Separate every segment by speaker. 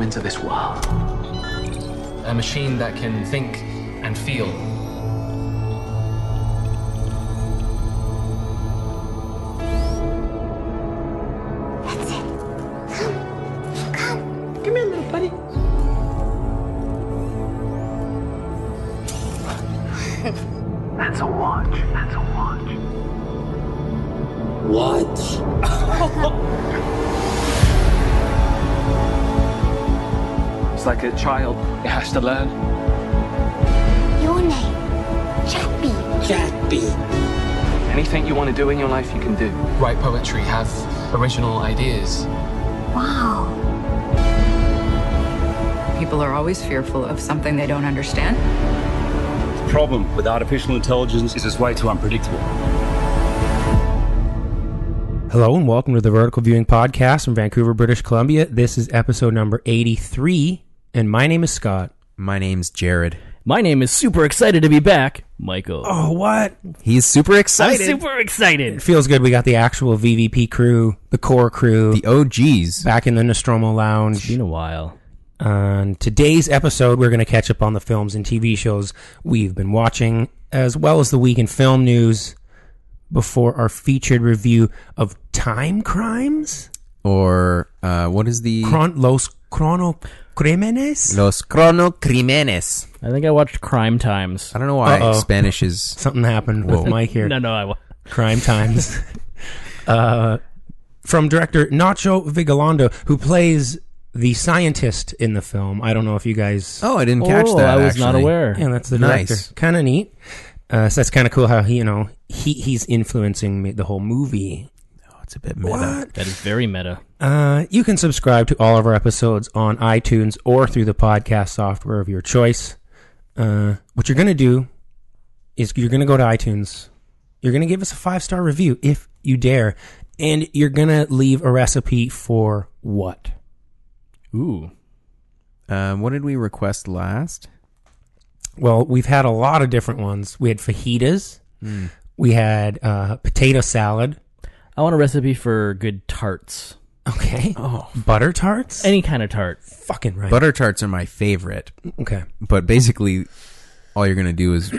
Speaker 1: into this world. A machine that can think and feel.
Speaker 2: That's it. Come. Come. Come here, little buddy.
Speaker 1: That's a watch. That's a watch.
Speaker 3: What?
Speaker 1: It's like a child. It has to learn.
Speaker 2: Your name. Chappie.
Speaker 3: Jackbeat.
Speaker 1: Anything you want to do in your life, you can do. Write poetry, have original ideas.
Speaker 2: Wow.
Speaker 4: People are always fearful of something they don't understand.
Speaker 3: The problem with artificial intelligence is it's way too unpredictable.
Speaker 5: Hello and welcome to the Vertical Viewing Podcast from Vancouver, British Columbia. This is episode number 83, and my name is Scott.
Speaker 6: My name's Jared.
Speaker 7: My name is super excited to be back, Michael.
Speaker 5: Oh, what?
Speaker 6: He's super
Speaker 7: I'm
Speaker 6: excited.
Speaker 7: super
Speaker 5: It
Speaker 7: excited.
Speaker 5: feels good. We got the actual VVP crew, the core crew,
Speaker 6: the OGs.
Speaker 5: back in the Nostromo Lounge.
Speaker 7: Been a while.
Speaker 5: On today's episode, we're going to catch up on the films and TV shows we've been watching, as well as the week in film news before our featured review of Time Crimes?
Speaker 6: Or uh, what is the
Speaker 5: Cron- Los Cronocrímenes?
Speaker 6: Los Cronocrimenes?
Speaker 7: I think I watched Crime Times.
Speaker 6: I don't know why
Speaker 5: Uh-oh.
Speaker 6: Spanish is
Speaker 5: Something happened with
Speaker 6: Whoa.
Speaker 5: Mike here.
Speaker 7: No, no, I. wa-
Speaker 5: Crime Times. uh, from director Nacho Vigalondo, who plays the scientist in the film. I don't know if you guys.
Speaker 6: Oh, I didn't catch
Speaker 7: oh,
Speaker 6: that.
Speaker 7: I was
Speaker 6: actually.
Speaker 7: not aware.
Speaker 5: Yeah, that's the
Speaker 6: Nice.
Speaker 5: director. Kind of neat. Uh, so that's kind of cool how he, you know, he he's influencing me- the whole movie.
Speaker 6: Oh, it's a bit meta.
Speaker 7: That is very meta.
Speaker 5: Uh, you can subscribe to all of our episodes on iTunes or through the podcast software of your choice. Uh, what you're going to do is you're going to go to iTunes. You're going to give us a five star review if you dare. And you're going to leave a recipe for what?
Speaker 7: Ooh,
Speaker 6: Um, what did we request last?
Speaker 5: Well, we've had a lot of different ones. We had fajitas, we had uh, potato salad.
Speaker 7: I want a recipe for good tarts.
Speaker 5: Okay. Oh. Butter tarts?
Speaker 7: Any kind of tart.
Speaker 5: Fucking right.
Speaker 6: Butter tarts are my favorite,
Speaker 5: okay.
Speaker 6: but basically, all you're gonna do is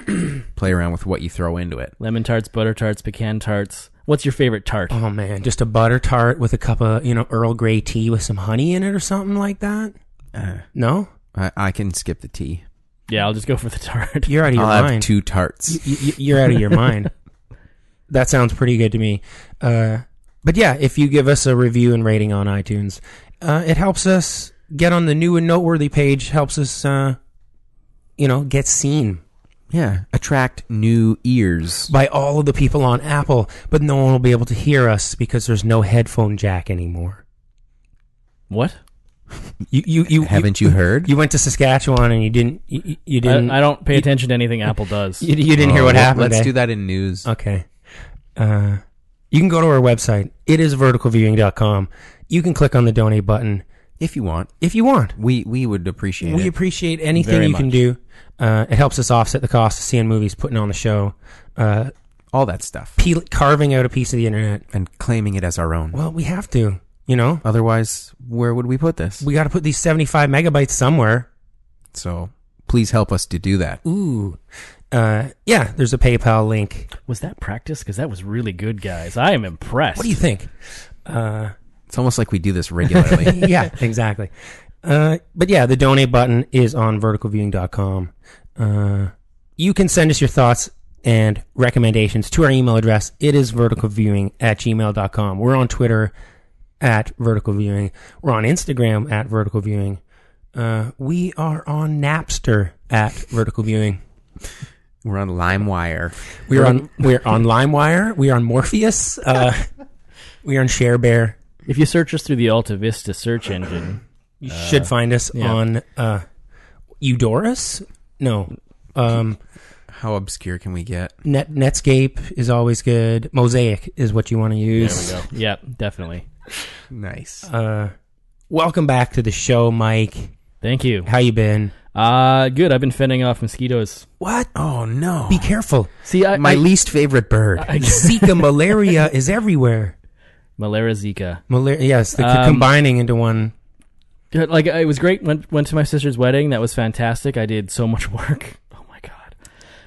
Speaker 6: play around with what you throw into it.
Speaker 7: Lemon tarts, butter tarts, pecan tarts. What's your favorite tart?
Speaker 5: Oh man, just a butter tart with a cup of you know Earl Grey tea with some honey in it or something like that.
Speaker 6: Uh,
Speaker 5: no,
Speaker 6: I, I can skip the tea.
Speaker 7: Yeah, I'll just go for the tart.
Speaker 5: you're out of your
Speaker 6: I'll have
Speaker 5: mind.
Speaker 6: two tarts.
Speaker 5: Y- y- you're out of your mind. That sounds pretty good to me. Uh, but yeah, if you give us a review and rating on iTunes, uh, it helps us get on the new and noteworthy page. Helps us, uh, you know, get seen
Speaker 6: Yeah, attract new ears.
Speaker 5: by all of the people on Apple. But no one will be able to hear us because there's no headphone jack anymore.
Speaker 7: What?
Speaker 5: You, you, you
Speaker 6: Haven't you heard?
Speaker 5: You went to Saskatchewan and you didn't. You, you didn't.
Speaker 7: I, I don't pay attention to anything Apple does.
Speaker 5: You, you didn't hear
Speaker 6: Oh,
Speaker 5: what
Speaker 6: let-
Speaker 5: happened.
Speaker 6: Let's
Speaker 5: eh?
Speaker 6: do that in news.
Speaker 5: Okay. Uh, you can go to our website. It is verticalviewing.com. You can click on the donate button
Speaker 6: If you want,
Speaker 5: if you want.
Speaker 6: we we would appreciate
Speaker 5: We
Speaker 6: it.
Speaker 5: appreciate anything
Speaker 6: Very
Speaker 5: you can
Speaker 6: much.
Speaker 5: do. Uh, it helps us offset the cost of seeing movies, putting on the show, uh,
Speaker 6: all that stuff
Speaker 5: peel, carving out a piece of the internet.
Speaker 6: and claiming it as our own.
Speaker 5: Well, we have to, you know?
Speaker 6: Otherwise, where would we put this?
Speaker 5: We got to put these 75 megabytes somewhere.
Speaker 6: So please help us to do that.
Speaker 5: Ooh. Uh, yeah, there's a PayPal link.
Speaker 7: Was that practice? Because that was really good, guys. I am impressed.
Speaker 5: What do you think? Uh,
Speaker 6: It's almost like we do this regularly.
Speaker 5: yeah, exactly. Uh, but yeah, the donate button is on verticalviewing.com. Uh, you can send us your thoughts and recommendations to our email address. It is verticalviewing at gmail.com. We're on Twitter at verticalviewing. We're on Instagram at verticalviewing. Uh, we are on Napster at verticalviewing.
Speaker 6: We're on LimeWire.
Speaker 5: We're on we're on LimeWire. We are on Morpheus. Uh, we are on ShareBear.
Speaker 7: If you search us through the Alta Vista search engine,
Speaker 5: You should find us
Speaker 7: yeah.
Speaker 5: on uh, Eudorus. No, um,
Speaker 6: How obscure can we get?
Speaker 5: Net Netscape is always good. Mosaic is what you want to
Speaker 7: there
Speaker 5: use.
Speaker 7: we go. Yeah, definitely.
Speaker 6: Nice.
Speaker 5: Uh, welcome back to the show, Mike.
Speaker 7: Thank you.
Speaker 5: How you been?
Speaker 7: Uh, good. I've been fending off mosquitoes.
Speaker 6: what? Oh no!
Speaker 5: Be careful.
Speaker 7: See, Uh, I,
Speaker 6: My
Speaker 7: I-
Speaker 6: least favorite bird.
Speaker 7: I-
Speaker 5: Zika malaria is everywhere.
Speaker 7: Malaria Zika.
Speaker 5: Malaria, yes, the
Speaker 7: Um,
Speaker 5: combining into one.
Speaker 7: Yeah, Like it was great. Went went to my sister's wedding. That was fantastic. I did so much work. Oh my god.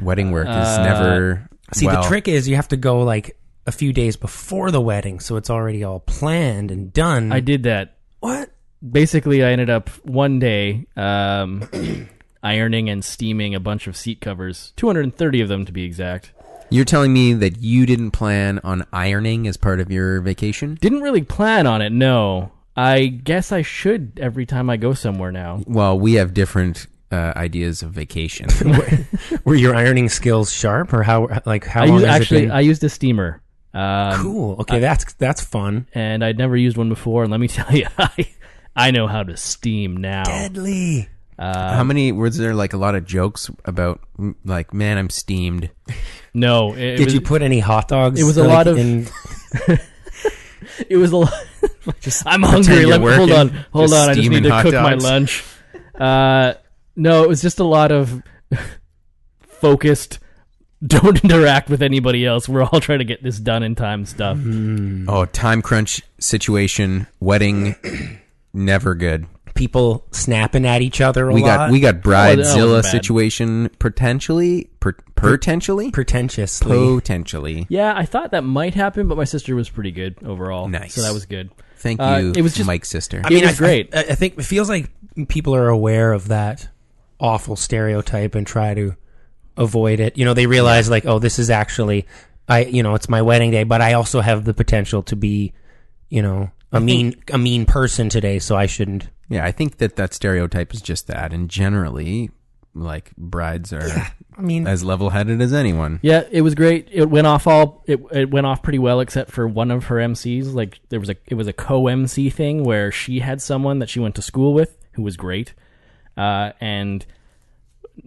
Speaker 6: Wedding work is
Speaker 7: Uh,
Speaker 6: never.
Speaker 5: See,
Speaker 6: well,
Speaker 5: the trick is you have to go like a few days before the wedding, so it's already all planned and done.
Speaker 7: I did that.
Speaker 5: what?
Speaker 7: Basically, I ended up one day um, ironing and steaming a bunch of seat covers, 230 of them to be exact.
Speaker 6: You're telling me that you didn't plan on ironing as part of your vacation?
Speaker 7: Didn't really plan on it. No, I guess I should every time I go somewhere now.
Speaker 6: Well, we have different uh, ideas of vacation.
Speaker 5: Were your ironing skills sharp, or how? Like how
Speaker 7: I
Speaker 5: long
Speaker 7: used,
Speaker 5: has it
Speaker 7: actually
Speaker 5: been?
Speaker 7: I used a steamer. Um,
Speaker 5: cool. Okay, that's that's fun.
Speaker 7: and I'd never used one before. And let me tell you, I I know how to steam now.
Speaker 5: Deadly.
Speaker 6: How many was there? Like a lot of jokes about mm, like, man, I'm steamed.
Speaker 7: No, it, it
Speaker 5: Did
Speaker 7: was,
Speaker 5: you put any hot dogs?
Speaker 7: it was a lot
Speaker 5: like,
Speaker 7: of-
Speaker 5: in-
Speaker 7: It was a lot.
Speaker 6: Just
Speaker 7: I'm
Speaker 6: pretend
Speaker 7: hungry.
Speaker 6: you're
Speaker 7: Let me, hold
Speaker 6: working.
Speaker 7: on, hold
Speaker 6: Just
Speaker 7: on. I just
Speaker 6: steaming
Speaker 7: need to
Speaker 6: hot
Speaker 7: cook my
Speaker 6: dogs.
Speaker 7: lunch. Uh, no, it was just a lot of focused. Don't interact with anybody else. We're all trying to get this done in time stuff.
Speaker 6: Oh, time crunch situation, wedding, never good.
Speaker 5: people snapping at each other a
Speaker 6: we
Speaker 5: lot.
Speaker 6: got we got
Speaker 7: that wasn't
Speaker 6: bridezilla
Speaker 7: bad.
Speaker 6: situation potentially per, potentially
Speaker 5: pretentiously.
Speaker 6: potentially.
Speaker 7: Yeah, I thought that might happen, but my sister was pretty good overall.
Speaker 6: Nice.
Speaker 7: So that was good.
Speaker 6: Thank you,
Speaker 7: Uh, it was just-
Speaker 6: Mike's sister.
Speaker 7: I mean,
Speaker 5: I-
Speaker 7: it's great.
Speaker 5: I, I think it feels like people are aware of that awful stereotype and try to avoid it. You know, they realize like, oh, this is actually, I, you know, it's my wedding day, but I also have the potential to be, you know, a mean, a mean person today, so I shouldn't.
Speaker 6: yeah, I think that that stereotype is just that, and generally, like brides are
Speaker 5: I mean,
Speaker 6: as level-headed as anyone.
Speaker 7: Yeah, it was great. It went off all. It, it went off pretty well, except for one of her MCs. Like there was a it was a co MC thing where she had someone that she went to school with who was great, uh, and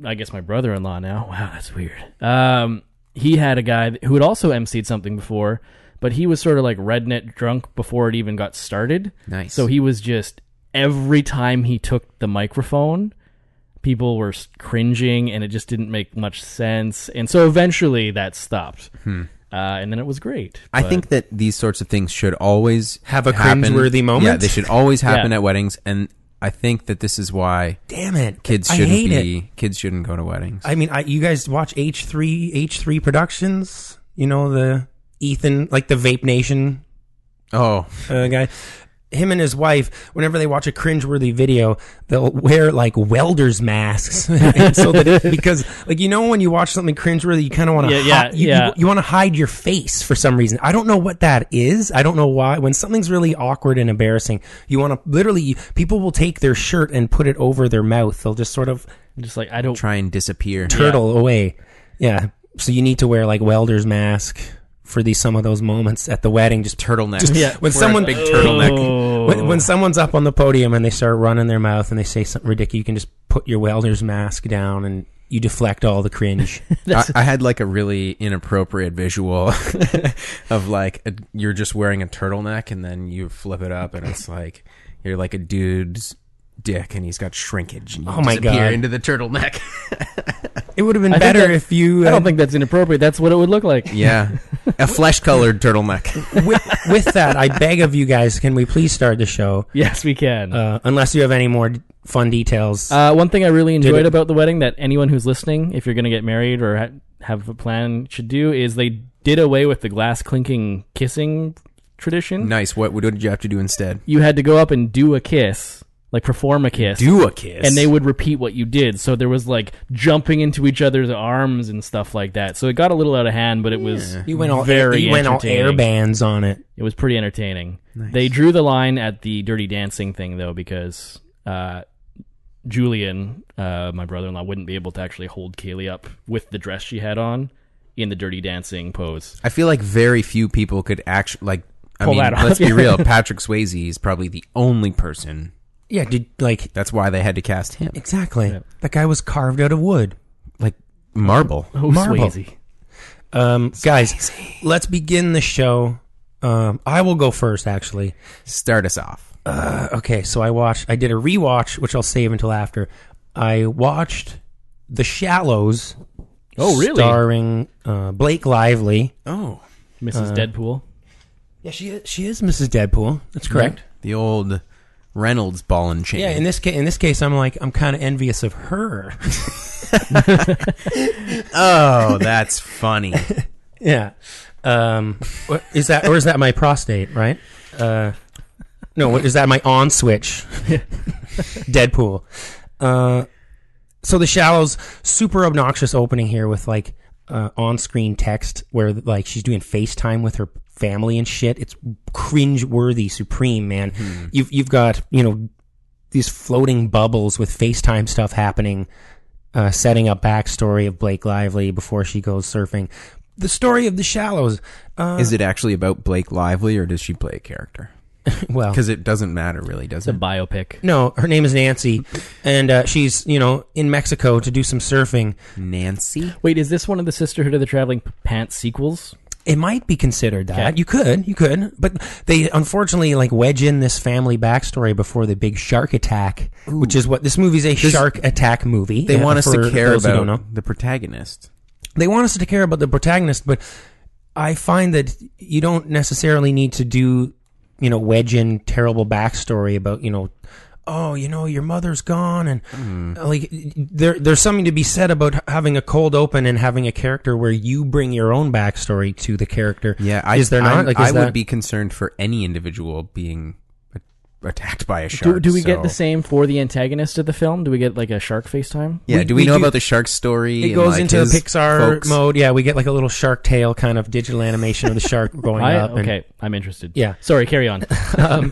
Speaker 7: I guess my brother in law now. Wow, that's weird. Um, he had a guy th- who had also MC'd something before, but he was sort of like redneck drunk before it even got started.
Speaker 6: Nice.
Speaker 7: So he was just every time he took the microphone people were s- cringing and it just didn't make much sense. And so eventually that stopped. Uh, and then it was great.
Speaker 6: I
Speaker 7: But
Speaker 6: think that these sorts of things should always
Speaker 5: Have a
Speaker 6: happen.
Speaker 5: cringeworthy
Speaker 6: Yeah,
Speaker 5: moment?
Speaker 6: they should always happen
Speaker 7: Yeah.
Speaker 6: at weddings, and I think that this is why
Speaker 5: damn it,
Speaker 6: kids
Speaker 5: I
Speaker 6: shouldn't
Speaker 5: hate
Speaker 6: be
Speaker 5: It.
Speaker 6: kids shouldn't go to weddings.
Speaker 5: I mean, I, you guys watch H three H three Productions. You know the Ethan, like the Vape Nation
Speaker 6: oh,
Speaker 5: uh, guy. Him and his wife, whenever they watch a cringeworthy video, they'll wear like welders masks, and so that it, because like you know when you watch something cringeworthy, you kind of want to
Speaker 7: Yeah, yeah,
Speaker 5: you,
Speaker 7: yeah.
Speaker 5: you, want to hide your face for some reason. I don't know what that is. I don't know why. When something's really awkward and embarrassing, you want to literally people will take their shirt and put it over their mouth. They'll just sort of
Speaker 7: just like I don't
Speaker 6: try and disappear.
Speaker 5: turtle away. Yeah, so you need to wear like welders mask for these some of those moments at the wedding. Just
Speaker 6: turtleneck.
Speaker 5: Just-
Speaker 7: Yeah.
Speaker 5: when
Speaker 6: Wear a
Speaker 5: someone-
Speaker 6: big turtleneck.
Speaker 5: when, when someone's up on the podium and they start running their mouth and they say something ridiculous, you can just put your welder's mask down and you deflect all the cringe.
Speaker 6: I, I had like a really inappropriate visual of like a, you're just wearing a turtleneck and then you flip it up and it's like you're like a dude's dick and he's got shrinkage and you
Speaker 5: Oh my
Speaker 6: disappear
Speaker 5: God.
Speaker 6: into the turtleneck.
Speaker 5: it would have been
Speaker 7: I think
Speaker 5: better
Speaker 7: that-
Speaker 5: if you
Speaker 7: I
Speaker 5: uh,
Speaker 7: don't think that's inappropriate. That's what it would look like.
Speaker 6: yeah, a flesh colored turtleneck.
Speaker 5: with, with that. I beg of you guys, can we please start the show?
Speaker 7: Yes, we can. Uh,
Speaker 5: Uh, unless you have any more d- fun details.
Speaker 7: one thing I really enjoyed
Speaker 5: it-
Speaker 7: about the wedding that anyone who's listening, if you're going to get married or ha- have a plan, should do is they did away with the glass clinking kissing tradition.
Speaker 6: nice. What, what did you have to do instead?
Speaker 7: You had to go up and do a kiss, like perform a kiss.
Speaker 6: Do a kiss.
Speaker 7: and they would repeat what you did. So there was like jumping into each other's arms and stuff like that. So it got a little out of hand, but it was
Speaker 5: you went all
Speaker 7: very
Speaker 5: you went all air
Speaker 7: entertaining.
Speaker 5: bands on it.
Speaker 7: it was pretty entertaining. They drew the line at the dirty dancing thing though because uh, Julian, uh, my brother-in-law, wouldn't be able to actually hold Kaylee up with the dress she had on in the dirty dancing pose.
Speaker 6: I feel like very few people could actually like. I
Speaker 7: Pull
Speaker 6: mean,
Speaker 7: that off,
Speaker 6: let's be
Speaker 7: yeah.
Speaker 6: real. Patrick Swayze is probably the only person.
Speaker 5: Yeah, did like
Speaker 6: That's why they had to cast him.
Speaker 5: exactly. That guy was carved out of wood.
Speaker 6: Like marble.
Speaker 7: Oh,
Speaker 5: Marble.
Speaker 7: Swayze.
Speaker 5: Um, guys, let's begin the show. Um, I will go first, actually. Uh,
Speaker 6: Start us off.
Speaker 5: okay, so I watched. I did a rewatch, which I'll save until after. I watched The Shallows.
Speaker 7: Oh, really?
Speaker 5: Starring uh, Blake Lively.
Speaker 6: Oh,
Speaker 7: Mrs. Deadpool.
Speaker 5: Yeah, she is, she is Mrs. Deadpool. That's correct.
Speaker 6: the old Reynolds ball and chain.
Speaker 5: Yeah, in this case, in this case, I'm like I'm kind of envious of her.
Speaker 6: oh, that's funny.
Speaker 5: yeah, um, what- is that or is that my prostate? Right? Uh, no, what, is that my on switch? Deadpool. Uh, so the shallows super obnoxious opening here with like uh, on screen text where like she's doing FaceTime with her family and shit. It's cringe worthy supreme, man. You've you've got you know these floating bubbles with FaceTime stuff happening, uh, setting up backstory of Blake Lively before she goes surfing. The story of the shallows. Uh,
Speaker 6: Is it actually about Blake Lively or does she play a character?
Speaker 5: Oh. well,
Speaker 6: Because it doesn't matter, really, does
Speaker 7: It's a
Speaker 6: it?
Speaker 7: biopic.
Speaker 5: no, her name is Nancy, and uh, she's you know in Mexico to do some surfing.
Speaker 6: Nancy.
Speaker 7: Wait, is this one of the Sisterhood of the Traveling Pants sequels?
Speaker 5: It might be considered that.
Speaker 7: Okay.
Speaker 5: You could, you could, but they unfortunately like wedge in this family backstory before the big shark attack, which is what this movie's a shark attack movie.
Speaker 6: They
Speaker 5: uh,
Speaker 6: want us
Speaker 5: for
Speaker 6: to care
Speaker 5: those who don't know.
Speaker 6: about the protagonist.
Speaker 5: they want us to care about the protagonist, but I find that you don't necessarily need to do, you know, wedge in terrible backstory about, you know, oh, you know, your mother's gone, and
Speaker 6: Hmm.
Speaker 5: uh, like there, there's something to be said about h- having a cold open and having a character where you bring your own backstory to the character.
Speaker 6: Yeah, I,
Speaker 5: is there not?
Speaker 6: I'm-
Speaker 5: like,
Speaker 6: I
Speaker 5: is
Speaker 6: would
Speaker 5: that-
Speaker 6: be concerned for any individual being a- attacked by a shark.
Speaker 7: Do, do we get the
Speaker 6: so-
Speaker 7: same for the antagonist of the film? Do we get like a shark FaceTime?
Speaker 6: Yeah,
Speaker 5: We-
Speaker 6: do we,
Speaker 5: we
Speaker 6: know
Speaker 5: do-
Speaker 6: about the shark story?
Speaker 5: It
Speaker 6: and,
Speaker 5: goes
Speaker 6: like,
Speaker 5: into a
Speaker 6: his
Speaker 5: Pixar
Speaker 6: folks?
Speaker 5: mode. Yeah, we get like a little Shark Tale kind of digital animation of the shark going
Speaker 7: I,
Speaker 5: up. and-
Speaker 7: okay, I'm interested.
Speaker 5: Yeah.
Speaker 7: Sorry, carry on.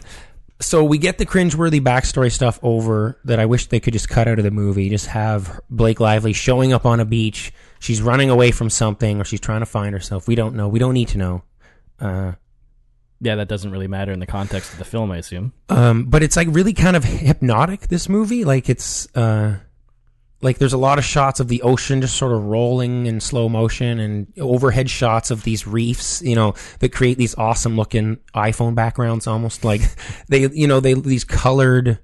Speaker 5: so we get the cringeworthy backstory stuff over that I wish they could just cut out of the movie. Just have Blake Lively showing up on a beach. She's running away from something or she's trying to find herself. We don't know. We don't need to know. Uh,
Speaker 7: yeah, that doesn't really matter in the context of the film, I assume.
Speaker 5: um, but it's like really kind of hypnotic, this movie. Like it's, uh, like there's a lot of shots of the ocean just sort of rolling in slow motion and overhead shots of these reefs, you know, that create these awesome looking iPhone backgrounds almost like they, you know, they, these colored,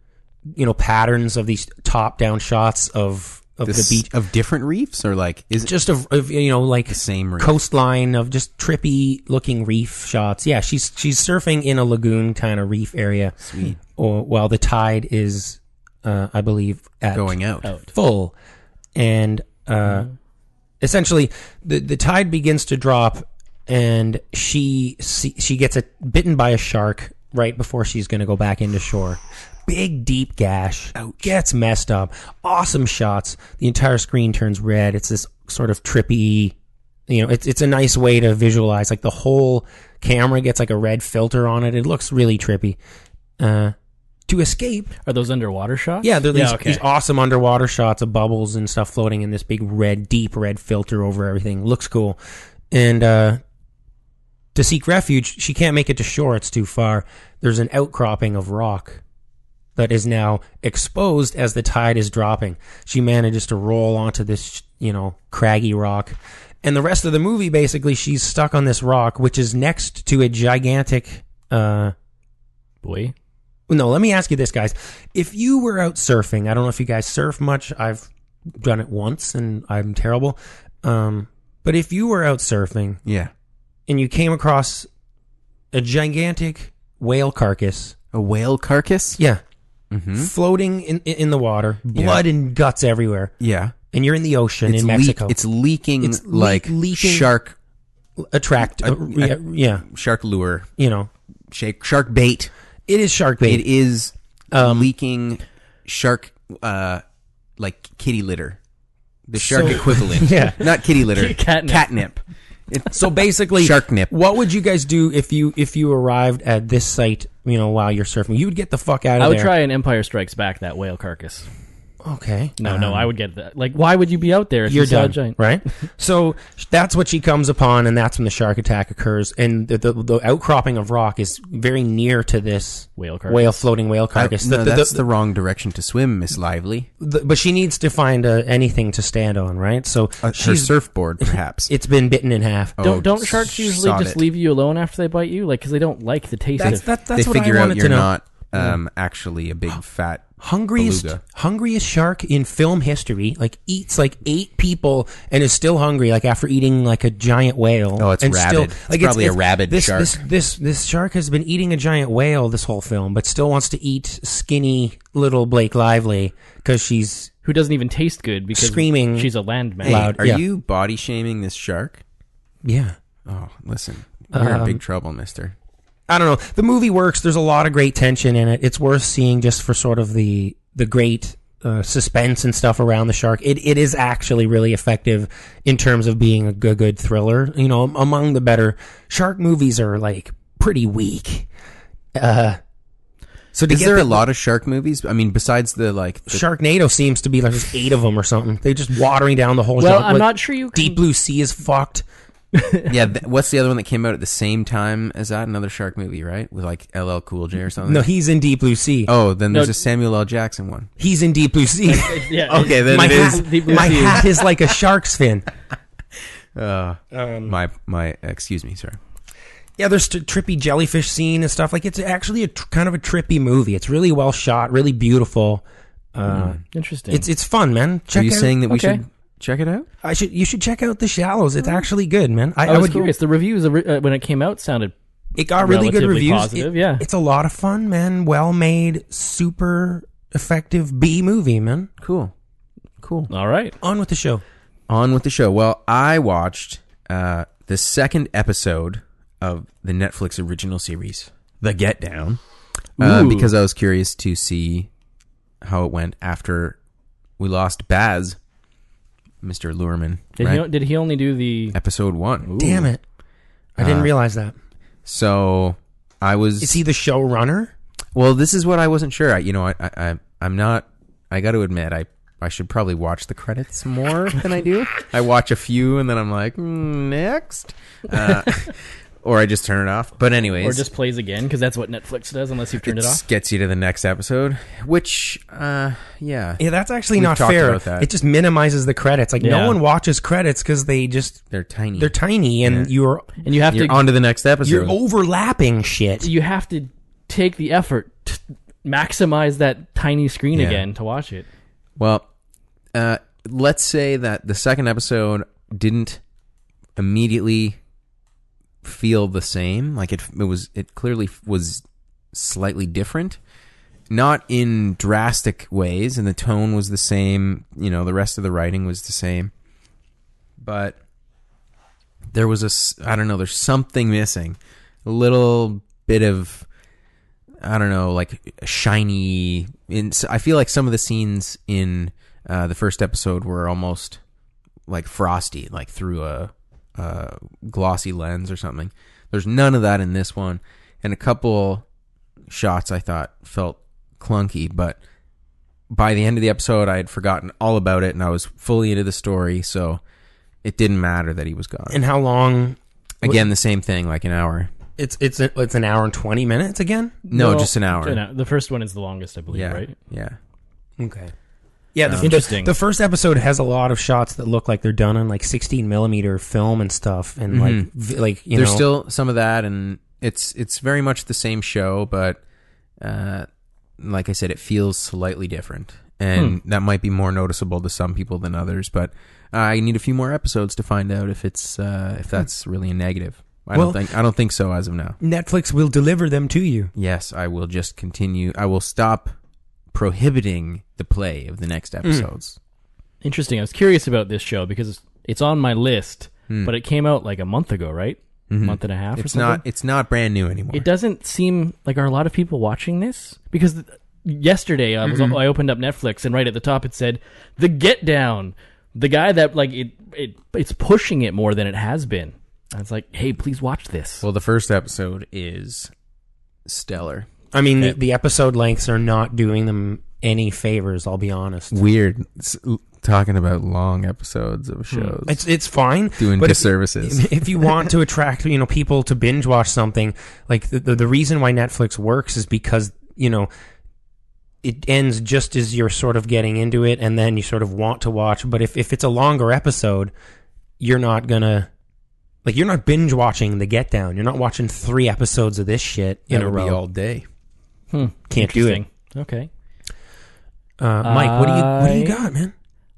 Speaker 5: you know, patterns of these top down shots of, of
Speaker 6: This-
Speaker 5: the beach.
Speaker 6: of different reefs, or like is it
Speaker 5: Just of, of, you know, like
Speaker 6: the same reef?
Speaker 5: coastline of just trippy looking reef shots. Yeah, she's she's surfing in a lagoon kind of reef area. Sweet. Or while the tide is, uh, I believe, at
Speaker 6: going out.
Speaker 5: Oh. full, and uh, essentially the the tide begins to drop, and she see, she gets a, bitten by a shark right before she's going to go back into shore. Big deep gash gets messed up. Awesome shots. The entire screen turns red. It's this sort of trippy. You know, it's it's a nice way to visualize. Like the whole camera gets like a red filter on it. It looks really trippy. Uh, to escape,
Speaker 7: Are those underwater shots?
Speaker 5: yeah, there are these,
Speaker 7: okay.
Speaker 5: these awesome underwater shots of bubbles and stuff floating in this big red, deep red filter over everything. Looks cool. And uh, to seek refuge, she can't make it to shore. It's too far. There's an outcropping of rock that is now exposed as the tide is dropping. She manages to roll onto this, you know, craggy rock. And the rest of the movie, basically, she's stuck on this rock, which is next to a gigantic. Uh,
Speaker 7: Boy.
Speaker 5: no, let me ask you this, guys. If you were out surfing, I don't know if you guys surf much. I've done it once and I'm terrible. Um, but if you were out surfing
Speaker 6: Yeah,
Speaker 5: and you came across a gigantic whale carcass,
Speaker 6: a whale carcass. Mm-hmm.
Speaker 5: yeah, floating in, in in the water, blood and guts everywhere,
Speaker 6: Yeah,
Speaker 5: and you're in the ocean in
Speaker 6: leak-
Speaker 5: Mexico,
Speaker 6: it's leaking
Speaker 5: It's le-
Speaker 6: like
Speaker 5: leaking-
Speaker 6: shark
Speaker 5: attract,
Speaker 6: I-
Speaker 5: uh, yeah,
Speaker 6: I-
Speaker 5: yeah,
Speaker 6: shark lure,
Speaker 5: you know,
Speaker 6: shake, shark bait.
Speaker 5: it is shark bait. Um,
Speaker 6: It is leaking shark, uh, like kitty litter, the shark
Speaker 5: So-
Speaker 6: equivalent.
Speaker 5: Yeah.
Speaker 6: not kitty litter,
Speaker 7: Catnip.
Speaker 6: catnip. It's
Speaker 5: So basically,
Speaker 6: Shark nip.
Speaker 5: What would you guys do if you if you arrived at this site? You know, while you're surfing, you would get the fuck out of
Speaker 7: I would
Speaker 5: there.
Speaker 7: try an Empire Strikes Back that whale carcass.
Speaker 5: Okay. Um,
Speaker 7: No, no, I would get that. Like, why would you be out there if you
Speaker 5: You're
Speaker 7: saw a
Speaker 5: done,
Speaker 7: giant?
Speaker 5: right? So that's what she comes upon, and that's when the shark attack occurs. And the, the, the outcropping of rock is very near to this
Speaker 7: Whale carcass.
Speaker 5: whale floating whale carcass.
Speaker 6: no,
Speaker 5: The- the-
Speaker 6: that's
Speaker 5: the-
Speaker 6: Uh, the wrong direction to swim, Miss Lively.
Speaker 5: the- but she needs to find uh, anything to stand on, right? So
Speaker 6: Uh, her
Speaker 5: she's
Speaker 6: surfboard, perhaps.
Speaker 5: it's been bitten in half.
Speaker 7: Don't
Speaker 6: Oh,
Speaker 7: don't sharks usually
Speaker 6: sod
Speaker 7: just
Speaker 6: it.
Speaker 7: leave you alone after they bite you? Like, because they don't like the taste
Speaker 5: That's
Speaker 7: of.
Speaker 5: that, that's
Speaker 6: they
Speaker 5: what
Speaker 6: figure
Speaker 5: I
Speaker 6: out
Speaker 5: wanted
Speaker 6: you're
Speaker 5: to know.
Speaker 6: not um, actually a big fat
Speaker 5: hungriest
Speaker 6: Beluga.
Speaker 5: hungriest shark in film history. Like eats like eight people and is still hungry. Like after eating like a giant whale.
Speaker 6: Oh, it's
Speaker 5: and
Speaker 6: rabid. It's probably a rabid
Speaker 5: this,
Speaker 6: shark.
Speaker 5: This, this this shark has been eating a giant whale this whole film, but still wants to eat skinny little Blake Lively because she's
Speaker 7: who doesn't even taste good because
Speaker 5: Screaming
Speaker 7: she's a landman.
Speaker 6: Hey,
Speaker 5: loud,
Speaker 6: are
Speaker 5: yeah.
Speaker 6: you body shaming this shark?
Speaker 5: yeah.
Speaker 6: Oh, listen, you're
Speaker 5: Um,
Speaker 6: in big trouble, Mister.
Speaker 5: I don't know. The movie works. There's a lot of great tension in it. It's worth seeing just for sort of the the great uh, suspense and stuff around the shark. It it is actually really effective in terms of being a good, good thriller. You know, among the better shark movies are like pretty weak. Uh, so to
Speaker 6: Is
Speaker 5: get
Speaker 6: there
Speaker 5: the-
Speaker 6: a lot of shark movies? I mean, besides the like, the,
Speaker 5: Sharknado seems to be like there's eight of them or something. They're just watering down the whole.
Speaker 7: Well,
Speaker 5: genre.
Speaker 7: I'm
Speaker 5: Like,
Speaker 7: not sure you can-
Speaker 5: Deep Blue Sea is fucked.
Speaker 6: yeah. Th- what's the other one that came out at the same time as that? Another shark movie, right? With like LL Cool J or something.
Speaker 5: No, he's in Deep Blue Sea.
Speaker 6: oh, then there's
Speaker 7: No.
Speaker 6: a Samuel L. Jackson one.
Speaker 5: He's in Deep Blue Sea.
Speaker 7: Yeah,
Speaker 6: Okay, then
Speaker 5: my
Speaker 6: it is.
Speaker 5: hat, my hat is like a shark's fin. Um,
Speaker 6: My my excuse me, sir.
Speaker 5: Yeah, there's t- trippy jellyfish scene and stuff. Like it's actually a tr- kind of a trippy movie. It's really well shot, really beautiful. Uh,
Speaker 7: interesting.
Speaker 5: It's it's fun, man. Check
Speaker 6: Are you
Speaker 5: out,
Speaker 6: saying that we
Speaker 7: okay.
Speaker 6: should check it out?
Speaker 5: I should you should check out The Shallows. It's actually good, man. I,
Speaker 7: I,
Speaker 5: I,
Speaker 7: was
Speaker 5: would.
Speaker 7: curious. The reviews of, uh, when it came out sounded
Speaker 5: It got really good
Speaker 7: Relatively
Speaker 5: reviews.
Speaker 7: positive,
Speaker 5: It-
Speaker 7: yeah.
Speaker 5: it's a lot of fun, man. Well made, super effective B movie, man.
Speaker 6: Cool, cool.
Speaker 7: all right.
Speaker 5: On with the show.
Speaker 6: On with the show. Well, I watched uh, the second episode of the Netflix original series, The Get Down, uh,
Speaker 7: Ooh.
Speaker 6: because I was curious to see how it went after we lost Baz, Mr. Luhrmann,
Speaker 7: Did,
Speaker 6: right?
Speaker 7: he, did he only do the?
Speaker 6: episode one.
Speaker 5: Damn it, I didn't realize that.
Speaker 6: So I was.
Speaker 5: Is he the showrunner?
Speaker 6: Well, this is what I wasn't sure. I, you know, I, I, I- I'm not. I got to admit, I, I should probably watch the credits more than I do. I watch a few and then I'm like, "Mm, next, uh, or I just turn it off. But anyways,
Speaker 7: Or just plays again because that's what Netflix does unless you've turned
Speaker 6: it
Speaker 7: it off.
Speaker 6: gets you to the next episode, which, uh, yeah,
Speaker 5: Yeah, that's actually
Speaker 6: We've
Speaker 5: not
Speaker 6: talked
Speaker 5: fair.
Speaker 6: about that.
Speaker 5: It just minimizes the credits. Like
Speaker 7: Yeah.
Speaker 5: no one watches credits because they just
Speaker 6: they're tiny.
Speaker 5: they're tiny, and you're
Speaker 7: And you have
Speaker 6: You're
Speaker 7: to oh,
Speaker 6: on to the next episode.
Speaker 5: You're overlapping shit.
Speaker 7: you have to take the effort to maximize that tiny screen
Speaker 6: Yeah.
Speaker 7: again to watch it.
Speaker 6: Well, uh, let's say that the second episode didn't immediately feel the same. Like it, it was, it clearly was slightly different. Not in drastic ways, and the tone was the same. You know, the rest of the writing was the same, but there was a, s- I don't know, there's something missing. A little bit of I don't know, like shiny. In I feel like some of the scenes in uh, the first episode were almost like frosty, like through a, a glossy lens or something. There's none of that in this one, and a couple shots I thought felt clunky, but by the end of the episode, I had forgotten all about it, and I was fully into the story, so it didn't matter that he was gone.
Speaker 5: And how long?
Speaker 6: Again, the same thing, like an hour.
Speaker 5: It's it's it's an hour and twenty minutes again.
Speaker 6: No, just an hour.
Speaker 7: The first one is the longest, I believe.
Speaker 6: yeah,
Speaker 7: Right.
Speaker 6: yeah.
Speaker 5: Okay. Yeah, the,
Speaker 7: Interesting.
Speaker 5: The, the first episode has a lot of shots that look like they're done on like 16 millimeter film and stuff, and like vi- like you
Speaker 6: there's
Speaker 5: know,
Speaker 6: still some of that and it's it's very much the same show but uh like i said it feels slightly different and that might be more noticeable to some people than others but i need a few more episodes to find out if it's uh if that's really a negative i
Speaker 5: Well-
Speaker 6: don't think i don't think so as of now
Speaker 5: Netflix will deliver them to you.
Speaker 6: yes i will just continue i will stop prohibiting the play of the next episodes
Speaker 7: Interesting. I was curious about this show because it's on my list, but it came out like a month ago, right? Month and a half. or
Speaker 6: Hmm. Mm-hmm. it's
Speaker 7: something?
Speaker 6: not it's not brand new anymore
Speaker 7: It doesn't seem like are a lot of people watching this because th- yesterday I was
Speaker 5: Mm-hmm.
Speaker 7: I opened up Netflix and right at the top it said The Get Down, the guy that like it it it's pushing it more than it has been. I was like, hey, please watch this.
Speaker 6: well the first episode is stellar
Speaker 5: I mean, the, the episode lengths are not doing them any favors. I'll be honest.
Speaker 6: weird s- l- talking about long episodes of shows.
Speaker 5: It's it's fine.
Speaker 6: Doing
Speaker 5: but if-
Speaker 6: disservices.
Speaker 5: If you want to attract you know people to binge watch something, like the, the the reason why Netflix works is because you know it ends just as you're sort of getting into it, and then you sort of want to watch. But if if it's a longer episode, you're not gonna. Like you're not binge watching the Get Down. You're not watching three episodes of this shit in
Speaker 6: That
Speaker 5: a
Speaker 6: would be
Speaker 5: row.
Speaker 6: all day.
Speaker 5: Can't do it.
Speaker 7: Interesting. Okay.
Speaker 5: Uh, Mike, what do you what do
Speaker 7: I-
Speaker 5: you got, man?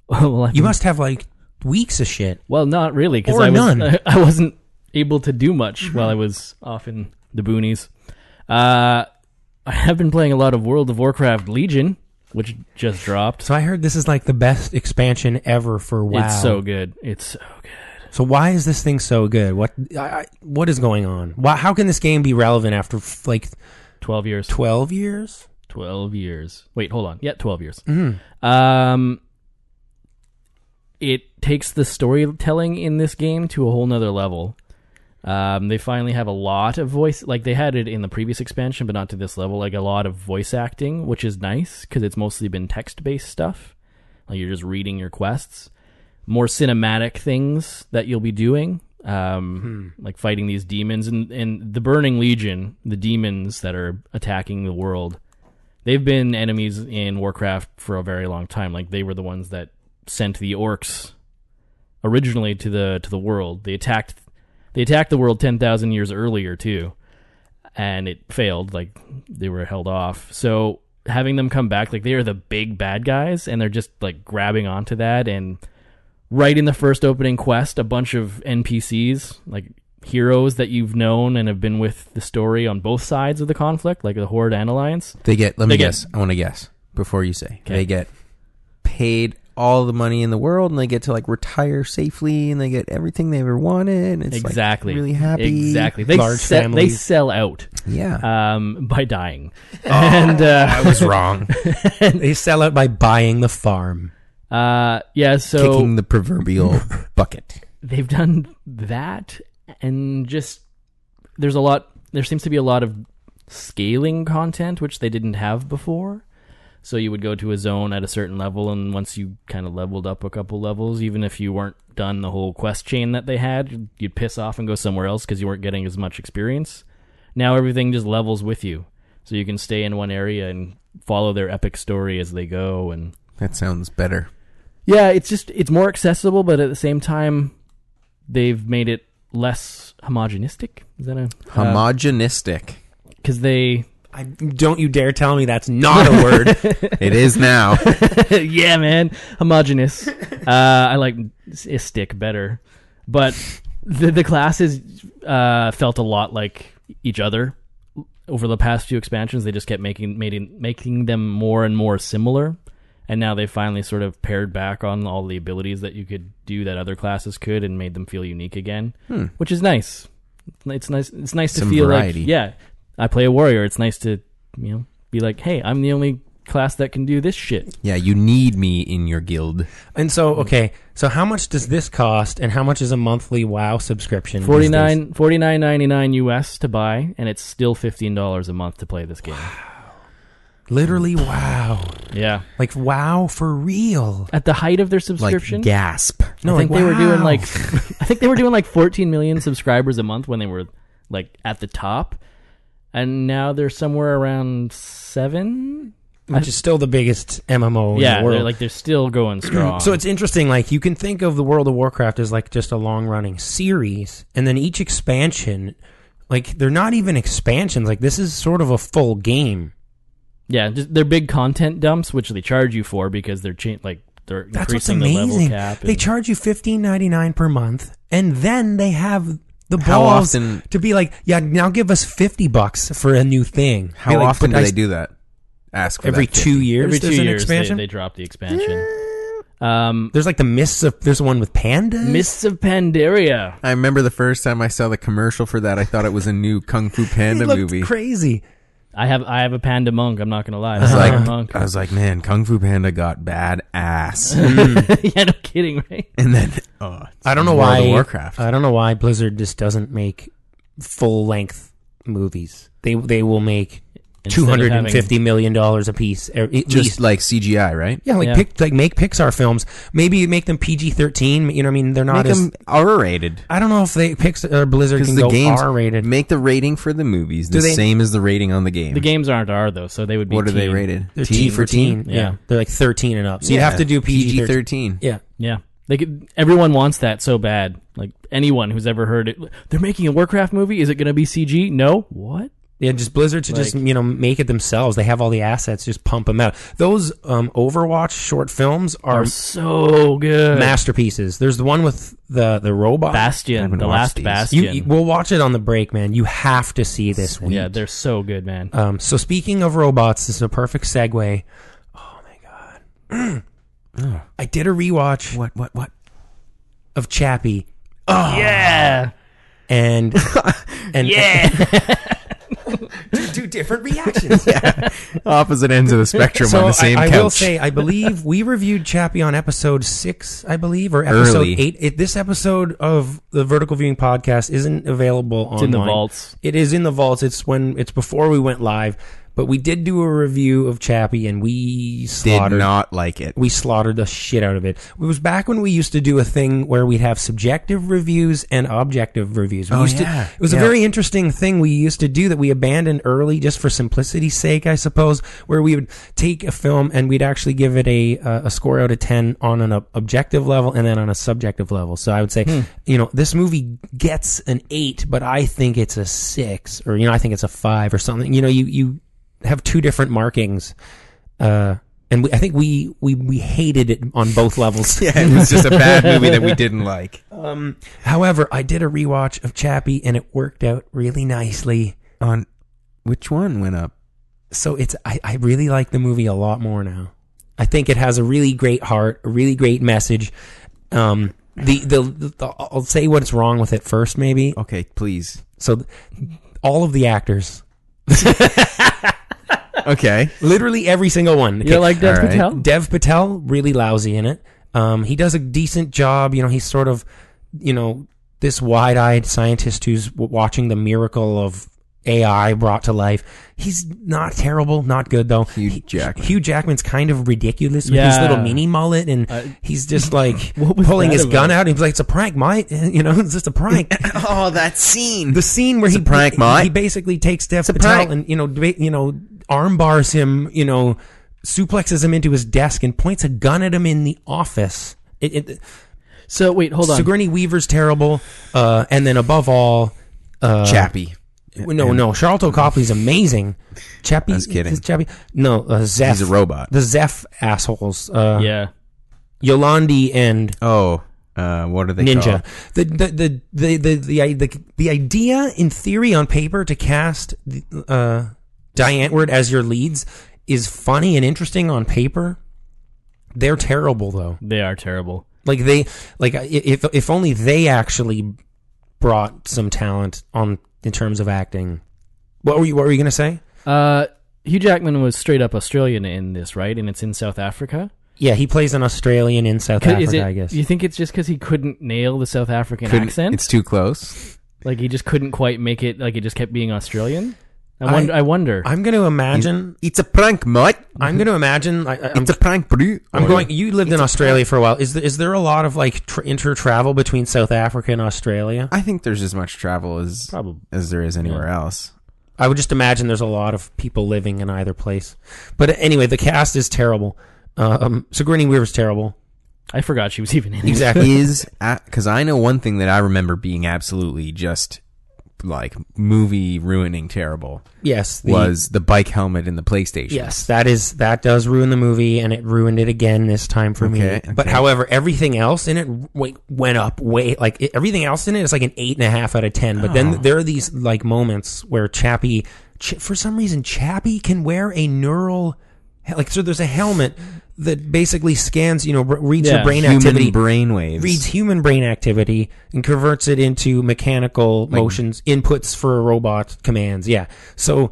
Speaker 7: well, I-
Speaker 5: You must have like weeks of shit.
Speaker 7: well, not really, because
Speaker 5: Or
Speaker 7: I was
Speaker 5: none. Mm-hmm.
Speaker 7: I wasn't able to do much while I was off in the boonies. Uh, I have been playing a lot of World of Warcraft Legion, which just dropped.
Speaker 5: So I heard this is like the best expansion ever for WoW.
Speaker 7: It's so good. It's so good.
Speaker 5: So why is this thing so good? What I, I, what is going on? Why, how can this game be relevant after f- like
Speaker 7: Twelve years.
Speaker 5: twelve years?
Speaker 7: 12 years. Wait, hold on. Yeah, 12 years. Um, it takes the storytelling in this game to a whole nother level. Um, they finally have a lot of voice, like they had it in the previous expansion, but not to this level. Like a lot of voice acting, which is nice because it's mostly been text based stuff. Like you're just reading your quests. More cinematic things that you'll be doing, um, like fighting these demons and, and the Burning Legion, the demons that are attacking the world they've been enemies in Warcraft for a very long time. Like they were the ones that sent the orcs originally to the to the world. They attacked they attacked the world ten thousand years earlier too, and it failed. Like they were held off. So having them come back, like they are the big bad guys, and they're just like grabbing onto that. And right in the first opening quest, a bunch of NPCs like. Heroes that you've known and have been with the story on both sides of the conflict, like the Horde and Alliance,
Speaker 6: They get. Let me
Speaker 7: They get-
Speaker 6: guess. I want to guess before you say.
Speaker 7: Okay.
Speaker 6: They get paid all the money in the world, and they get to like retire safely, and they get everything they ever wanted. And it's like,
Speaker 7: exactly
Speaker 6: really happy.
Speaker 7: exactly they
Speaker 5: large
Speaker 7: se- they
Speaker 5: families.
Speaker 7: sell out
Speaker 6: Yeah.
Speaker 7: um, by dying and uh,
Speaker 6: I was wrong.
Speaker 5: They sell out by buying the farm.
Speaker 7: uh, yeah so
Speaker 6: Kicking the proverbial bucket.
Speaker 7: they've done that and just there's a lot there seems to be a lot of scaling content which they didn't have before so you would go to a zone at a certain level and once you kind of leveled up a couple levels even if you weren't done the whole quest chain that they had you'd piss off and go somewhere else because you weren't getting as much experience now everything just levels with you so you can stay in one area and follow their epic story as they go and
Speaker 6: That sounds better.
Speaker 7: yeah, it's just it's more accessible, but at the same time, they've made it less homogenistic. Is that a
Speaker 6: Uh, Homogenistic.
Speaker 7: because they?
Speaker 5: I, don't you dare tell me that's not a word.
Speaker 6: it is now.
Speaker 7: yeah, man, homogenous. uh, I like s- is stick better, but the the classes uh, felt a lot like each other over the past few expansions. They just kept making making making them more and more similar. And now they finally sort of pared back on all the abilities that you could do that other classes could, and made them feel unique again, which is nice. It's nice. It's nice
Speaker 6: Hmm. Some
Speaker 7: to feel
Speaker 6: variety.
Speaker 7: like, yeah, I play a warrior. It's nice to, you know, be like, hey, I'm the only class that can do this shit.
Speaker 6: yeah, you need me in your guild.
Speaker 5: and so, okay, so how much does this cost, and how much is a monthly WoW subscription? these days?
Speaker 7: 49 $49.99 US to buy, and it's still fifteen dollars a month to play this game.
Speaker 5: literally WoW,
Speaker 7: Yeah,
Speaker 5: like WoW for real.
Speaker 7: at the height of their
Speaker 6: Like
Speaker 7: subscription,
Speaker 6: gasp.
Speaker 5: No,
Speaker 7: I think
Speaker 5: like,
Speaker 7: they were doing
Speaker 5: wow.
Speaker 7: like I think they were doing like 14 million subscribers a month when they were like at the top, and now they're somewhere around seven.
Speaker 5: which is still the biggest MMO
Speaker 7: yeah,
Speaker 5: in the world.
Speaker 7: they're like they're still going strong.
Speaker 5: So it's interesting. Like you can think of the World of Warcraft as like just a long running series, and then each expansion, like they're not even expansions. Like this is sort of a full game.
Speaker 7: yeah, just they're big content dumps, which they charge you for because they're cha- like they're
Speaker 5: That's what's
Speaker 7: increasing the level
Speaker 5: amazing.
Speaker 7: cap.
Speaker 5: They
Speaker 7: and-
Speaker 5: charge you fifteen ninety nine per month, and then they have the balls
Speaker 6: How often-
Speaker 5: to be like, yeah, now give us fifty bucks for a new thing.
Speaker 6: How
Speaker 5: Be like,
Speaker 6: often
Speaker 5: "But
Speaker 6: do
Speaker 5: I-
Speaker 6: they do that? Ask for
Speaker 5: Every
Speaker 6: that 50.
Speaker 5: two years,
Speaker 7: every two
Speaker 5: there's an
Speaker 7: years they,
Speaker 5: expansion.
Speaker 7: they drop the expansion. Um,
Speaker 5: there's like the mists of. There's one with pandas.
Speaker 7: Mists of Pandaria.
Speaker 6: I remember the first time I saw the commercial for that. I thought it was a new Kung Fu
Speaker 5: It
Speaker 6: Panda
Speaker 5: looked
Speaker 6: movie.
Speaker 5: crazy.
Speaker 7: I have I have a panda monk. I'm not gonna lie. I
Speaker 6: I was
Speaker 7: have a
Speaker 6: like,
Speaker 7: monk.
Speaker 6: I was like, man, Kung Fu Panda got bad ass.
Speaker 7: yeah, no kidding, right?
Speaker 6: and then, oh, it's
Speaker 5: I don't know
Speaker 6: World
Speaker 5: why
Speaker 6: of Warcraft.
Speaker 5: I don't know why Blizzard just doesn't make full length movies. They they will make
Speaker 7: Instead
Speaker 5: two
Speaker 7: of
Speaker 5: hundred and
Speaker 7: having-
Speaker 5: fifty million dollars a piece. er, At least.
Speaker 6: just like CGI, right?
Speaker 5: yeah, like
Speaker 7: Yeah.
Speaker 5: Pic, like make Pixar films. Maybe make them PG thirteen. You know, what I mean, they're not
Speaker 6: Make
Speaker 5: as.
Speaker 6: them R-rated
Speaker 5: I don't know if they Pixar or Blizzard
Speaker 6: because
Speaker 5: can
Speaker 6: the
Speaker 5: go
Speaker 6: games
Speaker 5: R rated.
Speaker 6: Make the rating for the movies
Speaker 5: Do
Speaker 6: the
Speaker 5: they-
Speaker 6: same as the rating on the game.
Speaker 7: The games aren't R though, so they would be.
Speaker 6: what are they
Speaker 7: teen.
Speaker 6: rated?
Speaker 5: They're
Speaker 6: T for teen.
Speaker 5: Yeah.
Speaker 7: Yeah.
Speaker 5: they're like thirteen and up. So you
Speaker 6: Yeah.
Speaker 5: have to do PG thirteen.
Speaker 6: PG-13.
Speaker 5: Yeah,
Speaker 7: Yeah, they could, everyone wants that so bad. Like anyone who's ever heard it, they're making a Warcraft movie. Is it going to be CG? No. What?
Speaker 5: Yeah, just Blizzard to just
Speaker 7: Like-
Speaker 5: you know make it themselves. They have all the assets, just pump them out. Those um, Overwatch short films are
Speaker 7: Are so good.
Speaker 5: masterpieces. There's the one with the the robot.
Speaker 7: Bastion,
Speaker 6: haven't
Speaker 7: the
Speaker 6: watched
Speaker 7: last
Speaker 6: these.
Speaker 7: Bastion.
Speaker 5: you, you- we'll watch it on the break, man. You have to see this week.
Speaker 7: yeah, they're so good, man.
Speaker 6: Uh,
Speaker 5: Um, so speaking of robots, this is a perfect segue. Oh my god! I did a rewatch
Speaker 6: What? What? What? Oh.
Speaker 5: of Chappie,
Speaker 7: yeah,
Speaker 5: and and yeah,
Speaker 6: Two different reactions. yeah. Opposite ends of the spectrum
Speaker 5: so
Speaker 6: on
Speaker 5: I,
Speaker 6: the same
Speaker 5: I
Speaker 6: couch.
Speaker 5: will say, I believe we reviewed Chappie on episode six, I believe, or episode
Speaker 6: Early.
Speaker 5: eight. It, this episode of the Vertical Viewing podcast isn't available online.
Speaker 7: it's in the vaults.
Speaker 5: It is in the vaults. It's when it's before we went live, but we did do a review of Chappie, and we
Speaker 6: did
Speaker 5: slaughtered
Speaker 6: not like it.
Speaker 5: we slaughtered the shit out of it. It was back when we used to do a thing where we'd have subjective reviews and objective reviews. We
Speaker 6: Oh,
Speaker 5: used
Speaker 6: yeah.
Speaker 5: to, it was a
Speaker 6: Yeah.
Speaker 5: very interesting thing we used to do that we abandoned early just for simplicity's sake, I suppose, where we would take a film and we'd actually give it a uh, a score out of 10 on an ob- objective level and then on a subjective level. So I would say,
Speaker 6: Hmm.
Speaker 5: you know, this movie gets an 8, but I think it's a 6 or you know, I think it's a 5 or something. You know, you you have two different markings uh, and we, I think we, we we hated it on both levels. Um,
Speaker 6: Yeah, it was just a bad movie that we didn't like.
Speaker 5: However, I did a rewatch of Chappie, and it worked out really nicely.
Speaker 6: On which one went up?
Speaker 5: So it's I, I really like the movie a lot more now. I think it has a really great heart, a really great message. Um, the, the the I'll say what's wrong with it first, maybe.
Speaker 6: Okay, please.
Speaker 5: So th- all of the actors,
Speaker 6: Okay.
Speaker 5: literally every single one.
Speaker 7: You like Dev
Speaker 6: all right.
Speaker 7: Patel?
Speaker 5: Dev Patel really lousy in it. Um, he does a decent job. You know, he's sort of, you know, this wide-eyed scientist who's w- watching the miracle of AI brought to life. He's not terrible, not good though.
Speaker 6: Hugh
Speaker 5: He-
Speaker 6: Jackman.
Speaker 5: Hugh Jackman's kind of ridiculous with his
Speaker 7: Yeah. Uh,
Speaker 5: little mini mullet, and he's just like
Speaker 7: What was
Speaker 5: pulling
Speaker 7: that
Speaker 5: his gun
Speaker 7: about?
Speaker 5: out. And he's like, "It's a prank, mate." You know, it's just a prank.
Speaker 6: Oh, that scene.
Speaker 5: the scene where
Speaker 6: It's
Speaker 5: he
Speaker 6: a prank, mate.
Speaker 5: he basically takes Dev
Speaker 6: a
Speaker 5: Patel
Speaker 6: prank.
Speaker 5: and you know deba- you know armbars him, you know suplexes him into his desk and points a gun at him in the office. It, it,
Speaker 7: So wait, hold on.
Speaker 5: Sigourney Weaver's terrible, uh, and then above all, uh,
Speaker 6: Chappie.
Speaker 5: No, no, Charlton Copley's amazing. Chappie,
Speaker 6: I was kidding.
Speaker 5: is Chappie, no, uh, Zeph.
Speaker 6: He's a robot.
Speaker 5: The Zeph assholes, uh,
Speaker 7: yeah,
Speaker 5: Yolandi and
Speaker 6: Oh, uh, what are they
Speaker 5: ninja.
Speaker 6: called?
Speaker 5: The the, the the the the i- the the idea in theory on paper to cast uh, Diane Ward as your leads is funny and interesting on paper. They're terrible though.
Speaker 7: they are terrible.
Speaker 5: Like they like i- if if only they actually brought some talent on in terms of acting. What were you What were you gonna say?
Speaker 7: Uh, Hugh Jackman was straight up Australian in this, right? And it's in South Africa.
Speaker 5: Yeah, he plays an Australian in South
Speaker 7: Could-
Speaker 5: Africa.
Speaker 7: is it,
Speaker 5: I guess.
Speaker 7: You think it's just because he couldn't nail the South African
Speaker 6: Couldn't-
Speaker 7: accent?
Speaker 6: It's too close.
Speaker 7: Like he just couldn't quite make it. Like he just kept being Australian. I
Speaker 5: I-
Speaker 7: wonder. I, wonder.
Speaker 5: I'm going to imagine.
Speaker 6: It's a prank, mate.
Speaker 5: I'm going to imagine. I, I- I'm
Speaker 6: It's a prank, bro.
Speaker 5: I'm going. You lived in Australia for a while. Is there, is there a lot of like tr- inter travel between South Africa and Australia?
Speaker 6: I think there's as much travel as
Speaker 7: Probably.
Speaker 6: as there is anywhere else.
Speaker 5: I would just imagine there's a lot of people living in either place. But anyway, the cast is terrible. Um, Sigourney Weaver's terrible.
Speaker 7: I forgot she was even in. it.
Speaker 5: Exactly.
Speaker 6: Is because I know one thing that I remember being absolutely just like movie ruining terrible
Speaker 5: yes. the-
Speaker 6: was the bike helmet in the PlayStation.
Speaker 5: Yes, that is that does ruin the movie, and it ruined it again this time for me.
Speaker 6: Okay,
Speaker 5: But
Speaker 6: okay.
Speaker 5: however, everything else in it w- went up way like it, everything else in it is like an eight and a half out of ten. But
Speaker 6: Oh.
Speaker 5: then there are these like moments where Chappie, Ch- for some reason, Chappie can wear a neural he- like so. There's a helmet that basically scans, you know, r- reads your
Speaker 7: Yeah,
Speaker 5: brain
Speaker 6: human
Speaker 5: activity.
Speaker 6: brainwaves.
Speaker 5: Reads human brain activity and converts it into mechanical motions, inputs for robot commands. Yeah. So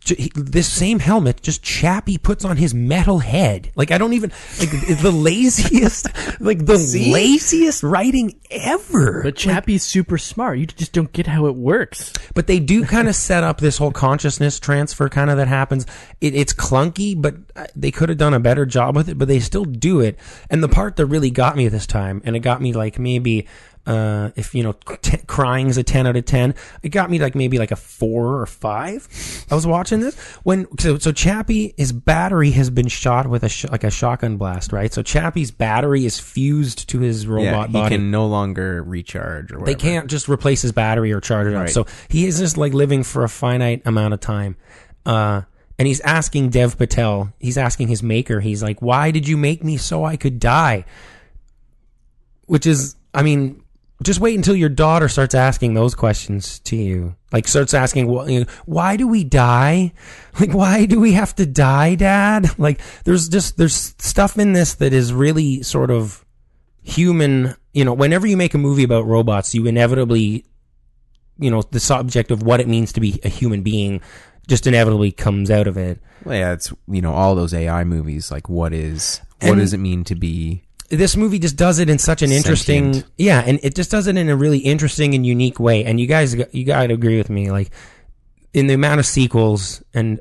Speaker 5: j- he- this same helmet just Chappie puts on his metal head. Like I don't even like it's the laziest, like the laziest writing ever.
Speaker 7: But Chappie's super smart. You just don't get how it works.
Speaker 5: But they do kind of set up this whole consciousness transfer kind of that happens. It, it's clunky, but uh, they could have done a better job with it, but they still do it. And the part that really got me this time, and it got me like maybe Uh, if you know, t- crying's a ten out of ten. It got me like maybe like a four or five. I was watching this when so, so Chappie his battery has been shot with a sh- like a shotgun blast, right? So Chappie's battery is fused to his
Speaker 6: Yeah,
Speaker 5: robot
Speaker 6: he
Speaker 5: body.
Speaker 6: can no longer recharge or whatever.
Speaker 5: They can't just replace his battery or charge it up.
Speaker 6: Right.
Speaker 5: So he is just like living for a finite amount of time. Uh, and he's asking Dev Patel, he's asking his maker, he's like, why did you make me so I could die? Which is, I mean, just wait until your daughter starts asking those questions to you. Like, starts asking, well, you know, why do we die? Like, why do we have to die, dad? Like, there's just, there's stuff in this that is really sort of, human you know whenever you make a movie about robots you inevitably you know the subject of what it means to be a human being just inevitably comes out of it
Speaker 6: Well, yeah, it's you know all those AI movies. Like, what is what
Speaker 5: And-
Speaker 6: does it mean to be?
Speaker 5: this movie just does it in such an interesting
Speaker 6: Sentient.
Speaker 5: yeah and it just does it in a really interesting and unique way and you guys g- you gotta agree with me like in the amount of sequels and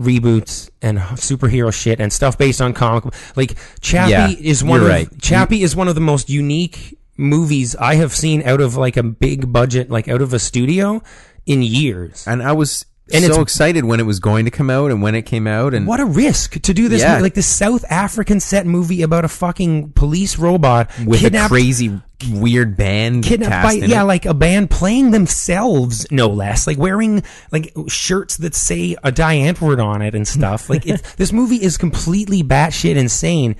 Speaker 5: reboots and h- superhero shit and stuff based on comic like chappie
Speaker 6: Yeah,
Speaker 5: is one
Speaker 6: you're
Speaker 5: of
Speaker 6: right.
Speaker 5: chappie is one of the most unique movies i have seen out of like a big budget like out of a studio in years
Speaker 6: And I was
Speaker 5: And
Speaker 6: so
Speaker 5: it's-
Speaker 6: excited when it was going to come out and when it came out and
Speaker 5: what a risk to do this
Speaker 6: Yeah.
Speaker 5: movie, like this south african set movie about a fucking police robot
Speaker 6: with a
Speaker 5: kidnapped-
Speaker 6: crazy weird band
Speaker 5: kidnapped by
Speaker 6: cast in
Speaker 5: yeah
Speaker 6: it.
Speaker 5: like a band playing themselves no less like wearing like shirts that say a die antwoord on it and stuff like it's, this movie is completely batshit insane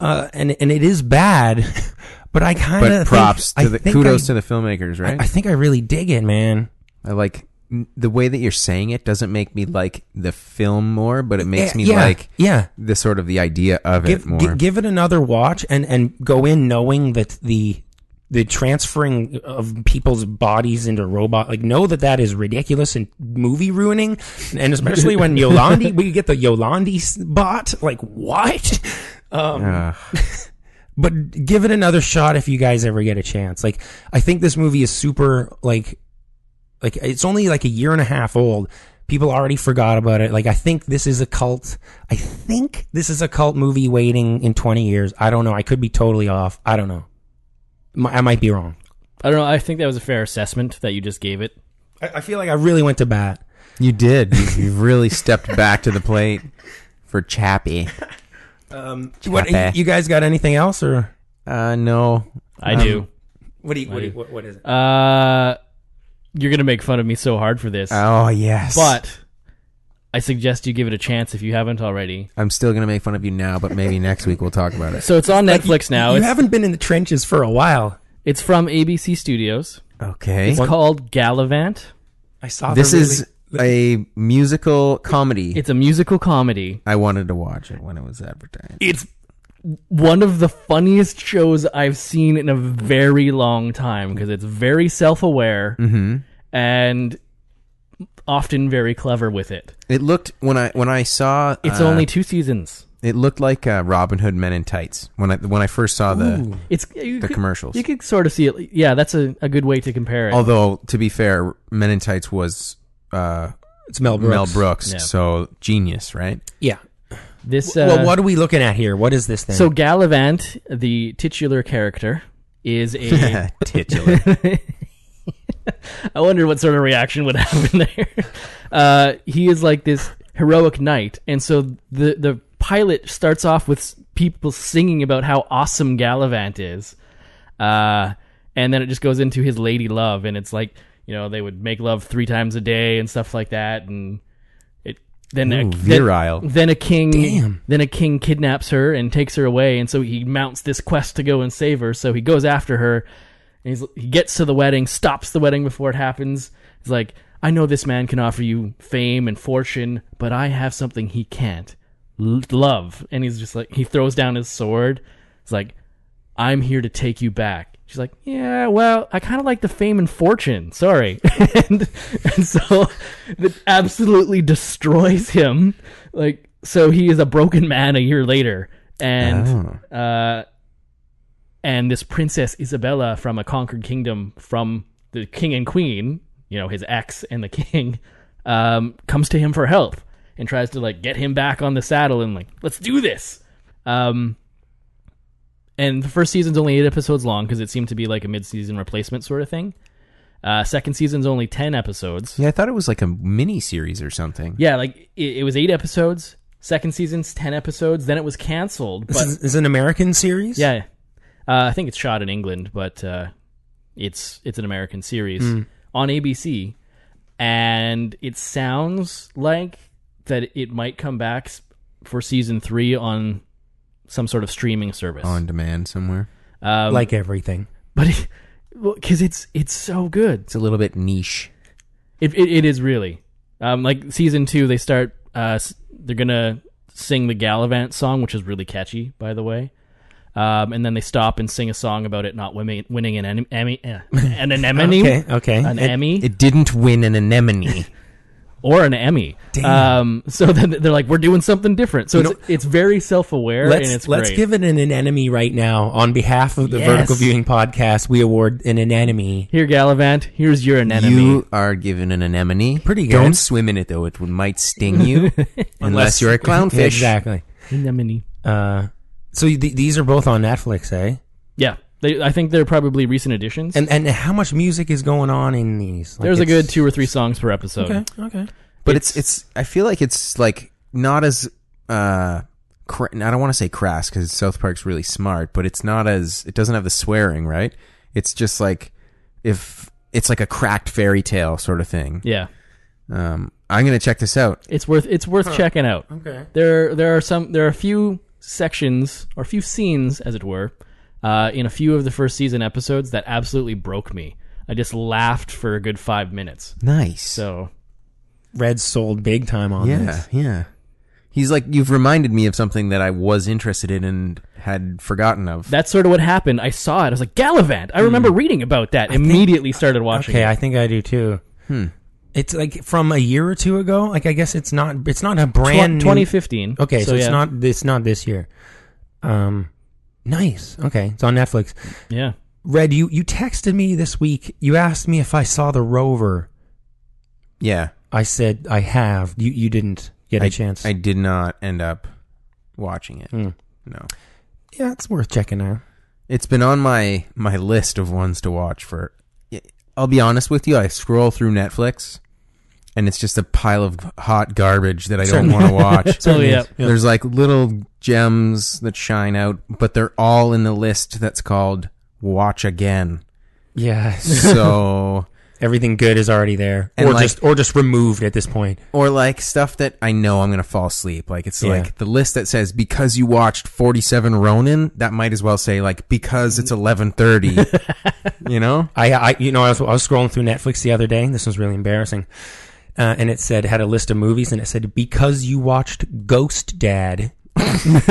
Speaker 5: uh and and it is bad but i kind of
Speaker 6: but props to the kudos to the filmmakers,
Speaker 5: I,
Speaker 6: right?
Speaker 5: I
Speaker 6: I,
Speaker 5: think i really dig it man
Speaker 6: like n- the way that you're saying it doesn't make me like the film more, but it makes
Speaker 5: Yeah,
Speaker 6: me
Speaker 5: Eh, yeah,
Speaker 6: like
Speaker 5: yeah
Speaker 6: the sort of the idea of it
Speaker 5: give,
Speaker 6: more.
Speaker 5: gi- give it another watch and and go in knowing that the the transferring of people's bodies into robot like know that that is ridiculous and movie ruining and especially when Yolandi we get the Yolandi s- bot like what um
Speaker 6: Ugh.
Speaker 5: but give it another shot if you guys ever get a chance like I think this movie is super like like it's only like a year and a half old people already forgot about it like i think this is a cult i think this is a cult movie waiting in 20 years i don't know i could be totally off i don't know M- i might be wrong
Speaker 7: I don't know. I think that was a fair assessment that you just gave it.
Speaker 5: i, I feel like i really went to bat
Speaker 6: You did. You, you really stepped back to the plate for Chappie.
Speaker 5: what
Speaker 6: Chappé.
Speaker 5: you guys got anything else or
Speaker 6: Uh, no,
Speaker 7: I
Speaker 5: Um,
Speaker 7: do.
Speaker 5: what do you what, do you, what, what is it
Speaker 7: Uh, you're gonna make fun of me so hard for this,
Speaker 6: Oh yes,
Speaker 7: but I suggest you give it a chance if you haven't already.
Speaker 6: I'm still gonna make fun of you now. But maybe next week we'll talk about it.
Speaker 7: So it's on Netflix now.
Speaker 5: you
Speaker 7: It's,
Speaker 5: haven't been in the trenches for a while
Speaker 7: it's from ABC Studios.
Speaker 6: Okay,
Speaker 7: It's called Gallivant.
Speaker 5: i saw
Speaker 6: this
Speaker 5: the really-
Speaker 6: is a musical comedy.
Speaker 7: It's a musical comedy.
Speaker 6: I wanted to watch it when it was advertised.
Speaker 7: It's one of the funniest shows I've seen in a very long time because it's very self-aware
Speaker 6: Mm-hmm.
Speaker 7: and often very clever with it.
Speaker 6: It looked when I when I saw
Speaker 7: It's
Speaker 6: uh,
Speaker 7: only two seasons.
Speaker 6: it looked like uh, Robin Hood Men in Tights when I when I first saw the.
Speaker 7: It's uh, you
Speaker 6: The
Speaker 7: could-
Speaker 6: commercials.
Speaker 7: You could sort of see it. Yeah, that's a, a good way to compare it.
Speaker 6: Although to be fair, Men in Tights was uh,
Speaker 5: it's mel brooks
Speaker 6: Mel Brooks,
Speaker 7: Yeah.
Speaker 6: so genius, right?
Speaker 5: yeah
Speaker 7: this uh,
Speaker 5: well what are we looking at here what is this thing
Speaker 7: so Gallivant, the titular character, is a.
Speaker 6: Titular.
Speaker 7: I wonder what sort of reaction would happen there. Uh, he is like this heroic knight, and so the the pilot starts off with s- people singing about how awesome Gallivant is, uh, and then it just goes into his lady love, and it's like you know they would make love three times a day and stuff like that, and it then a,
Speaker 6: Ooh,
Speaker 7: then-
Speaker 6: virile.
Speaker 7: Then, a king, then a king kidnaps her and takes her away, and so he mounts this quest to go and save her. So he goes after her, and he's, he gets to the wedding, stops the wedding before it happens. He's like, I know this man can offer you fame and fortune, but I have something he can't L- love. And he's just like, he throws down his sword. He's like, I'm here to take you back. She's like, yeah, well, I kind of like the fame and fortune. Sorry. and, and so that absolutely destroys him. Like, so he is a broken man a year later.
Speaker 6: Oh.
Speaker 7: And, uh, and this princess Isabella from a conquered kingdom from the king and queen, you know, his ex and the king, um, comes to him for help and tries to like get him back on the saddle and like, let's do this. Um, and the first season's only eight episodes long because it seemed to be like a mid-season replacement sort of thing. Uh, second season's only ten episodes.
Speaker 6: Yeah, I thought it was like a mini series or something.
Speaker 7: Yeah, like it, it was eight episodes. Second season's ten episodes. Then it was canceled.
Speaker 5: This
Speaker 7: But
Speaker 5: is, is an American series.
Speaker 7: yeah, uh, I think it's shot in England, but uh, it's it's an American series
Speaker 6: Mm.
Speaker 7: on ABC, and it sounds like that it might come back s- for season three on some sort of streaming service.
Speaker 6: On demand somewhere.
Speaker 7: um,
Speaker 5: like everything.
Speaker 7: but because it's it's so good,
Speaker 6: It's a little bit niche.
Speaker 7: It, it, it is really. Um, like season two, they start. Uh, s- they're gonna sing the Gallivant song, which is really catchy, by the way. Um, and then they stop and sing a song about it not winning, winning an em- Emmy, eh, an anemone,
Speaker 5: Okay, okay.
Speaker 7: an
Speaker 5: It-
Speaker 7: Emmy,
Speaker 6: It didn't win an anemone.
Speaker 7: or an Emmy. Um, so then they're like, we're doing something different. So
Speaker 5: You
Speaker 7: it's, it's very self aware and
Speaker 5: Let's
Speaker 7: it's
Speaker 5: let's
Speaker 7: great.
Speaker 5: give it an anemone right now on behalf of the
Speaker 7: Yes.
Speaker 5: Vertical Viewing Podcast. We award an anemone.
Speaker 7: Here, Gallivant. Here's your anemone.
Speaker 6: you are given an anemone.
Speaker 5: Pretty good.
Speaker 6: Don't swim in it though; it would- might sting you. unless you're a clownfish.
Speaker 5: exactly.
Speaker 7: anemone.
Speaker 5: Uh, so th- these are both on Netflix, eh?
Speaker 7: Yeah, they, I think they're probably recent additions.
Speaker 5: And and how much music is going on in these? Like,
Speaker 7: There's a
Speaker 5: it's-
Speaker 7: good two or three songs per episode.
Speaker 5: Okay, okay.
Speaker 6: But it's, it's I feel like it's like not as uh, cra- I don't want to say crass because South Park's really smart, but it's not as it doesn't have the swearing, right? It's just like if it's like a cracked fairy tale sort of thing.
Speaker 7: Yeah.
Speaker 6: Um, I'm gonna check this out.
Speaker 7: It's worth it's worth checking out. Okay. There there are some there are a few sections or a few scenes, as it were, uh, in a few of the first season episodes that absolutely broke me. I just laughed for a good five minutes.
Speaker 6: Nice.
Speaker 7: So
Speaker 5: Red sold big time on
Speaker 6: yeah,
Speaker 5: this.
Speaker 6: yeah. He's like you've reminded me of something that I was interested in and had forgotten of.
Speaker 7: that's sort of what happened. I saw it. I was like, Gallivant. I remember reading about that. Immediately started watching.
Speaker 5: Hmm. Okay,
Speaker 7: it.
Speaker 5: I think I do too.
Speaker 6: Hmm.
Speaker 5: It's like from a year or two ago. Like I guess it's not it's not a brand
Speaker 7: Tw-
Speaker 5: new-
Speaker 7: 2015.
Speaker 5: Okay, so, it's
Speaker 7: yeah.
Speaker 5: not it's not this year. Um, nice. Okay, it's on Netflix.
Speaker 7: Yeah.
Speaker 5: Red, you you texted me this week. You asked me if I saw the rover.
Speaker 6: yeah,
Speaker 5: I said I have. You you didn't get a
Speaker 6: I-
Speaker 5: chance.
Speaker 6: I did not end up watching it. No,
Speaker 5: yeah, it's worth checking out.
Speaker 6: it's been on my my list of ones to watch for. I'll be honest with you. I scroll through Netflix, and it's just a pile of hot garbage that I don't want to watch.
Speaker 7: Oh yeah.
Speaker 6: There's like little gems that shine out, but they're all in the list that's called "Watch Again."
Speaker 5: Yes,
Speaker 6: So.
Speaker 5: everything good is already there,
Speaker 6: And
Speaker 5: or
Speaker 6: like-
Speaker 5: just or just removed at this point.
Speaker 6: or like stuff that I know I'm gonna fall asleep. Like it's
Speaker 5: Yeah.
Speaker 6: like the list that says because you watched 47 Ronin, that might as well say like because it's 11:30. you know,
Speaker 5: I, I you know, I was, I was scrolling through Netflix the other day. This was really embarrassing. Uh, and it said, had a list of movies, and it said, because you watched Ghost Dad.
Speaker 6: nice.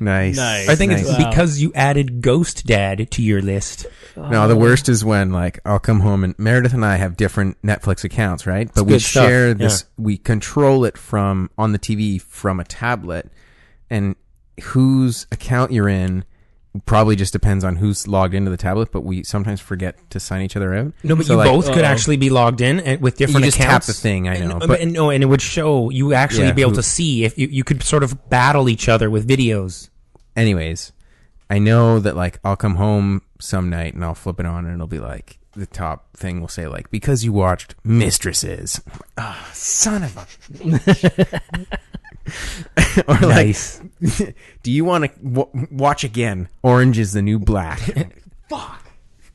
Speaker 7: Nice.
Speaker 5: I think it's
Speaker 7: Wow.
Speaker 5: because you added Ghost Dad to your list.
Speaker 6: no. The worst is when like I'll come home and Meredith and I have different Netflix accounts, right? But we
Speaker 5: good stuff.
Speaker 6: share this. We control it from on the TV from a tablet, and whose account you're in probably just depends on who's logged into the tablet. But we sometimes forget to sign each other out.
Speaker 5: No, but
Speaker 6: So,
Speaker 5: you
Speaker 6: like-
Speaker 5: both could
Speaker 7: uh-oh.
Speaker 5: actually be logged in and, with different
Speaker 6: just tap
Speaker 5: accounts.
Speaker 6: the thing, I know,
Speaker 5: And,
Speaker 6: but-
Speaker 5: and, no, and it would show you actually
Speaker 6: Yeah,
Speaker 5: be able
Speaker 6: who-
Speaker 5: to see if you, you could sort of battle each other with videos.
Speaker 6: anyways, I know that like I'll come home some night and I'll flip it on and it'll be like the top thing will say like because you watched Mistresses. Ah, son of a. bitch. or like,
Speaker 5: Nice.
Speaker 6: do you want to w- watch again? Orange is the new black.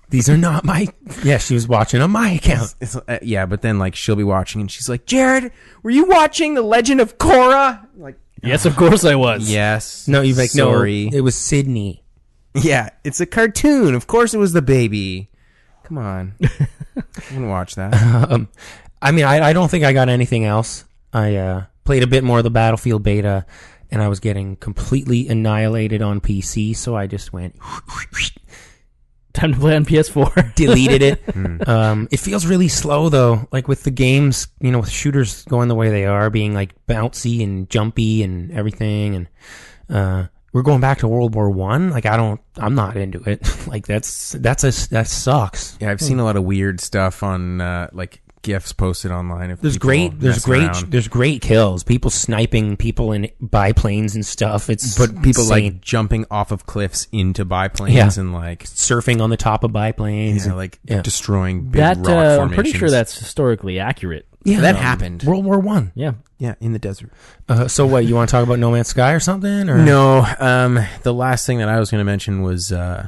Speaker 5: These are not my. Yeah, she was watching on my account.
Speaker 6: It's, uh, yeah, but then like she'll be watching and she's like, Jared, were you watching The Legend of Korra? Like,
Speaker 7: Yes, of course I was.
Speaker 6: yes.
Speaker 5: No, you're Oh, like
Speaker 6: sorry.
Speaker 5: no. It was Sydney.
Speaker 6: Yeah, it's a cartoon. Of course, it was the baby. Come on, I wouldn't watch that.
Speaker 5: Um, I mean, I, I don't think I got anything else. I uh, played a bit more of the Battlefield beta, and I was getting completely annihilated on PC, so I just went
Speaker 7: Time to play on PS4.
Speaker 5: deleted
Speaker 6: Hmm.
Speaker 5: it. um, it feels really slow though, like with the games, you know, with shooters going the way they are, being like bouncy and jumpy and everything, and uh, we're going back to World War One. Like I don't, I'm not into it. like that's that's a that sucks.
Speaker 6: Yeah, I've seen a lot of weird stuff on uh, like gifs posted online. If
Speaker 5: There's
Speaker 6: people
Speaker 5: great, there's
Speaker 6: mess
Speaker 5: great,
Speaker 6: around.
Speaker 5: there's great kills. People sniping people in biplanes and stuff. It's
Speaker 6: but people
Speaker 5: insane.
Speaker 6: like jumping off of cliffs into biplanes
Speaker 5: Yeah.
Speaker 6: and like
Speaker 5: surfing on the top of biplanes.
Speaker 6: you know, like
Speaker 5: Yeah.
Speaker 6: destroying big
Speaker 7: That
Speaker 6: rock
Speaker 7: uh, I'm
Speaker 6: formations.
Speaker 7: pretty sure that's historically accurate.
Speaker 5: yeah,
Speaker 6: that happened.
Speaker 5: World War One.
Speaker 7: Yeah.
Speaker 6: Yeah, in the desert.
Speaker 5: Uh, so what you want to talk about No Man's Sky or something? Or
Speaker 6: No, um, the last thing that I was going to mention was uh,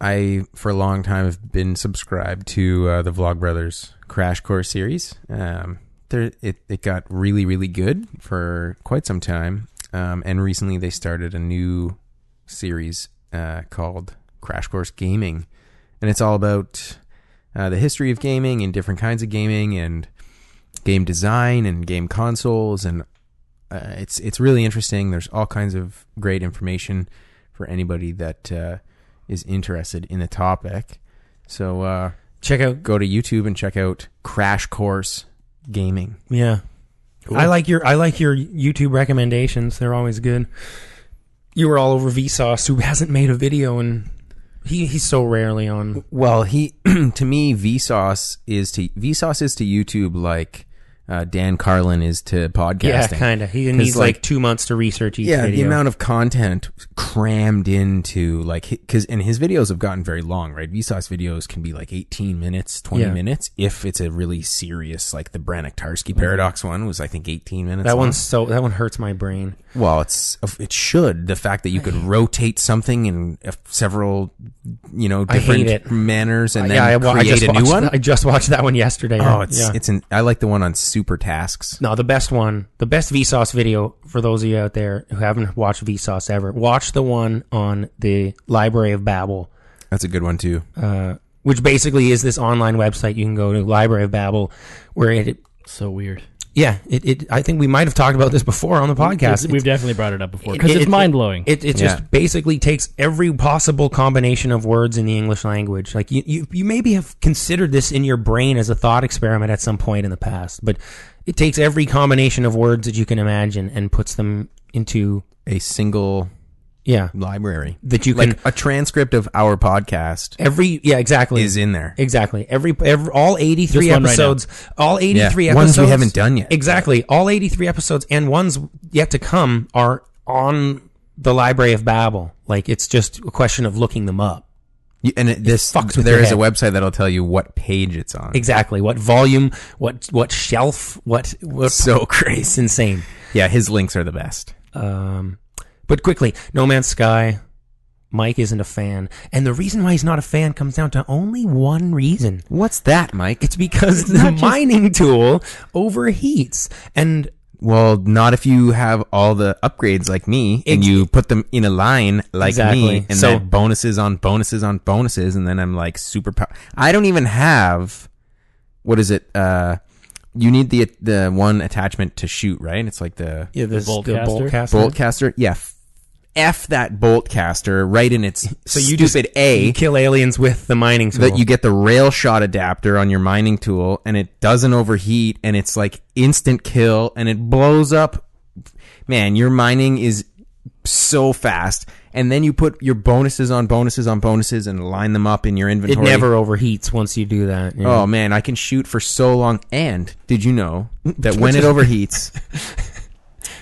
Speaker 6: I, for a long time, have been subscribed to uh, the Vlogbrothers Crash Course series. Um, there, it, it got really, really good for quite some time. Um, and recently they started a new series uh, called Crash Course Gaming. And it's all about uh, the history of gaming and different kinds of gaming and game design and game consoles and uh, it's it's really interesting. There's all kinds of great information for anybody that uh, is interested in the topic. So uh,
Speaker 5: check out.
Speaker 6: go to YouTube and check out Crash Course Gaming.
Speaker 5: Yeah, I like your I like your YouTube recommendations. They're always good. You were all over Vsauce, who hasn't made a video, and he he's so rarely on.
Speaker 6: Well, he to me Vsauce is to Vsauce is to YouTube like uh, Dan Carlin is to podcasting.
Speaker 5: Yeah, kind of. He
Speaker 6: 'Cause,
Speaker 5: needs like, two months to research each
Speaker 6: yeah
Speaker 5: video.
Speaker 6: the amount of content crammed into like because and his videos have gotten very long right vsauce videos can be like 18 minutes 20
Speaker 5: Yeah.
Speaker 6: minutes if it's a really serious like the branniktarsky paradox one was i think 18 minutes
Speaker 5: that
Speaker 6: long.
Speaker 5: one's so that one hurts my brain.
Speaker 6: well it's it should the fact that you could rotate something in uh, several you know
Speaker 5: I hate
Speaker 6: different
Speaker 5: it.
Speaker 6: manners and then
Speaker 5: wa-
Speaker 6: create
Speaker 5: just
Speaker 6: a new
Speaker 5: watched-
Speaker 6: one
Speaker 5: I just watched that one yesterday.
Speaker 6: oh it's
Speaker 5: Yeah.
Speaker 6: it's an i like the one on super tasks
Speaker 5: No, the best one, the best Vsauce video for those of you out there who haven't watched Vsauce ever, watch the one on the Library of Babel,
Speaker 6: that's a good one too
Speaker 5: which basically is this online website you can go to, Library of Babel, where it,
Speaker 7: So weird.
Speaker 5: yeah, it, it I think we might have talked about this before on the podcast.
Speaker 7: We've, we've
Speaker 5: It's-
Speaker 7: definitely brought it up before because
Speaker 5: it-
Speaker 7: it's
Speaker 5: it-
Speaker 7: mind blowing.
Speaker 5: It, it just
Speaker 6: Yeah.
Speaker 5: basically takes every possible combination of words in the English language. Like you, you, you maybe have considered this in your brain as a thought experiment at some point in the past, but it takes every combination of words that you can imagine and puts them into
Speaker 6: a single
Speaker 5: yeah
Speaker 6: library
Speaker 5: that you can
Speaker 6: like a transcript of our podcast
Speaker 5: every yeah exactly
Speaker 6: is in there.
Speaker 5: exactly every every all 83
Speaker 7: This one right
Speaker 5: episodes all 83
Speaker 6: Yeah, ones
Speaker 5: episodes
Speaker 6: we haven't done yet.
Speaker 5: exactly all 83 episodes and ones yet to come are on the library of babel like it's just a question of looking them up
Speaker 6: You- and it, this
Speaker 5: fucks with
Speaker 6: there
Speaker 5: your
Speaker 6: is a
Speaker 5: head.
Speaker 6: website that'll tell you what page it's on.
Speaker 5: exactly what volume what what shelf what what
Speaker 6: So
Speaker 5: it's
Speaker 6: crazy.
Speaker 5: insane
Speaker 6: Yeah, his links are the best.
Speaker 5: um but quickly no man's sky mike isn't a fan and the reason why he's not a fan comes down to only one reason
Speaker 6: What's that, Mike?
Speaker 5: It's because the mining tool overheats. And
Speaker 6: well, not if you have all the upgrades like me and
Speaker 5: Ex-
Speaker 6: you put them in a line like
Speaker 5: Exactly.
Speaker 6: me and
Speaker 5: So-
Speaker 6: then bonuses on bonuses on bonuses and then I'm like super pow- I don't even have what is it uh you need the the one attachment to shoot, right? It's like the
Speaker 5: yeah,
Speaker 7: the bolt caster?
Speaker 6: bolt caster. Yeah. f- F that bolt caster right in its
Speaker 5: So you just
Speaker 6: stupid A.
Speaker 5: you kill aliens with the mining tool.
Speaker 6: that you get the rail shot adapter on your mining tool and it doesn't overheat and it's like instant kill and it blows up man your mining is so fast and then you put your bonuses on bonuses on bonuses and line them up in your
Speaker 5: it
Speaker 6: inventory
Speaker 5: never overheats once you do that. you know.
Speaker 6: oh man i can shoot for so long and did you know that when it overheats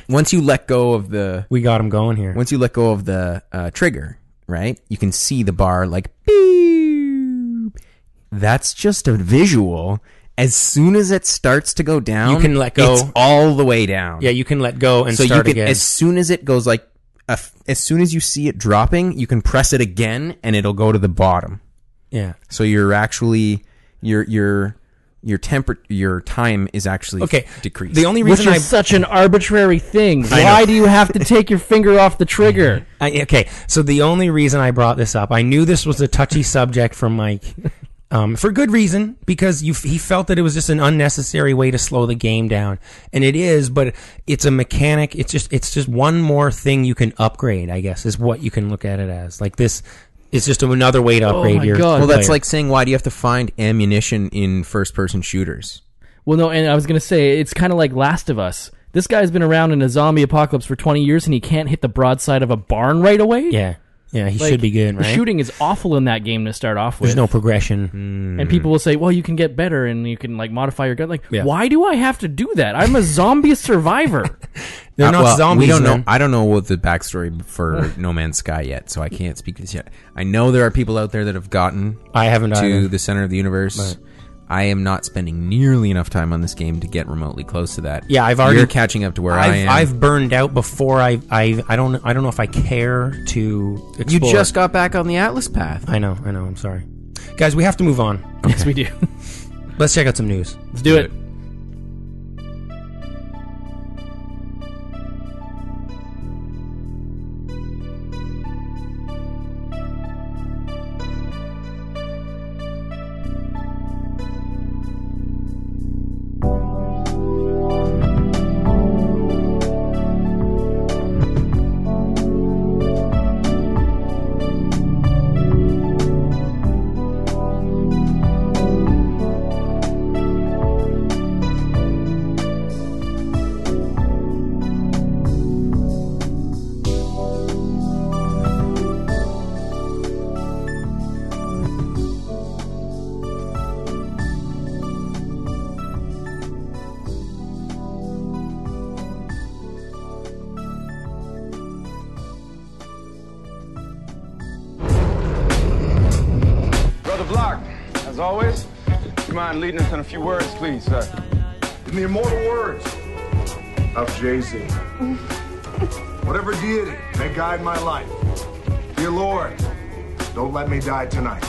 Speaker 6: once you let go of the
Speaker 5: We got him going here.
Speaker 6: once you let go of the uh, trigger, right, you can see the bar like beep. That's just a visual. As soon as it starts to go down,
Speaker 5: You can let go.
Speaker 6: It's all the way down.
Speaker 5: yeah, you can let go and
Speaker 6: so you
Speaker 5: start
Speaker 6: can
Speaker 5: again.
Speaker 6: as soon as it goes like a f- as soon as you see it dropping, you can press it again and it'll go to the bottom.
Speaker 5: yeah.
Speaker 6: So you're actually your your your temper your time is actually
Speaker 5: Okay.
Speaker 6: decreased.
Speaker 5: The only
Speaker 7: which is
Speaker 5: reason I,
Speaker 7: such an arbitrary thing. Why do you have to take your finger off the trigger?
Speaker 5: I okay, so the only reason I brought this up, I knew this was a touchy subject from Mike. Um, for good reason, because you, he felt that it was just an unnecessary way to slow the game down, and it is. But it's a mechanic. It's just it's just one more thing you can upgrade. I guess is what you can look at it as. Like this, it's just another way to upgrade
Speaker 7: Oh my
Speaker 5: your.
Speaker 7: God.
Speaker 6: well, that's
Speaker 5: player.
Speaker 6: like saying why do you have to find ammunition in first person shooters?
Speaker 7: Well, no, and I was gonna say it's kind of like Last of Us. This guy's been around in a zombie apocalypse for 20 years, and he can't hit the broadside of a barn right away.
Speaker 5: yeah. Yeah, he
Speaker 7: Like,
Speaker 5: should be good,
Speaker 7: the
Speaker 5: right?
Speaker 7: shooting is awful in that game to start off with.
Speaker 5: There's no progression.
Speaker 6: Mm.
Speaker 7: and people will say, "Well, you can get better and you can like modify your gun." Like,
Speaker 5: Yeah.
Speaker 7: why do I have to do that? I'm a zombie survivor.
Speaker 5: They're
Speaker 6: Uh,
Speaker 5: not
Speaker 6: well,
Speaker 5: zombies.
Speaker 6: We don't know.
Speaker 5: man.
Speaker 6: I don't know what the backstory for No Man's Sky yet, so I can't speak to this yet. I know there are people out there that have gotten
Speaker 5: I haven't
Speaker 6: to
Speaker 5: either.
Speaker 6: the center of the universe. I am not spending nearly enough time on this game to get remotely close to that.
Speaker 5: Yeah, I've already-
Speaker 6: You're catching up to where I
Speaker 5: I've,
Speaker 6: am.
Speaker 5: I've burned out before. I I I don't I don't know if I care to.
Speaker 6: you
Speaker 5: Explore.
Speaker 6: just got back on the Atlas path.
Speaker 5: I know. I know. I'm sorry, guys. We have to move on.
Speaker 7: yes, we do.
Speaker 5: Let's check out some news.
Speaker 7: Let's do it.
Speaker 8: Brother Block, as always, you mind leading us in a few words, please, sir?
Speaker 9: In the immortal words of Jay Z. Whatever deity may guide my life, dear Lord, don't let me die tonight.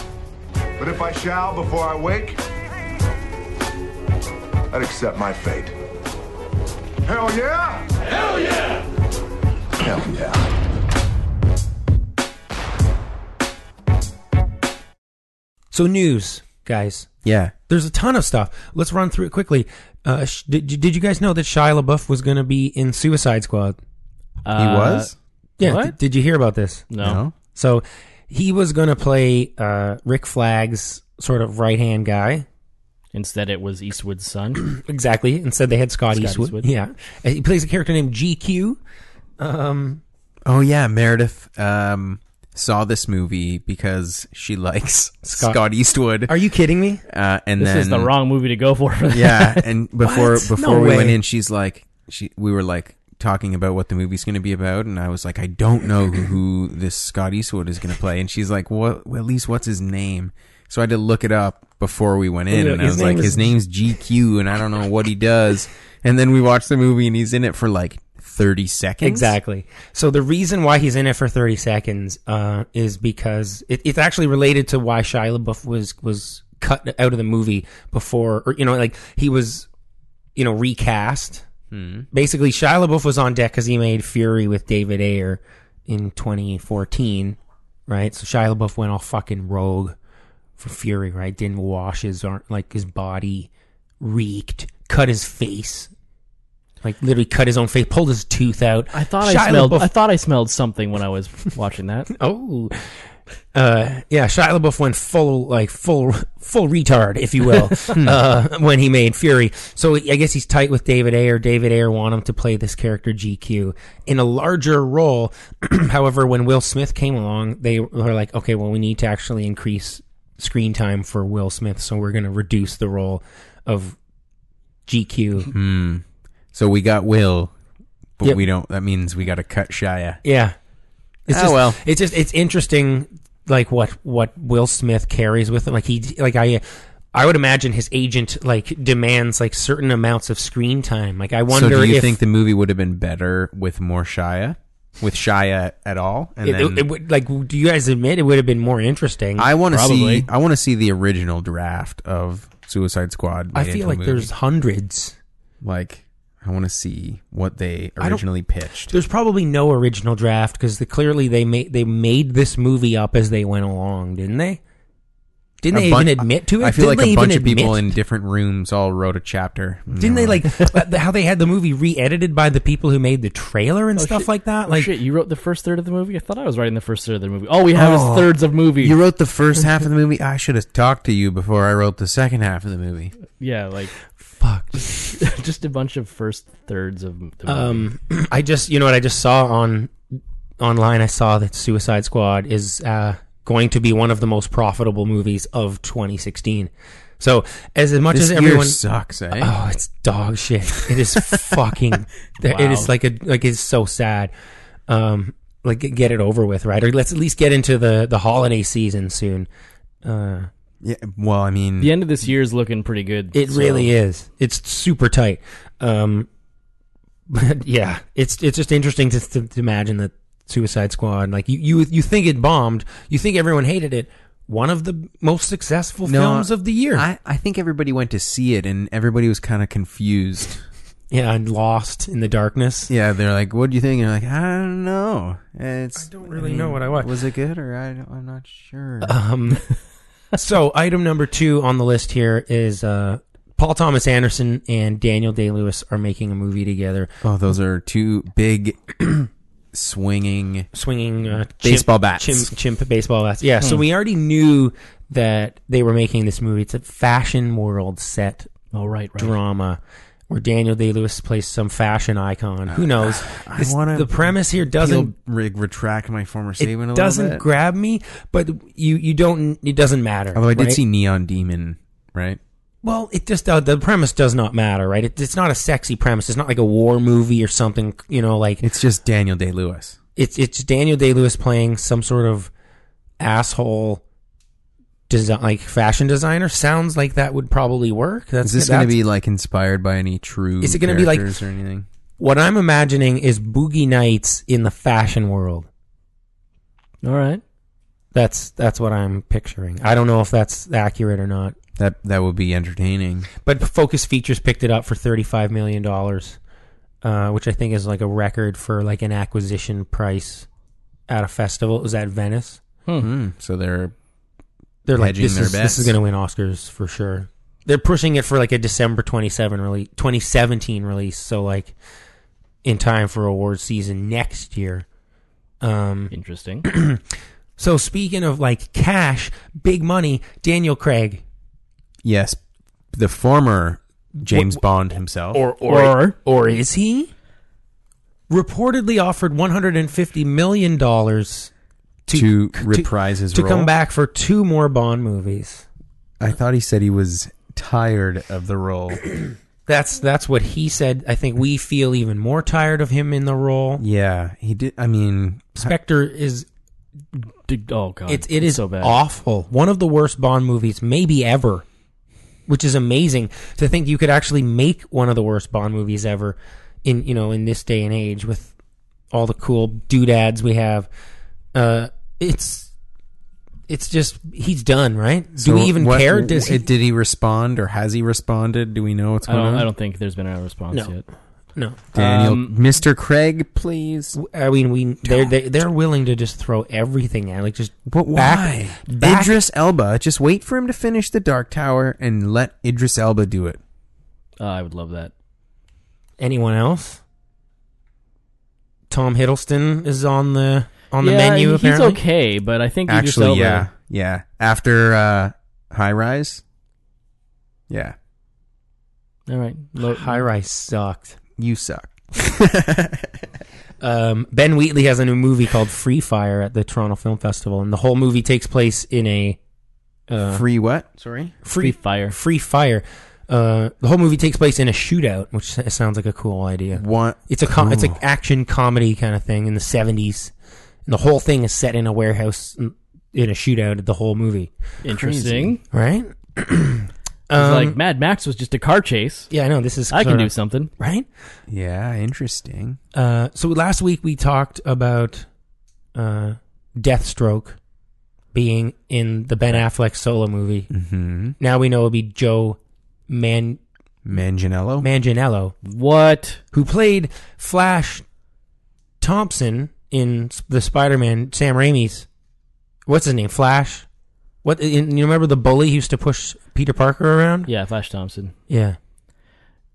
Speaker 9: But if I shall before I wake, I'd accept my fate. Hell yeah! Hell yeah! Hell yeah.
Speaker 5: So news, guys.
Speaker 6: Yeah.
Speaker 5: There's a ton of stuff. Let's run through it quickly. Uh, sh- did, you- did you guys know that Shia LaBeouf was going to be in Suicide Squad?
Speaker 6: He was?
Speaker 5: Yeah.
Speaker 7: What?
Speaker 5: did- did you hear about this?
Speaker 7: Uh, No.
Speaker 5: So he was going to play uh, Rick Flag's sort of right hand guy.
Speaker 7: Instead, it was Eastwood's son.
Speaker 5: Exactly. Instead, they had Scott,
Speaker 7: Scott
Speaker 5: Eastwood.
Speaker 7: Eastwood.
Speaker 5: Yeah. And He plays a character named GQ.
Speaker 6: Oh yeah, Meredith um, saw this movie because she likes Scott, Eastwood,
Speaker 5: Are you kidding me?
Speaker 6: uh, and
Speaker 7: This
Speaker 6: then
Speaker 7: is the wrong movie to go for. for that.
Speaker 6: yeah. And before
Speaker 5: What?
Speaker 6: before
Speaker 5: No
Speaker 6: we went
Speaker 5: way.
Speaker 6: in, she's like, she we were like talking about what the movie's going to be about, and I was like, I don't know who, who this Scott Eastwood is going to play, and she's like, what? Well, at least what's his name? So I had to look it up before we went in,
Speaker 5: Yeah,
Speaker 6: and I
Speaker 5: his
Speaker 6: was
Speaker 5: name
Speaker 6: like,
Speaker 5: is-
Speaker 6: his name's GQ, and I don't know what he does. And then we watched the movie, and he's in it for like thirty seconds.
Speaker 5: Exactly. So the reason why he's in it for 30 seconds uh, is because it, it's actually related to why Shia LaBeouf was was cut out of the movie before, or you know, like he was, you know, recast. Basically, Shia LaBeouf was on deck because he made Fury with David Ayer in 2014, right? So Shia LaBeouf went all fucking rogue for Fury, right? Didn't wash his ar- like his body, reeked, cut his face. Like literally cut his own face, pulled his tooth out.
Speaker 7: I thought
Speaker 5: Shia
Speaker 7: I smelled.
Speaker 5: LaBeouf-
Speaker 7: I thought I smelled something when I was watching that.
Speaker 5: Oh, uh, yeah. Shia LaBeouf went full, like full, full retard, if you will, uh, when he made Fury. So I guess he's tight with David Ayer. David Ayer wanted him to play this character GQ in a larger role. However, when Will Smith came along, they were like, okay, well, we need to actually increase screen time for Will Smith, so we're going to reduce the role of GQ.
Speaker 6: So we got Will, but
Speaker 5: Yep.
Speaker 6: we don't. That means we got to cut Shia.
Speaker 5: Yeah. It's
Speaker 6: Oh,
Speaker 5: just,
Speaker 6: well.
Speaker 5: It's just it's interesting, like what what Will Smith carries with him. Like he like I. I would imagine his agent like demands like certain amounts of screen time. Like I wonder
Speaker 6: so do you
Speaker 5: if
Speaker 6: think the movie would have been better with more Shia, with Shia at all? And
Speaker 5: it,
Speaker 6: then
Speaker 5: it, it would like do you guys admit it would have been more interesting?
Speaker 6: I want to
Speaker 7: Probably.
Speaker 6: see. I want to see the original draft of Suicide Squad.
Speaker 5: I
Speaker 6: made into
Speaker 5: feel
Speaker 6: a
Speaker 5: like
Speaker 6: movie.
Speaker 5: there's hundreds.
Speaker 6: like I want to see what they
Speaker 5: don't-
Speaker 6: originally pitched.
Speaker 5: There's probably no original draft because the, clearly they made they made this movie up as they went along, didn't they? Didn't they
Speaker 6: A bun-
Speaker 5: even admit to it?
Speaker 6: I feel
Speaker 5: Didn't
Speaker 6: like
Speaker 5: they
Speaker 6: a
Speaker 5: even
Speaker 6: bunch of people
Speaker 5: admit-
Speaker 6: in different rooms all wrote a chapter.
Speaker 5: Didn't they like uh, how they had the movie re-edited by the people who made the trailer and stuff like that?
Speaker 7: Oh,
Speaker 5: Like,
Speaker 7: shit, you wrote the first third of the movie. I thought I was writing the first third of the movie. All we have
Speaker 6: Oh.
Speaker 7: is thirds of movie.
Speaker 6: You wrote the first half of the movie. I should have talked to you before I wrote the second half of the movie.
Speaker 7: yeah, like
Speaker 5: fuck.
Speaker 7: just a bunch of first thirds of the movie.
Speaker 5: Um, I just you know what I just saw on online I saw that Suicide Squad is uh, going to be one of the most profitable movies of 2016. So as, as much
Speaker 6: This
Speaker 5: as
Speaker 6: year
Speaker 5: everyone
Speaker 6: sucks, eh?
Speaker 5: Oh, it's dog shit. It is fucking. It is like a like it's so sad. Um, like get it over with, right? Or let's at least get into the the holiday season soon. Uh,
Speaker 6: yeah, well, I mean,
Speaker 7: The end of this year is looking pretty good.
Speaker 5: it really is. It's super tight. Um, but yeah, it's it's just interesting to, to, to imagine that Suicide Squad. Like you, you you think it bombed. You think everyone hated it. One of the most successful
Speaker 6: no,
Speaker 5: films of the year.
Speaker 6: I, I think everybody went to see it, and everybody was kind of confused.
Speaker 5: yeah, and Lost in the Darkness.
Speaker 6: Yeah, they're like, "What do you think?" And you're like, "I don't know. It's I don't
Speaker 5: really know what I want."
Speaker 6: Was it good or I don't, I'm not sure."
Speaker 5: Um, so item number two on the list here is uh, Paul Thomas Anderson and Daniel Day Lewis are making a movie together,
Speaker 6: oh, those are two big swinging.
Speaker 5: swinging uh, chimp-
Speaker 6: Baseball bats. Hmm.
Speaker 5: chimp, chimp baseball bats. Yeah. So we already knew that they were making this movie. It's a fashion world set
Speaker 7: Oh right, right.
Speaker 5: drama. Where Daniel Day Lewis plays some fashion icon. Who knows? This-
Speaker 6: wanna
Speaker 5: the premise here
Speaker 6: Doesn't
Speaker 5: doesn't
Speaker 6: rig retract my former statement? a
Speaker 5: it
Speaker 6: little
Speaker 5: doesn't
Speaker 6: bit?
Speaker 5: grab me, but you you don't it doesn't matter.
Speaker 6: Although I did
Speaker 5: right?
Speaker 6: see Neon Demon, right?
Speaker 5: Well, it just uh, the premise does not matter, right? It, it's not a sexy premise. It's not like a war movie or something. You know, like
Speaker 6: It's just Daniel Day Lewis.
Speaker 5: it's it's Daniel Day Lewis playing some sort of asshole design, like fashion designer. Sounds like that would probably work. That's
Speaker 6: Is this going to
Speaker 5: that's-
Speaker 6: be like inspired by any true?
Speaker 5: Is it gonna be like-
Speaker 6: characters or anything?
Speaker 5: what I'm imagining is Boogie Nights in the fashion world.
Speaker 7: All right.
Speaker 5: That's that's what I'm picturing. I don't know if that's accurate or not.
Speaker 6: That that would be entertaining.
Speaker 5: But Focus Features picked it up for thirty-five million dollars, uh, which I think is like a record for like an acquisition price at a festival. It was at Venice.
Speaker 6: Hmm. So they're
Speaker 5: They're like,
Speaker 6: Hedging
Speaker 5: this
Speaker 6: their
Speaker 5: is, this
Speaker 6: bets.
Speaker 5: is going to win Oscars for sure. They're pushing it for like a December 27 release, 2017 release. So like in time for awards season next year. Um,
Speaker 7: Interesting.
Speaker 5: so speaking of like cash, big money, Daniel Craig
Speaker 6: yes, the former James Bond himself.
Speaker 7: or
Speaker 5: or is he? Reportedly offered one hundred and fifty million dollars
Speaker 6: To reprise his
Speaker 5: to
Speaker 6: role?
Speaker 5: come back for two more Bond movies.
Speaker 6: I thought he said he was tired of the role.
Speaker 5: That's that's what he said. I think we feel even more tired of him in the role.
Speaker 6: yeah, he did. I mean,
Speaker 5: Spectre is
Speaker 7: Dude, oh god,
Speaker 5: it's it is
Speaker 7: so bad.
Speaker 5: awful. One of the worst Bond movies maybe ever. Which is amazing to think you could actually make one of the worst Bond movies ever in you know in this day and age with all the cool doodads we have. Uh, it's it's just he's done, right?
Speaker 6: so
Speaker 5: Do we even
Speaker 6: what-
Speaker 5: care? Does he,
Speaker 6: it- did he respond or has he responded? Do we know what's
Speaker 7: I
Speaker 6: going
Speaker 7: don't.
Speaker 6: on?
Speaker 7: I don't think there's been a response
Speaker 5: No.
Speaker 7: yet.
Speaker 5: no,
Speaker 6: Daniel,
Speaker 7: Um,
Speaker 6: Mr. Craig, please.
Speaker 5: I mean we they're they're, they're willing to just throw everything at like just
Speaker 6: But why?
Speaker 5: back, back
Speaker 6: Idris Elba. Just wait for him to finish the Dark Tower and let Idris Elba do it.
Speaker 7: Uh, I would love that.
Speaker 5: anyone else? Tom Hiddleston is on the on the
Speaker 7: yeah,
Speaker 5: menu.
Speaker 7: he-
Speaker 5: apparently,
Speaker 7: he's okay, but I think Idris
Speaker 6: Actually,
Speaker 7: Elba-
Speaker 6: yeah, yeah. After uh, High Rise, yeah,
Speaker 7: All right, Lo-
Speaker 5: High Rise sucked.
Speaker 6: you suck.
Speaker 5: Um, ben Wheatley has a new movie called Free Fire at the Toronto Film Festival, and the whole movie takes place in a uh,
Speaker 6: Free what? Sorry.
Speaker 7: Free Fire.
Speaker 5: Free Fire. Uh, the whole movie takes place in a shootout, which s- sounds like a cool idea.
Speaker 6: What?
Speaker 5: It's a com- it's an action comedy kind of thing in the seventies, and the whole thing is set in a warehouse in in a shootout. The whole movie,
Speaker 7: Interesting.
Speaker 5: right?
Speaker 7: It's
Speaker 5: um,
Speaker 7: like Mad Max was just a car chase.
Speaker 5: yeah, I know this is.
Speaker 7: I can
Speaker 5: sorta-
Speaker 7: do something.
Speaker 5: right.
Speaker 6: Yeah, interesting.
Speaker 5: Uh, so last week we talked about uh, Deathstroke being in the Ben Affleck solo movie.
Speaker 6: Mm-hmm.
Speaker 5: Now we know it'll be Joe Man-
Speaker 6: Manganiello.
Speaker 5: Manganiello,
Speaker 7: What?
Speaker 5: who played Flash Thompson in s- the Spider-Man Sam Raimi's. What's his name? Flash. What in, you remember the bully who used to push Peter Parker around?
Speaker 7: Yeah, Flash Thompson.
Speaker 5: Yeah,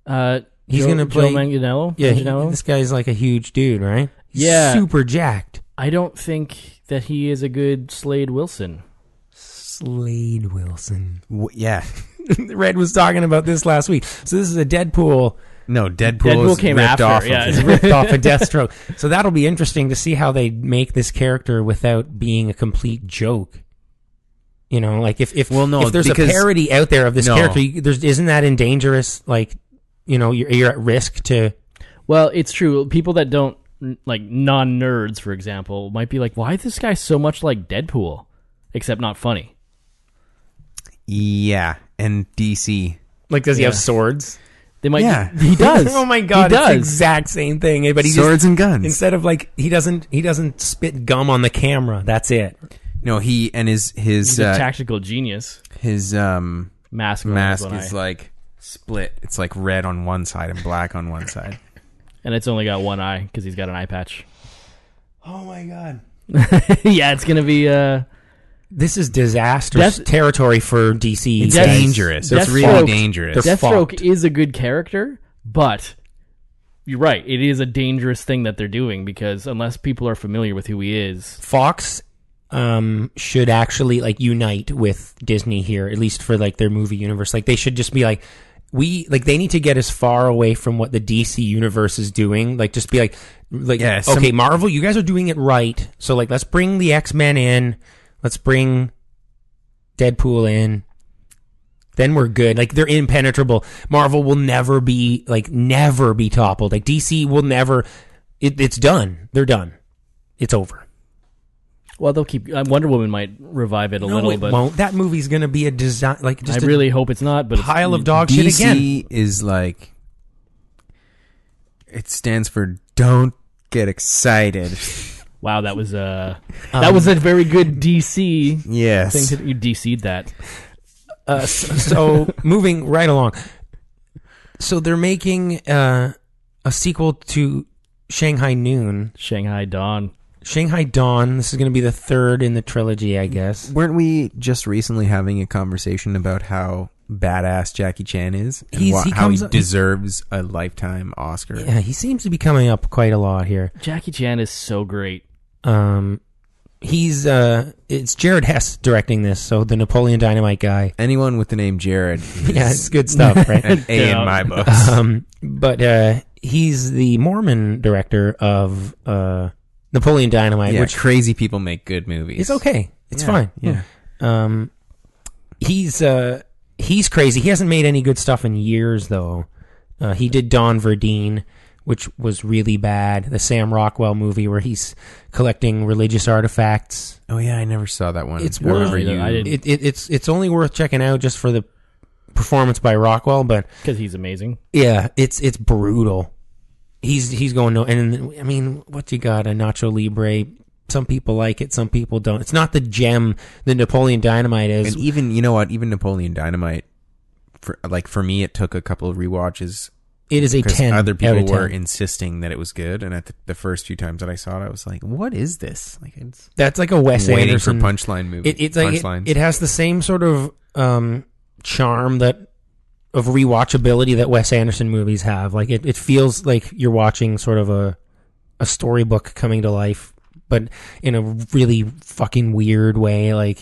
Speaker 7: Uh,
Speaker 5: He's
Speaker 7: Joe-
Speaker 5: gonna play-
Speaker 7: Joe Manganiello.
Speaker 5: yeah. he-
Speaker 7: Manganiello?
Speaker 5: this guy's like a huge dude, right? He's
Speaker 7: Yeah.
Speaker 5: super jacked.
Speaker 7: I don't think that he is a good Slade Wilson.
Speaker 5: Slade Wilson.
Speaker 6: W- yeah,
Speaker 5: Red was talking about this last week. So this is a Deadpool
Speaker 6: No, Deadpool,
Speaker 7: Deadpool
Speaker 6: is
Speaker 7: came
Speaker 6: ripped
Speaker 7: after,
Speaker 6: off. of
Speaker 7: yeah.
Speaker 6: it.
Speaker 5: ripped off a Deathstroke. So that'll be interesting to see how they make this character without being a complete joke. You know, like if if
Speaker 6: Well, no,
Speaker 5: if there's a
Speaker 6: because-
Speaker 5: parody out there of this
Speaker 6: No.
Speaker 5: character, you- there's isn't that in dangerous? Like, you know, you're you're at risk to.
Speaker 7: Well, it's true. People that don't like non nerds, for example, might be like, "Why is this guy so much like Deadpool, except not funny?"
Speaker 6: Yeah, and DC.
Speaker 5: Like, does he have swords?
Speaker 7: They might.
Speaker 6: Yeah.
Speaker 7: he does.
Speaker 5: oh my god,
Speaker 7: he
Speaker 5: it's the
Speaker 7: does.
Speaker 5: exact same thing. But he just-
Speaker 6: Swords and guns.
Speaker 5: Instead of like he doesn't he doesn't spit gum on the camera. That's it.
Speaker 6: No, he and his
Speaker 7: He's
Speaker 6: his
Speaker 7: a
Speaker 6: uh,
Speaker 7: tactical genius.
Speaker 6: his um
Speaker 7: Mask. on
Speaker 6: mask
Speaker 7: one
Speaker 6: is
Speaker 7: eye.
Speaker 6: like split. It's like red on one side and black on one side.
Speaker 7: and it's only got one eye because he's got an eye patch.
Speaker 6: Oh my god.
Speaker 7: yeah, it's gonna be. uh
Speaker 5: This is disastrous
Speaker 7: Death-
Speaker 5: territory for DC.
Speaker 6: It's
Speaker 5: guys.
Speaker 7: Death-
Speaker 6: dangerous. It's
Speaker 7: Deathstroke-
Speaker 6: really dangerous.
Speaker 5: They're
Speaker 7: Deathstroke
Speaker 5: fucked.
Speaker 7: is a good character, but you're right. It is a dangerous thing that they're doing because unless people are familiar with who he is,
Speaker 5: Fox um should actually like unite with Disney here at least for like their movie universe like they should just be like we like they need to get as far away from what the DC universe is doing like just be like like
Speaker 6: Yeah, some-
Speaker 5: okay Marvel you guys are doing it right so like let's bring the X-Men in let's bring Deadpool in then we're good like they're impenetrable Marvel will never be like never be toppled like DC will never it, it's done they're done it's over
Speaker 7: well, they'll keep. uh, Wonder Woman might revive it a
Speaker 5: no,
Speaker 7: little,
Speaker 5: it
Speaker 7: but
Speaker 5: won't. That movie's gonna be a design like
Speaker 7: I
Speaker 5: just a
Speaker 7: really hope it's not. But it's-
Speaker 5: pile of dog shit again.
Speaker 6: DC is like it stands for don't get excited.
Speaker 7: Wow, that was uh,
Speaker 5: Um,
Speaker 7: that was a very good DC
Speaker 6: yes.
Speaker 7: thing. To, you DC'd that.
Speaker 5: Uh, so, so moving right along. So they're making uh, a sequel to Shanghai Noon,
Speaker 7: Shanghai Dawn.
Speaker 5: Shanghai Dawn. This is gonna be the third in the trilogy, I guess.
Speaker 6: Weren't we just recently having a conversation about how badass Jackie Chan is and
Speaker 5: He's-
Speaker 6: wha-
Speaker 5: he
Speaker 6: how he
Speaker 5: comes up-
Speaker 6: deserves a lifetime Oscar?
Speaker 5: Yeah, he seems to be coming up quite a lot here.
Speaker 7: Jackie Chan is so great.
Speaker 5: Um, he's uh, it's Jared Hess directing this, so the Napoleon Dynamite guy.
Speaker 6: Anyone with the name Jared
Speaker 5: Yeah,
Speaker 6: is
Speaker 5: it's good stuff, right?
Speaker 6: an A
Speaker 7: Yeah.
Speaker 6: in my books.
Speaker 5: um, but uh, he's the Mormon director of uh, Napoleon Dynamite,
Speaker 6: yeah,
Speaker 5: which
Speaker 6: crazy people make good movies.
Speaker 5: is okay. It's
Speaker 6: Yeah,
Speaker 5: fine.
Speaker 6: Yeah.
Speaker 5: Um, he's uh, he's crazy. He hasn't made any good stuff in years, though. Uh, he did Don Verdeen, which was really bad. The Sam Rockwell movie where he's collecting religious artifacts.
Speaker 6: Oh yeah, I never saw that one.
Speaker 5: It's
Speaker 6: I remember
Speaker 5: worth
Speaker 7: it. I didn't-
Speaker 5: It, it, it's it's only worth checking out just for the performance by Rockwell, but
Speaker 7: Because he's amazing.
Speaker 5: Yeah, it's it's brutal. He's he's going no, and I mean, what you got? A Nacho Libre. Some people like it, some people don't. It's not the gem that Napoleon Dynamite is.
Speaker 6: And even you know what? Even Napoleon Dynamite, for, like for me, it took a couple of rewatches
Speaker 5: it is a
Speaker 6: because
Speaker 5: ten.
Speaker 6: other
Speaker 5: out
Speaker 6: people
Speaker 5: of
Speaker 6: were
Speaker 5: 10.
Speaker 6: insisting that it was good, and at the, the first few times that I saw it, I was like, "What is this?" Like it's
Speaker 5: That's like a Wes
Speaker 6: waiting
Speaker 5: Anderson
Speaker 6: for punchline movie.
Speaker 5: It, it's like
Speaker 6: punchlines.
Speaker 5: it, it has the same sort of um, charm that of rewatchability that Wes Anderson movies have. Like it, it feels like you're watching sort of a a storybook coming to life, but in a really fucking weird way. Like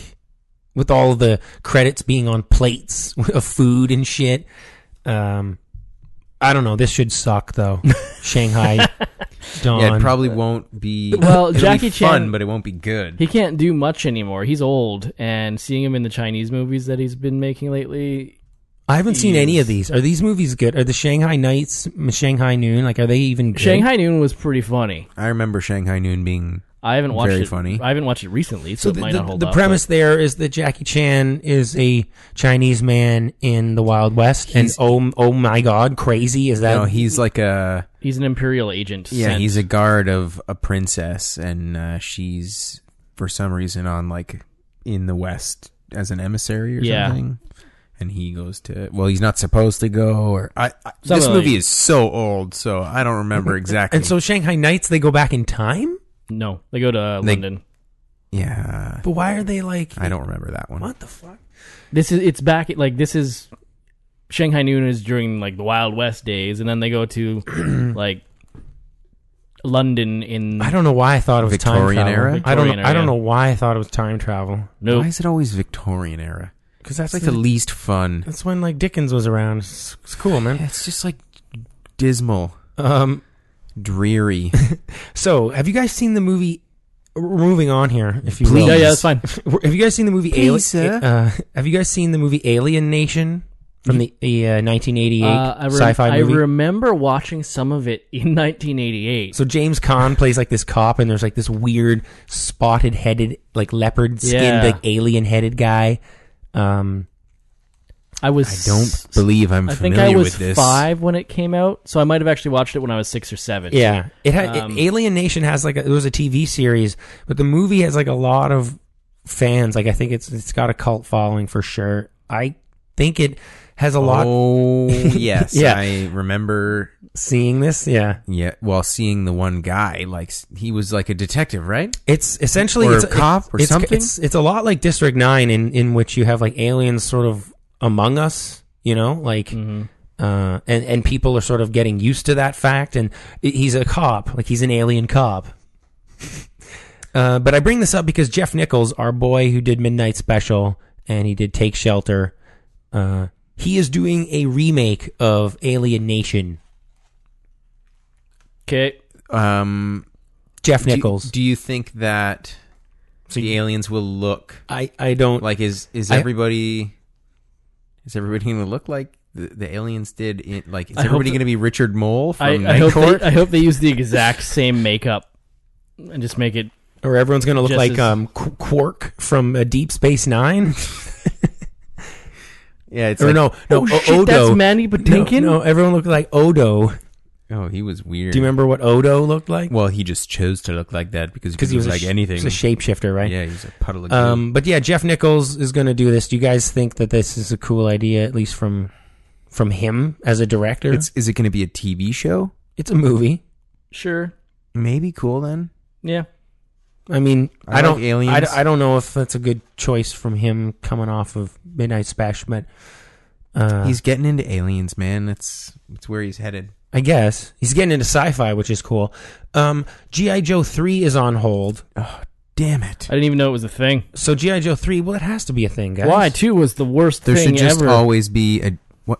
Speaker 5: with all the credits being on plates of food and shit. Um, I don't know. This should suck though. Shanghai Dawn.
Speaker 6: yeah, it probably won't be.
Speaker 7: Well,
Speaker 6: it'll be
Speaker 7: Jackie
Speaker 6: fun,
Speaker 7: Chan-
Speaker 6: but it won't be good.
Speaker 7: He can't do much anymore. He's old, and seeing him in the Chinese movies that he's been making lately,
Speaker 5: I haven't seen any of these. Are these movies good? Are the Shanghai Nights, m- Shanghai Noon, like are they even good?
Speaker 7: Shanghai Noon was pretty funny.
Speaker 6: I remember Shanghai Noon being
Speaker 7: I haven't watched
Speaker 6: Very
Speaker 7: it.
Speaker 6: funny.
Speaker 7: I haven't watched it recently, so,
Speaker 5: So
Speaker 7: it
Speaker 5: the,
Speaker 7: might not
Speaker 5: the,
Speaker 7: hold
Speaker 5: the
Speaker 7: up.
Speaker 5: premise there is that Jackie Chan is a Chinese man in the Wild West, and
Speaker 6: He's-
Speaker 5: oh, oh my God, crazy is that?
Speaker 6: no, he's like a
Speaker 7: but He's an imperial agent.
Speaker 6: yeah,
Speaker 7: sent-
Speaker 6: he's a guard of a princess, and uh, she's for some reason on like in the West as an emissary or
Speaker 7: Yeah.
Speaker 6: something. And he goes to well, he's not supposed to go. Or I, I this
Speaker 7: Something like-
Speaker 6: movie is so old, so I don't remember exactly.
Speaker 5: and so Shanghai Nights, they go back in time,
Speaker 7: no. They go to uh,
Speaker 6: They-
Speaker 7: London.
Speaker 6: yeah,
Speaker 5: but why are they like?
Speaker 6: I don't remember that one.
Speaker 5: What the fuck?
Speaker 7: This is it's back. Like this is Shanghai Noon is during like the Wild West days, and then they go to like London in
Speaker 5: I don't know why I thought it was
Speaker 6: Victorian
Speaker 5: time travel.
Speaker 6: era?
Speaker 5: I don't. know-
Speaker 7: Victorian
Speaker 5: I don't
Speaker 7: era.
Speaker 5: know why I thought it was time travel
Speaker 7: no.
Speaker 6: Why is it always Victorian era?
Speaker 5: because that's
Speaker 6: It's like
Speaker 5: the-
Speaker 6: the least fun.
Speaker 5: that's when like Dickens was around. It's, it's cool, man.
Speaker 6: It's just like dismal,
Speaker 5: Um,
Speaker 6: dreary.
Speaker 5: so have you guys seen the movie? We're moving on here, if you
Speaker 6: Please.
Speaker 5: will.
Speaker 7: Yeah, yeah, that's fine.
Speaker 5: Have you guys seen the movie
Speaker 6: Please,
Speaker 5: Alien?
Speaker 6: sir.
Speaker 5: Uh, have you guys seen the movie Alien Nation from the, the uh, 1988
Speaker 7: Uh, I, rem-
Speaker 5: sci-fi
Speaker 7: I
Speaker 5: movie?
Speaker 7: remember watching some of it in 1988.
Speaker 5: so James Caan plays like this cop, and there's like this weird spotted headed, like leopard skinned,
Speaker 7: Yeah.
Speaker 5: like alien headed guy. Um,
Speaker 7: I was.
Speaker 6: I don't believe I'm
Speaker 7: I think
Speaker 6: familiar
Speaker 7: I was
Speaker 6: with this.
Speaker 7: five when it came out, so I might have actually watched it when I was six or seven.
Speaker 5: yeah, it had
Speaker 7: Um,
Speaker 5: Alien Nation has like a, it was a TV series, but the movie has like a lot of fans. Like I think it's it's got a cult following for sure. I think it has a lot
Speaker 6: Oh yes,
Speaker 5: Yeah.
Speaker 6: I remember.
Speaker 5: seeing this. Yeah,
Speaker 6: Yeah, well, seeing the one guy, like s- he was like a detective, right?
Speaker 5: It's essentially
Speaker 6: Or
Speaker 5: it's
Speaker 6: a cop or
Speaker 5: it's,
Speaker 6: something?
Speaker 5: It's, it's a lot like District Nine, in in which you have like aliens sort of among us, you know, like.
Speaker 6: Mm-hmm.
Speaker 5: Uh, and and people are sort of getting used to that fact, and i- he's a cop, like he's an alien cop. uh, but I bring this up because Jeff Nichols, our boy who did Midnight Special, and he did Take Shelter, uh, he is doing a remake of Alien Nation.
Speaker 7: Okay.
Speaker 6: Um,
Speaker 5: Jeff
Speaker 6: do-
Speaker 5: Nichols.
Speaker 6: Do, you think that the aliens will look
Speaker 5: I I don't
Speaker 6: like? Is is
Speaker 5: I-
Speaker 6: everybody is everybody going to look like the, the aliens did? In, like, is
Speaker 7: I hope
Speaker 6: everybody
Speaker 7: that-
Speaker 6: going to be Richard Mole
Speaker 7: I,
Speaker 6: from
Speaker 7: I
Speaker 6: Night
Speaker 7: hope
Speaker 6: Court?
Speaker 7: they, I hope they use the exact same makeup and just make it.
Speaker 5: Or everyone's going to look
Speaker 7: Just
Speaker 5: like
Speaker 7: as-
Speaker 5: um, Qu- Quark from uh, Deep Space Nine.
Speaker 6: yeah, it's
Speaker 5: or
Speaker 6: like,
Speaker 5: no, no,
Speaker 7: oh,
Speaker 5: O-
Speaker 7: shit,
Speaker 5: Odo.
Speaker 7: that's Mandy
Speaker 5: no,
Speaker 7: Patinkin.
Speaker 5: no, everyone looked like Odo. Do
Speaker 6: Oh, he was weird.
Speaker 5: you remember what Odo looked like?
Speaker 6: Well, he just chose to look like that because he,
Speaker 5: Because he was a
Speaker 6: like
Speaker 5: sh-
Speaker 6: anything.
Speaker 5: He was a shapeshifter, right?
Speaker 6: yeah, he's a puddle of goo.
Speaker 5: Um, but yeah, Jeff Nichols is going to do this. Do you guys think that this is a cool idea, at least from from him as a director?
Speaker 6: It's, is it going to be a TV show?
Speaker 5: it's a movie.
Speaker 7: Sure.
Speaker 6: Maybe cool then.
Speaker 7: Yeah.
Speaker 5: I mean,
Speaker 6: I
Speaker 5: I, don't.
Speaker 6: like aliens.
Speaker 5: I d- I, don't know if that's a good choice from him coming off of Midnight Special, but uh,
Speaker 6: He's getting into aliens, man. That's that's where he's headed.
Speaker 5: I guess he's getting into sci-fi, which is cool. Um, GI Joe three is on hold,
Speaker 6: Damn it!
Speaker 7: I didn't even know it was a thing.
Speaker 5: so GI Joe three. Well, it has to be a thing, guys.
Speaker 7: Why two was the worst
Speaker 6: There
Speaker 7: thing
Speaker 6: should just
Speaker 7: ever.
Speaker 6: always be a what?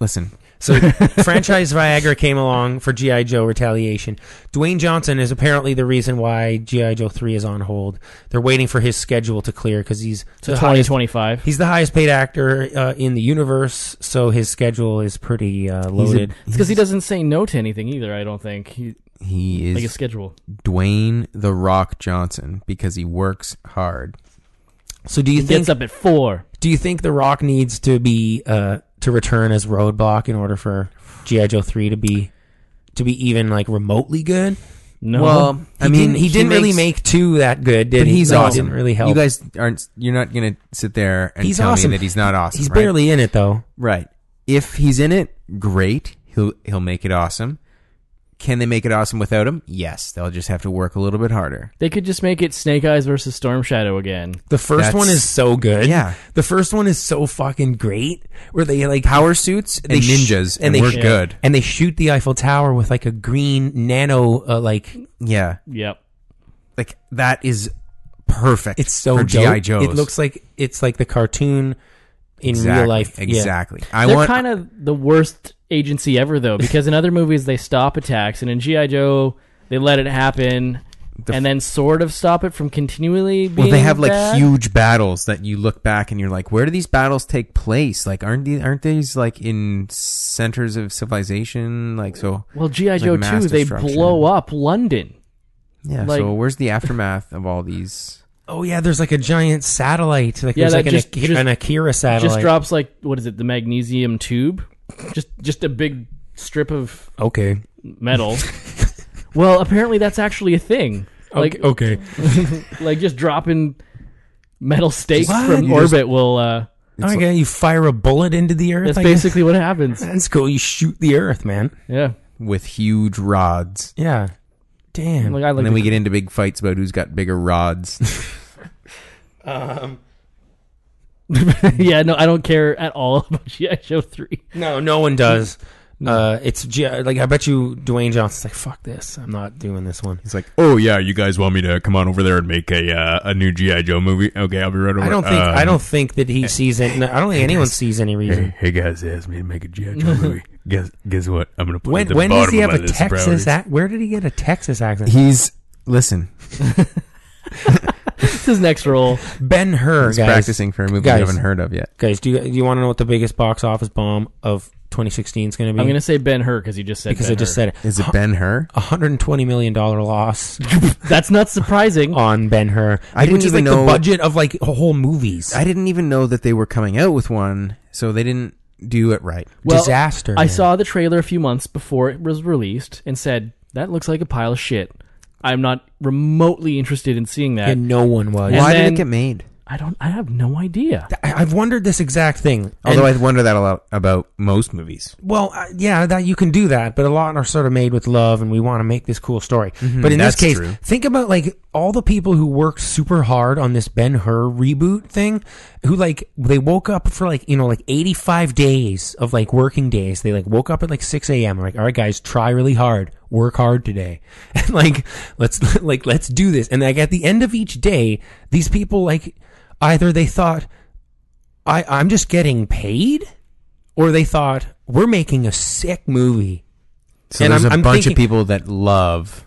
Speaker 6: Listen,
Speaker 5: So franchise Viagra came along for GI Joe retaliation. Dwayne Johnson is apparently the reason why GI Joe three is on hold. They're waiting for his schedule to clear because he's
Speaker 7: to
Speaker 5: the highest.
Speaker 7: 2025.
Speaker 5: He's the highest paid actor uh, in the universe, so his schedule is pretty uh, loaded.
Speaker 7: It's because he doesn't say no to anything either. I don't think he
Speaker 6: he
Speaker 7: like a
Speaker 6: is
Speaker 7: schedule.
Speaker 6: Dwayne the Rock Johnson because he works hard.
Speaker 5: so do you
Speaker 7: He
Speaker 5: think
Speaker 7: gets up at four.
Speaker 5: Do you think The Rock needs to be uh, to return as Roadblock in order for GI Joe three to be to be even like remotely good?
Speaker 7: No.
Speaker 6: Well, I
Speaker 5: He
Speaker 6: mean,
Speaker 5: didn't, he, didn't really
Speaker 6: makes-
Speaker 5: make two that good, did
Speaker 6: but
Speaker 5: he?
Speaker 6: he's
Speaker 5: No,
Speaker 6: awesome.
Speaker 5: Didn't really help.
Speaker 6: You guys aren't. You're not gonna sit there and
Speaker 5: he's
Speaker 6: tell
Speaker 5: awesome.
Speaker 6: me that he's not awesome.
Speaker 5: He's
Speaker 6: right?
Speaker 5: barely in it though.
Speaker 6: right. If he's in it, great. He'll he'll make it awesome. Can they make it awesome without him? Yes, they'll just have to work a little bit harder.
Speaker 7: they could just make it Snake Eyes versus Storm Shadow again.
Speaker 5: The first
Speaker 6: That's-
Speaker 5: one is so good.
Speaker 6: Yeah.
Speaker 5: the first one is so fucking great. Where they like
Speaker 6: Power suits and
Speaker 5: sh-
Speaker 6: ninjas, and, we're
Speaker 5: sh-
Speaker 6: good.
Speaker 5: and they shoot the Eiffel Tower with like a green nano uh, like
Speaker 6: Yeah,
Speaker 7: Yep.
Speaker 6: like that is perfect.
Speaker 5: It's so
Speaker 6: for
Speaker 5: dope.
Speaker 6: GI Joe's.
Speaker 5: It looks like it's like the cartoon in
Speaker 6: exactly,
Speaker 5: real life. Yeah.
Speaker 6: Exactly. I
Speaker 7: They're
Speaker 6: want
Speaker 7: kind of the worst agency ever though, because in other movies they stop attacks, and in GI Joe they let it happen. and then sort of stop it from continually being.
Speaker 6: Well, they have like
Speaker 7: bad.
Speaker 6: huge battles that you look back and you're like, where do these battles take place? Like, aren't these aren't these like in centers of civilization? Like, so
Speaker 7: Well, GI
Speaker 6: like
Speaker 7: Joe
Speaker 6: mass
Speaker 7: two, they
Speaker 6: destruction.
Speaker 7: blow up London.
Speaker 6: yeah.
Speaker 7: like-
Speaker 6: so where's the aftermath of all these?
Speaker 5: Oh yeah, there's like a giant satellite. Like
Speaker 7: Yeah,
Speaker 5: there's
Speaker 7: that
Speaker 5: like an,
Speaker 7: just-
Speaker 5: Ak-
Speaker 7: just-
Speaker 5: an Akira satellite.
Speaker 7: just drops like what is it? The magnesium tube, just just a big strip of
Speaker 5: Okay.
Speaker 7: metal. well, apparently that's actually a thing. Like
Speaker 5: okay.
Speaker 7: like just dropping metal stakes
Speaker 5: What?
Speaker 7: from
Speaker 5: You
Speaker 7: orbit will. uh
Speaker 5: okay, you fire a bullet into the earth.
Speaker 7: That's
Speaker 5: I guess.
Speaker 7: basically what happens.
Speaker 5: That's cool. You shoot the earth, man.
Speaker 7: Yeah.
Speaker 6: With huge rods,
Speaker 5: Yeah. Damn.
Speaker 7: Like I
Speaker 6: and
Speaker 7: like.
Speaker 6: then we get into big fights about who's got bigger rods.
Speaker 7: yeah. No, I don't care at all about GI Joe three.
Speaker 5: no, no one does. Uh, it's J- like I bet you Dwayne Johnson's like fuck this. I'm not doing this one.
Speaker 10: He's like, oh yeah, you guys want me to come on over there and make a uh, a new GI Joe movie? Okay, I'll be right over.
Speaker 5: I don't think
Speaker 10: Um,
Speaker 5: I don't think that he sees it. No, I don't think anyone sees any reason.
Speaker 10: Hey, hey guys, they asked me to make a GI Joe movie. guess guess what? I'm gonna put it at
Speaker 5: When
Speaker 10: the
Speaker 5: when does
Speaker 10: bottom
Speaker 5: he
Speaker 10: of my
Speaker 5: have a
Speaker 10: list of
Speaker 5: Texas
Speaker 10: priorities.
Speaker 5: accent? Where did he get a Texas accent?
Speaker 6: He's listen.
Speaker 7: It's his next role.
Speaker 5: ben Hur
Speaker 6: He's
Speaker 5: guys.
Speaker 6: practicing for a movie
Speaker 5: guys.
Speaker 6: you haven't heard of yet.
Speaker 5: Guys, do you, do you want to know what the biggest box office bomb of 2016 is going to be?
Speaker 7: I'm gonna say Ben Hur because you just said
Speaker 5: because I
Speaker 7: Ben
Speaker 5: just
Speaker 7: Hur.
Speaker 5: said it.
Speaker 6: Is it Ben Hur?
Speaker 5: A hundred and twenty million dollar loss
Speaker 7: that's not surprising.
Speaker 5: on Ben Hur.
Speaker 6: I didn't
Speaker 5: which is
Speaker 6: even
Speaker 5: like the
Speaker 6: know-
Speaker 5: budget of like whole movies.
Speaker 6: I didn't even know that they were coming out with one, so they didn't do it right.
Speaker 7: Well,
Speaker 5: disaster,
Speaker 7: I
Speaker 5: man.
Speaker 7: saw the trailer a few months before it was released and said that looks like a pile of shit. I'm not remotely interested in seeing that.
Speaker 5: and no one was.
Speaker 7: And
Speaker 6: Why did
Speaker 7: then-
Speaker 6: it get made?
Speaker 7: I don't. I have no idea.
Speaker 5: I- I've wondered this exact thing.
Speaker 6: Although
Speaker 5: And-
Speaker 6: I wonder that a lot about most movies.
Speaker 5: well, uh, yeah, that you can do that, but a lot are sort of made with love, and we want to make this cool story. but in this
Speaker 6: Mm-hmm, that's
Speaker 5: case,
Speaker 6: true.
Speaker 5: think about like all the people who worked super hard on this Ben Hur reboot thing, who like they woke up for like you know like eighty five days of like working days. They like woke up at like six a.m. Like, all right, guys, try really hard, work hard today, and like let's like let's do this. And like at the end of each day, these people like either they thought. I, I'm just getting paid? Or they thought, we're making a sick movie.
Speaker 6: So
Speaker 5: And
Speaker 6: there's
Speaker 5: I'm-
Speaker 6: a
Speaker 5: I'm
Speaker 6: bunch
Speaker 5: thinking-
Speaker 6: of people that love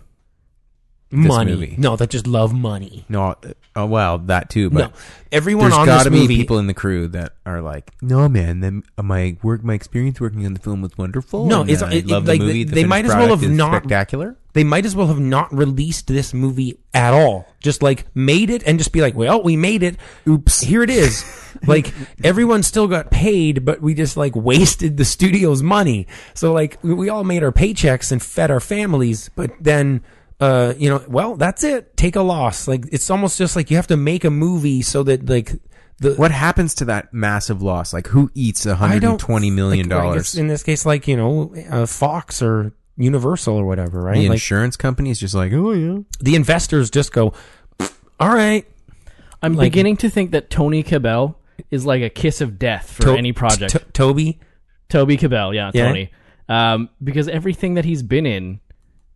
Speaker 5: Money.
Speaker 6: movie.
Speaker 5: No, that just love money.
Speaker 6: no. Oh well, that too. But
Speaker 5: no. Everyone
Speaker 6: there's
Speaker 5: on
Speaker 6: got
Speaker 5: this
Speaker 6: to be
Speaker 5: movie.
Speaker 6: people in the crew that are like, no man, then uh, my work, my experience working on the film was wonderful.
Speaker 5: No,
Speaker 6: and
Speaker 5: it's-
Speaker 6: I
Speaker 5: it-
Speaker 6: love
Speaker 5: like,
Speaker 6: the movie. The
Speaker 5: they
Speaker 6: finished
Speaker 5: might as well
Speaker 6: product
Speaker 5: have
Speaker 6: is
Speaker 5: not-
Speaker 6: spectacular.
Speaker 5: they might as well have not released this movie at all. Just like made it and just be like, well, we made it. Oops. Here it is. like everyone still got paid, but we just like wasted the studio's money. So like we, we all made our paychecks and fed our families, but then uh you know, well, that's it. Take a loss. Like it's almost just like you have to make a movie so that like the
Speaker 6: What happens to that massive loss? Like who eats a
Speaker 5: I don't-
Speaker 6: 120 million
Speaker 5: like, I guess
Speaker 6: dollars?
Speaker 5: in this case like, you know, uh, Fox or Universal or whatever, right?
Speaker 6: the
Speaker 5: like
Speaker 6: insurance company is just like, oh yeah.
Speaker 5: the investors just go, "All right,
Speaker 7: I'm
Speaker 5: Like-
Speaker 7: beginning to think that Tony Cabell is like a kiss of death for
Speaker 5: To-
Speaker 7: any project.
Speaker 5: T- Toby,
Speaker 7: Toby Cabell, yeah,
Speaker 5: Yeah.
Speaker 7: Tony. Um, because everything that he's been in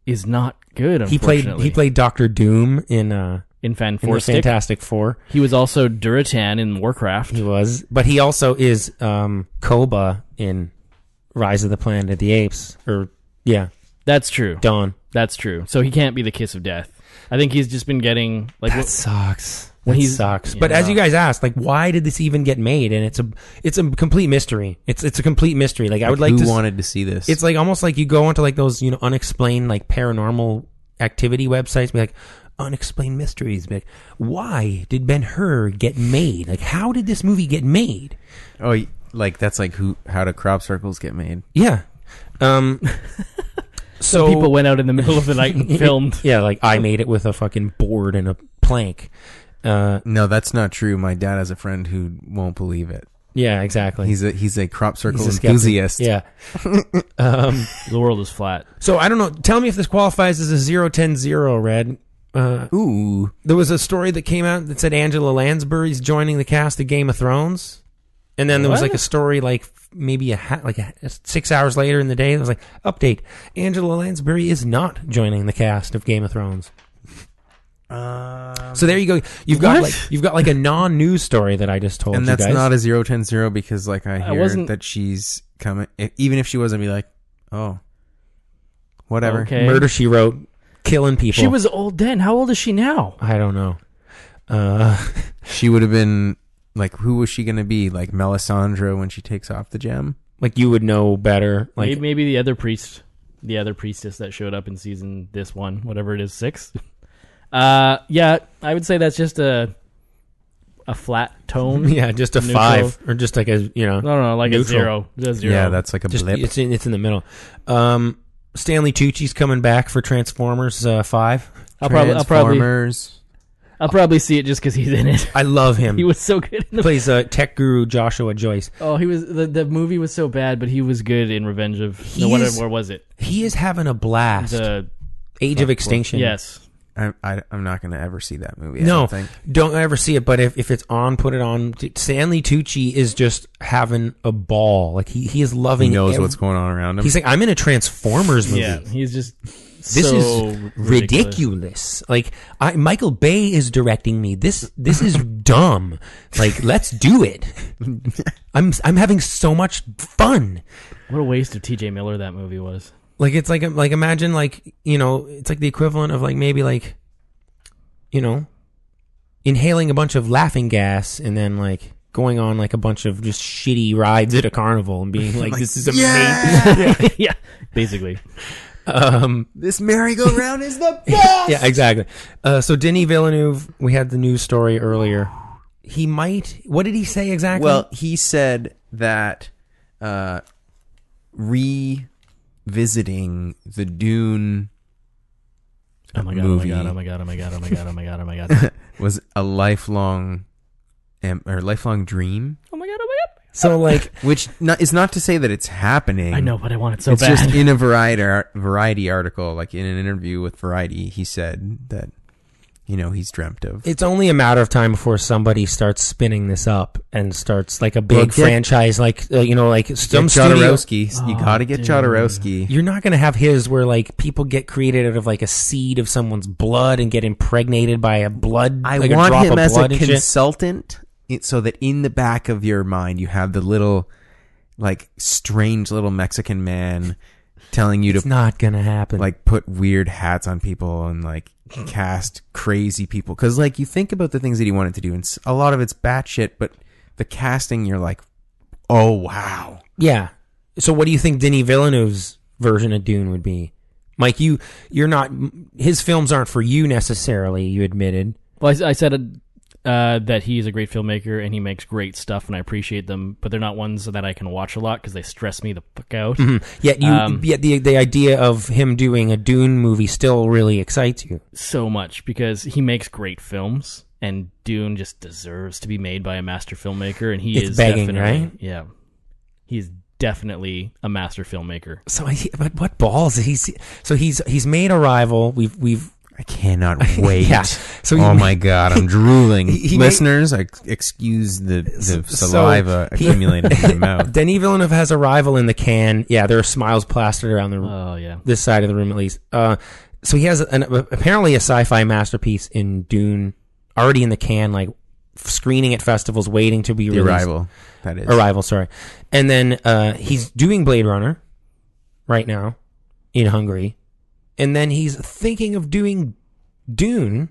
Speaker 7: is not good.
Speaker 5: he played he played Doctor Doom in uh
Speaker 7: in Fan
Speaker 5: in the
Speaker 7: Four Stick.
Speaker 5: Fantastic Four.
Speaker 7: He was also Duratan in Warcraft.
Speaker 5: He was, but he also is um Koba in Rise of the Planet of the Apes, or yeah,
Speaker 7: That's true.
Speaker 5: Dawn.
Speaker 7: That's true. So he can't be the kiss of death. I think he's just been getting like
Speaker 5: That
Speaker 7: what-
Speaker 5: sucks.
Speaker 7: when
Speaker 5: that
Speaker 7: he's-
Speaker 5: sucks. But
Speaker 7: Yeah.
Speaker 5: as you guys asked, like, why did this even get made? And it's a it's a complete mystery. It's it's a complete mystery. Like, I would like
Speaker 6: who
Speaker 5: to. s-
Speaker 6: wanted to see this?
Speaker 5: It's like almost like you go onto like those you know unexplained like paranormal activity websites, and be like unexplained mysteries. Be like, why did Ben Hur get made? Like, how did this movie get made?
Speaker 6: oh, y- like that's like who how do crop circles get made?
Speaker 5: Yeah. Um. so
Speaker 7: people went out in the middle of the night and filmed.
Speaker 5: Yeah, like I made it with a fucking board and a plank. Uh.
Speaker 6: No, that's not true. My dad has a friend who won't believe it.
Speaker 5: Yeah. Exactly.
Speaker 6: He's a he's a crop circle
Speaker 5: He's a skeptic.
Speaker 6: enthusiast.
Speaker 5: Yeah.
Speaker 7: The world is flat.
Speaker 5: So I don't know. Tell me if this qualifies as a zero ten zero. Red. Uh,
Speaker 6: Ooh,
Speaker 5: there was a story that came out that said Angela Lansbury's joining the cast of Game of Thrones, and then there was like a story like f- maybe a ha- like a, six hours later in the day that was like update: Angela Lansbury is not joining the cast of Game of Thrones.
Speaker 6: Um,
Speaker 5: so there you go. You've got like you've got like a non-news story that I just told you
Speaker 6: and that's
Speaker 5: guys.
Speaker 6: not a zero ten zero because like I hear
Speaker 7: wasn't-
Speaker 6: that she's coming. i- Even if she wasn't, I'd be like, oh, whatever.
Speaker 7: Okay.
Speaker 5: Murder she wrote, killing people.
Speaker 7: She was old then. How old is she now?
Speaker 5: I don't know. Uh,
Speaker 6: She would have been like, who was she gonna be? Like Melisandre when she takes off the gem.
Speaker 5: like you would know better. Like
Speaker 7: maybe, maybe the other priest, the other priestess that showed up in season this one, whatever it is, six. Uh, yeah, I would say that's just a a flat tone.
Speaker 5: yeah, just a
Speaker 7: Neutral.
Speaker 5: five or just like a you know.
Speaker 7: No, no, no, like a
Speaker 5: Neutral.
Speaker 7: zero, a zero.
Speaker 6: Yeah, that's like a
Speaker 5: just
Speaker 6: blip.
Speaker 5: it's in it's in the middle. Um, Stanley Tucci's coming back for Transformers uh, Five.
Speaker 7: I'll probably, I'll probably,
Speaker 6: Transformers.
Speaker 7: I'll probably see it just because he's in it.
Speaker 5: I love him.
Speaker 7: he
Speaker 5: he
Speaker 7: was so good. In the,
Speaker 5: plays uh, tech guru Joshua Joyce.
Speaker 7: oh, he was the, the movie was so bad, but he was good in Revenge of.
Speaker 5: He
Speaker 7: No, what,
Speaker 5: is-
Speaker 7: where was it?
Speaker 5: He is having a blast.
Speaker 7: The
Speaker 5: Age of Extinction.
Speaker 7: yes,
Speaker 6: I, I I'm not gonna ever see that movie. I
Speaker 5: no,
Speaker 6: don't think.
Speaker 5: don't ever see it. But if, if it's on, put it on. Stanley Tucci is just having a ball. Like he, he is
Speaker 6: he
Speaker 5: loving.
Speaker 6: knows
Speaker 5: ev-
Speaker 6: what's going on around him.
Speaker 5: He's like, I'm in a Transformers movie.
Speaker 7: Yeah, he's just
Speaker 5: This
Speaker 7: so
Speaker 5: is ridiculous. Like I, Michael Bay is directing me. This this is dumb. Like let's do it. I'm I'm having so much fun.
Speaker 7: What a waste of T.J. Miller that movie was.
Speaker 5: Like it's like like imagine like you know it's like the equivalent of like maybe like you know inhaling a bunch of laughing gas and then like going on like a bunch of just shitty rides at a carnival and being like, this is amazing.
Speaker 7: yeah, basically.
Speaker 5: Um,
Speaker 6: this merry-go-round is the
Speaker 5: yeah, exactly. Uh, so Denis Villeneuve, we had the news story earlier. He might. What did he say exactly?
Speaker 6: Well, he said that uh, revisiting the Dune
Speaker 7: Oh my god!
Speaker 6: movie
Speaker 7: Oh my god! Oh my god! Oh my god! Oh my god! Oh my god! Oh my god!
Speaker 6: was a lifelong am- or lifelong dream.
Speaker 7: Oh my god! Oh my god!
Speaker 5: so like,
Speaker 6: Which not, is not to say that it's happening.
Speaker 7: I know, but I want it so
Speaker 6: it's
Speaker 7: bad.
Speaker 6: just in a variety variety article, like in an interview with Variety, he said that you know he's dreamt of.
Speaker 5: it's only a matter of time before somebody starts spinning this up and starts like a big
Speaker 6: Well, Dick-
Speaker 5: franchise, like uh, you know, like some
Speaker 6: Get
Speaker 5: studio.
Speaker 6: Jodorowsky, you
Speaker 7: Oh,
Speaker 6: got to get Jodorowsky.
Speaker 5: You're not going to have his where like people get created out of like a seed of someone's blood and get impregnated by a blood.
Speaker 6: I
Speaker 5: like,
Speaker 6: want
Speaker 5: drop
Speaker 6: him
Speaker 5: of
Speaker 6: as a
Speaker 5: blood and shit.
Speaker 6: consultant, it, so that in the back of your mind you have the little, like strange little Mexican man telling you
Speaker 5: It's
Speaker 6: to
Speaker 5: not going to happen.
Speaker 6: like put weird hats on people and like cast crazy people because like you think about the things that he wanted to do and s- a lot of it's batshit, but the casting you're like, oh wow,
Speaker 5: Yeah. So what do you think Denis Villeneuve's version of Dune would be? Mike, you you're not his films aren't for you necessarily. You admitted.
Speaker 7: Well, I s- I, said uh, that he is a great filmmaker and he makes great stuff, and I appreciate them, but they're not ones that I can watch a lot because they stress me the fuck out.
Speaker 5: Mm-hmm. Yet you
Speaker 7: Um,
Speaker 5: yet the the idea of him doing a Dune movie still really excites you.
Speaker 7: so much because he makes great films, and Dune just deserves to be made by a master filmmaker, and he
Speaker 5: It's
Speaker 7: is
Speaker 5: begging,
Speaker 7: definitely
Speaker 5: right?
Speaker 7: yeah, he's definitely a master filmmaker.
Speaker 5: So I, but what balls? He's so he's he's made Arrival. We've we've
Speaker 6: I cannot wait.
Speaker 5: Yeah. So he
Speaker 6: oh
Speaker 5: ma-
Speaker 6: my god, I'm drooling.
Speaker 5: He- he
Speaker 6: Listeners, I c- excuse the, the
Speaker 5: so-
Speaker 6: saliva
Speaker 5: he-
Speaker 6: accumulating in my mouth.
Speaker 5: Denis Villeneuve has Arrival in the can. Yeah, there are smiles plastered around the
Speaker 7: Oh yeah,
Speaker 5: this side of the room at least. Uh, so he has an, apparently a sci-fi masterpiece in Dune already in the can, like screening at festivals, waiting to be
Speaker 6: The
Speaker 5: released.
Speaker 6: arrival. That is
Speaker 5: Arrival, sorry. And then uh, he's doing Blade Runner right now in Hungary, and then he's thinking of doing Dune.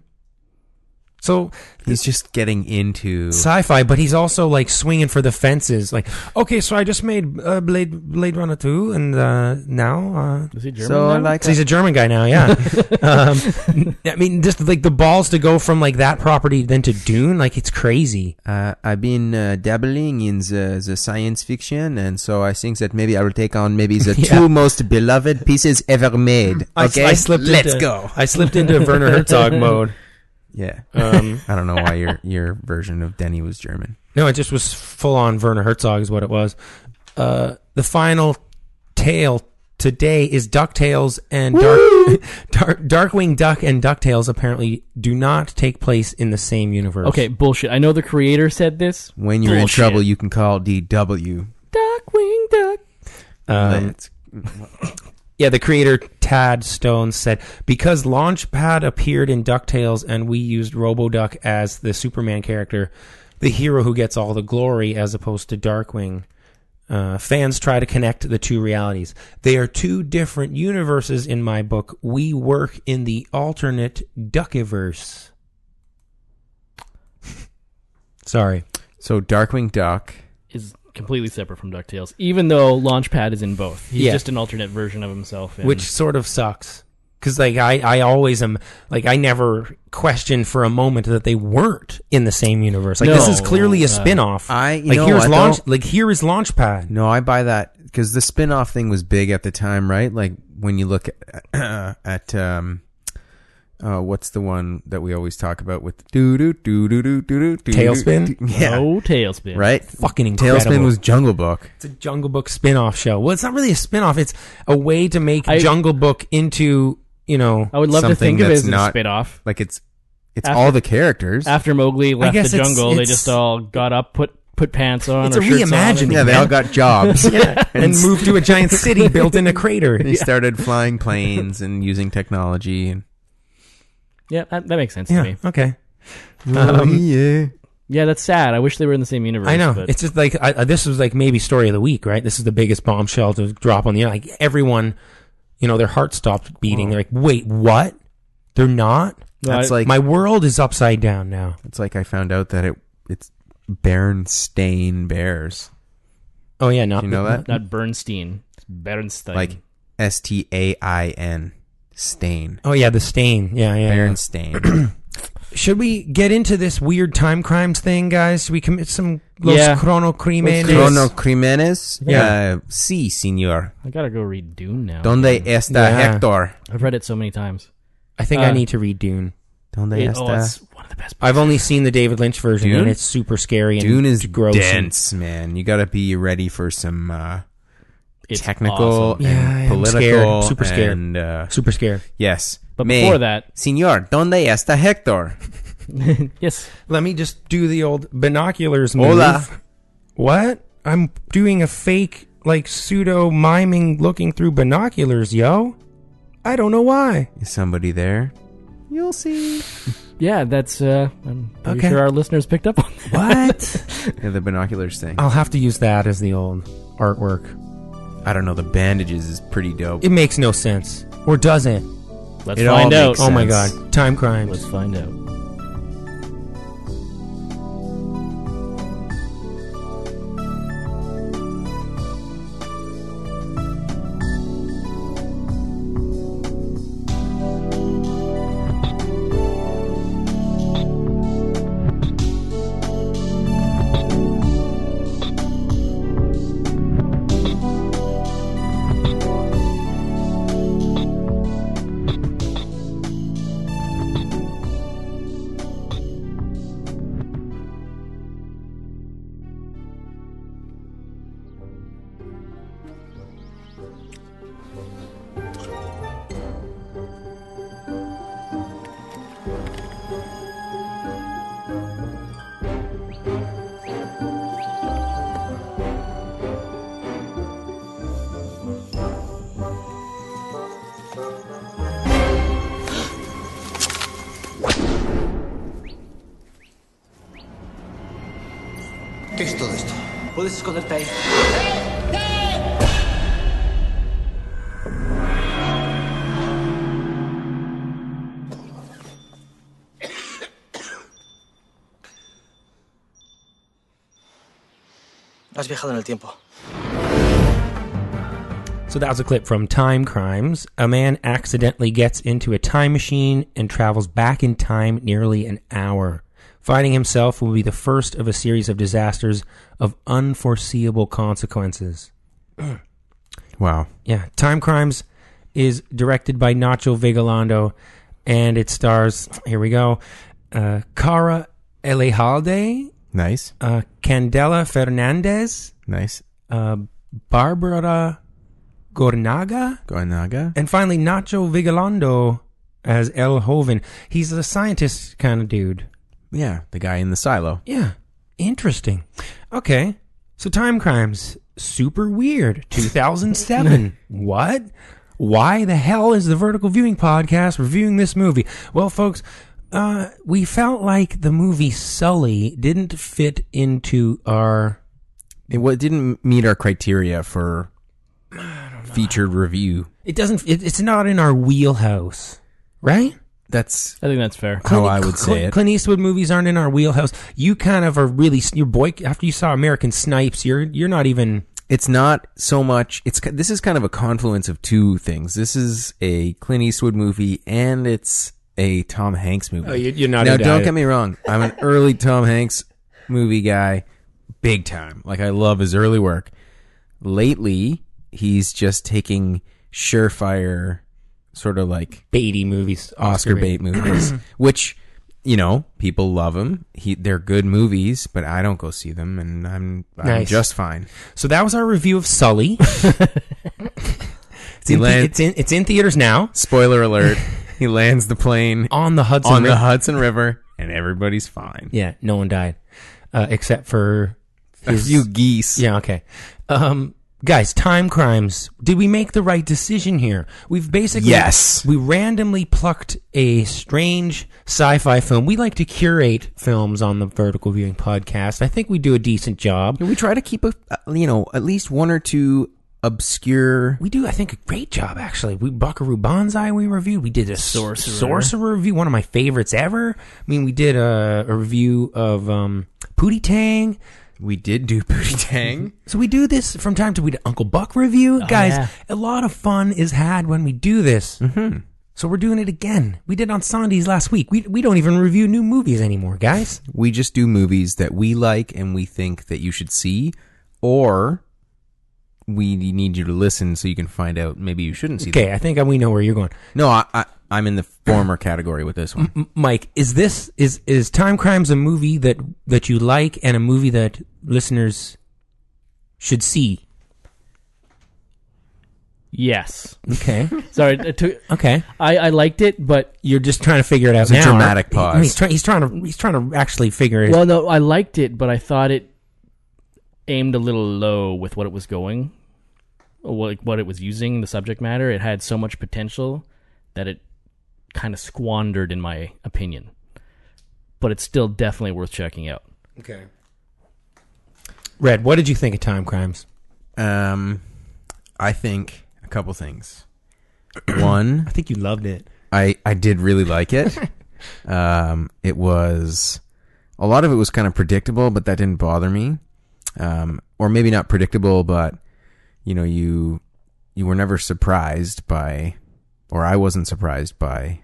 Speaker 5: So
Speaker 6: He's just getting into.
Speaker 5: sci-fi, but he's also like swinging for the fences. Like, okay, so I just made uh, Blade Blade Runner two, and uh, now uh,
Speaker 7: is he German?
Speaker 6: So I
Speaker 7: now?
Speaker 6: like. uh,
Speaker 5: so he's a German guy now, yeah. um, I mean, just like the balls to go from like that property then to Dune, like it's crazy.
Speaker 6: Uh, I've been uh, dabbling in the, the science fiction, and so I think that maybe I will take on maybe the
Speaker 5: Yeah.
Speaker 6: two most beloved pieces ever made.
Speaker 5: I-
Speaker 6: Okay,
Speaker 5: I slipped Um,
Speaker 6: Let's
Speaker 5: into-
Speaker 6: go.
Speaker 5: I slipped into Werner Herzog mode.
Speaker 6: Yeah,
Speaker 5: Um,
Speaker 6: I don't know why your your version of Denny was German.
Speaker 5: no, it just was full on Werner Herzog is what it was. Uh, the final tale today is Ducktales and Dark, Dark Darkwing Duck and Ducktales apparently do not take place in the same universe.
Speaker 7: okay, bullshit. I know the creator said this.
Speaker 6: When you're
Speaker 7: Bullshit.
Speaker 6: in trouble, you can call DW.
Speaker 7: Duckwing duck.
Speaker 5: Um,
Speaker 6: Let's-
Speaker 5: Yeah, the creator Tad Stone said because Launchpad appeared in DuckTales and we used RoboDuck as the Superman character, the hero who gets all the glory as opposed to Darkwing. Uh, fans try to connect the two realities. They are two different universes in my book. We work in the alternate Duckiverse. Sorry.
Speaker 6: so Darkwing Duck.
Speaker 7: Is completely separate from Ducktales, even though Launchpad is in both. He's
Speaker 5: Yeah.
Speaker 7: just an alternate version of himself. and-
Speaker 5: which sort of sucks because like I, I always am like i never questioned for a moment that they weren't in the same universe like this is
Speaker 7: No,
Speaker 5: clearly a
Speaker 7: uh,
Speaker 5: spin-off
Speaker 6: I- you
Speaker 5: like
Speaker 6: know,
Speaker 5: here's
Speaker 6: I
Speaker 5: launch
Speaker 6: don't-
Speaker 5: like here is launchpad
Speaker 6: No, I buy that because the spin-off thing was big at the time, right? Like when you look at, at um, uh, what's the one that we always talk about with doo doo doo doo doo doo doo
Speaker 5: Tailspin?
Speaker 6: Yeah,
Speaker 7: no tailspin.
Speaker 6: right.
Speaker 5: fucking incredible
Speaker 6: Tailspin was Jungle Book.
Speaker 5: it's a jungle book spin-off show well it's not really a spin-off it's a way to make
Speaker 7: I-
Speaker 5: jungle book into you know,
Speaker 7: I would love to
Speaker 6: something
Speaker 7: think of it
Speaker 6: that's
Speaker 7: as a
Speaker 6: not-
Speaker 7: spit off.
Speaker 6: Like it's it's
Speaker 7: After-
Speaker 6: all the characters.
Speaker 7: After Mowgli left
Speaker 5: guess
Speaker 7: the
Speaker 5: it's-
Speaker 7: jungle, they
Speaker 5: it's-
Speaker 7: just all got up, put put pants on.
Speaker 5: It's
Speaker 7: or
Speaker 5: a
Speaker 7: shirts on,
Speaker 5: reimagining.
Speaker 7: and-
Speaker 6: yeah, they all got jobs.
Speaker 5: yeah, and,
Speaker 6: s-
Speaker 5: move to a giant city built in a crater.
Speaker 6: They started flying planes and using technology. And
Speaker 7: Yeah, that, that makes sense to
Speaker 5: Yeah.
Speaker 7: me.
Speaker 5: Okay. Um,
Speaker 6: yeah,
Speaker 7: Yeah, that's sad. I wish they were in the same universe.
Speaker 5: I know.
Speaker 7: But
Speaker 5: It's just like I, I- this was like maybe story of the week, right? This is the biggest bombshell to drop on the like everyone, you know, their heart stopped beating. They're like, "Wait, what? They're not?
Speaker 7: No,
Speaker 6: that's
Speaker 7: I-
Speaker 6: like
Speaker 5: My world is upside down now."
Speaker 6: it's like I found out that it it's Berenstain Bears.
Speaker 5: Oh yeah, not
Speaker 6: Do you know that?
Speaker 7: not Bernstein. It's Bernstein.
Speaker 6: Like S T A I N stain.
Speaker 5: Oh yeah, the stain. Yeah, yeah. yeah.
Speaker 6: Berenstain.
Speaker 5: Should we get into this weird time crimes thing, guys? Should we commit some los
Speaker 7: Yeah.
Speaker 5: chrono crimenes?
Speaker 6: Chrono Crimenes?
Speaker 5: Yeah.
Speaker 6: Uh, si, senor.
Speaker 7: I gotta go read Dune now.
Speaker 6: Donde está
Speaker 5: Yeah.
Speaker 6: Hector?
Speaker 7: I've read it so many times.
Speaker 5: I think I
Speaker 7: Uh,
Speaker 5: need to read Dune.
Speaker 6: Donde
Speaker 7: It- oh, it's
Speaker 6: está?
Speaker 7: one of the best.
Speaker 5: I've only seen the David Lynch version,
Speaker 6: Dune?
Speaker 5: and it's super scary and
Speaker 6: Dune is
Speaker 5: gross. and-
Speaker 6: dense, man. You gotta be ready for some uh,
Speaker 7: It's
Speaker 6: technical
Speaker 7: awesome.
Speaker 6: and
Speaker 5: Yeah, I'm
Speaker 6: political.
Speaker 5: scared. Super scared.
Speaker 6: And, uh,
Speaker 5: super scary.
Speaker 6: yes.
Speaker 7: But
Speaker 6: Me,
Speaker 7: before that-
Speaker 6: senor, donde está Hector?
Speaker 7: Yes.
Speaker 5: Let me just do the old binoculars move.
Speaker 6: Hola.
Speaker 5: What? I'm doing a fake, like pseudo miming looking through binoculars, yo. I don't know why.
Speaker 6: Is somebody there? You'll see.
Speaker 7: Yeah, that's. Uh, I'm pretty
Speaker 5: Okay.
Speaker 7: sure our listeners picked up on that.
Speaker 5: What?
Speaker 6: Yeah, the binoculars thing.
Speaker 5: I'll have to use that as the old artwork.
Speaker 6: I don't know. The bandages is pretty dope.
Speaker 5: It makes no sense, or does it?
Speaker 7: Let's
Speaker 6: It all
Speaker 7: find out.
Speaker 6: makes
Speaker 5: Oh my
Speaker 6: Sense.
Speaker 5: god, time crimes.
Speaker 7: Let's find out.
Speaker 11: ¿Qué es todo esto? Puedes esconderte ahí. Has viajado en el tiempo.
Speaker 5: So that was a clip from Time Crimes. A man accidentally gets into a time machine and travels back in time nearly an hour. Finding himself will be the first of a series of disasters of unforeseeable consequences.
Speaker 6: Wow.
Speaker 5: Yeah, Time Crimes is directed by Nacho Vigalondo and it stars, here we go, uh, Cara Elejalde,
Speaker 6: Nice.
Speaker 5: uh, Candela Fernandez,
Speaker 6: Nice.
Speaker 5: uh, Barbara Gornaga.
Speaker 6: Goinaga?
Speaker 5: And finally, Nacho Vigalondo as El Hoven. He's a scientist kind of dude.
Speaker 6: Yeah, the guy in the silo.
Speaker 5: Yeah. Interesting. Okay. So, Time Crimes. Super weird. 2007. what? Why the hell is the Vertical Viewing Podcast reviewing this movie? Well, folks, uh, we felt like the movie Sully didn't fit into our.
Speaker 6: It wa- didn't meet our criteria for featured review.
Speaker 5: It doesn't. It, it's not in our wheelhouse, right?
Speaker 6: That's
Speaker 7: I think that's fair.
Speaker 6: how
Speaker 5: Clint-
Speaker 6: I would
Speaker 5: Clint-
Speaker 6: say it.
Speaker 5: Clint Eastwood movies aren't in our wheelhouse. You kind of are really your boy. After you saw American Snipes, you're you're not even.
Speaker 6: It's not so much. It's ki- this is kind of a confluence of two things. This is a Clint Eastwood movie, and it's a Tom Hanks movie.
Speaker 5: Oh, you- you're not
Speaker 6: Now,
Speaker 5: into
Speaker 6: don't
Speaker 5: either.
Speaker 6: get me wrong. I'm an early Tom Hanks movie guy, big time. Like I love his early work. Lately, he's just taking surefire, sort of like
Speaker 5: Beatty movies,
Speaker 6: Oscar bait movies, which you know people love him. He they're good movies, but I don't go see them, and I'm I'm
Speaker 5: Nice.
Speaker 6: just fine.
Speaker 5: So that was our review of Sully. It's in,
Speaker 6: land-
Speaker 5: it's in it's in theaters now.
Speaker 6: Spoiler alert. he lands the plane
Speaker 5: on the Hudson
Speaker 6: on the
Speaker 5: River.
Speaker 6: Hudson River, and everybody's fine.
Speaker 5: Yeah, no one died, uh, except for
Speaker 6: A few geese.
Speaker 5: Yeah, okay. Um, guys, time crimes. Did we make the right decision here? We've basically
Speaker 6: Yes.
Speaker 5: We randomly plucked a strange sci-fi film. We like to curate films on the Vertical Viewing podcast. I think we do a decent job.
Speaker 6: We try to keep a uh, you know at least one or two obscure.
Speaker 5: We do, I think, a great job actually. We Buckaroo Banzai we reviewed. We did a sorcerer,
Speaker 7: Sorcerer.
Speaker 5: sorcerer review, one of my favorites ever. I mean, we did a, a review of um, Pootie Tang.
Speaker 6: We did do Booty Tang. Oh,
Speaker 5: So we do this from time to we do Uncle Buck review, guys.
Speaker 7: yeah.
Speaker 5: A lot of fun is had when we do this. Mm-hmm. So we're doing it again. We did on Sundays last week. We we don't even review new movies anymore, guys.
Speaker 6: we just do movies that we like and we think that you should see, or we need you to listen so you can find out maybe you shouldn't see.
Speaker 5: Okay, I think we know where you're going,
Speaker 6: Them. No, I, I I'm in the former category with this one.
Speaker 5: M- Mike. Is this is is Time Crimes a movie that that you like and a movie that listeners should see?
Speaker 7: Yes.
Speaker 5: Okay,
Speaker 7: Sorry. It took,
Speaker 5: okay.
Speaker 7: I I liked it, but
Speaker 5: You're just trying to figure it out
Speaker 6: a
Speaker 5: now.
Speaker 6: dramatic
Speaker 5: aren't- I mean, he's,
Speaker 6: pause.
Speaker 5: try, he's trying to he's trying to actually figure it.
Speaker 7: well, no, I liked it, but I thought it aimed a little low with what it was going, like what it was using the subject matter. It had so much potential that it kind of squandered, in my opinion. But it's still definitely worth checking out.
Speaker 5: okay. Red, what did you think of Time Crimes?
Speaker 6: Um, I think a couple things. one,
Speaker 5: I think you loved it.
Speaker 6: I, I did really like it. um, it was a lot of it was kind of predictable, but that didn't bother me. Um, or maybe not predictable, but you know, you you were never surprised by, or I wasn't surprised by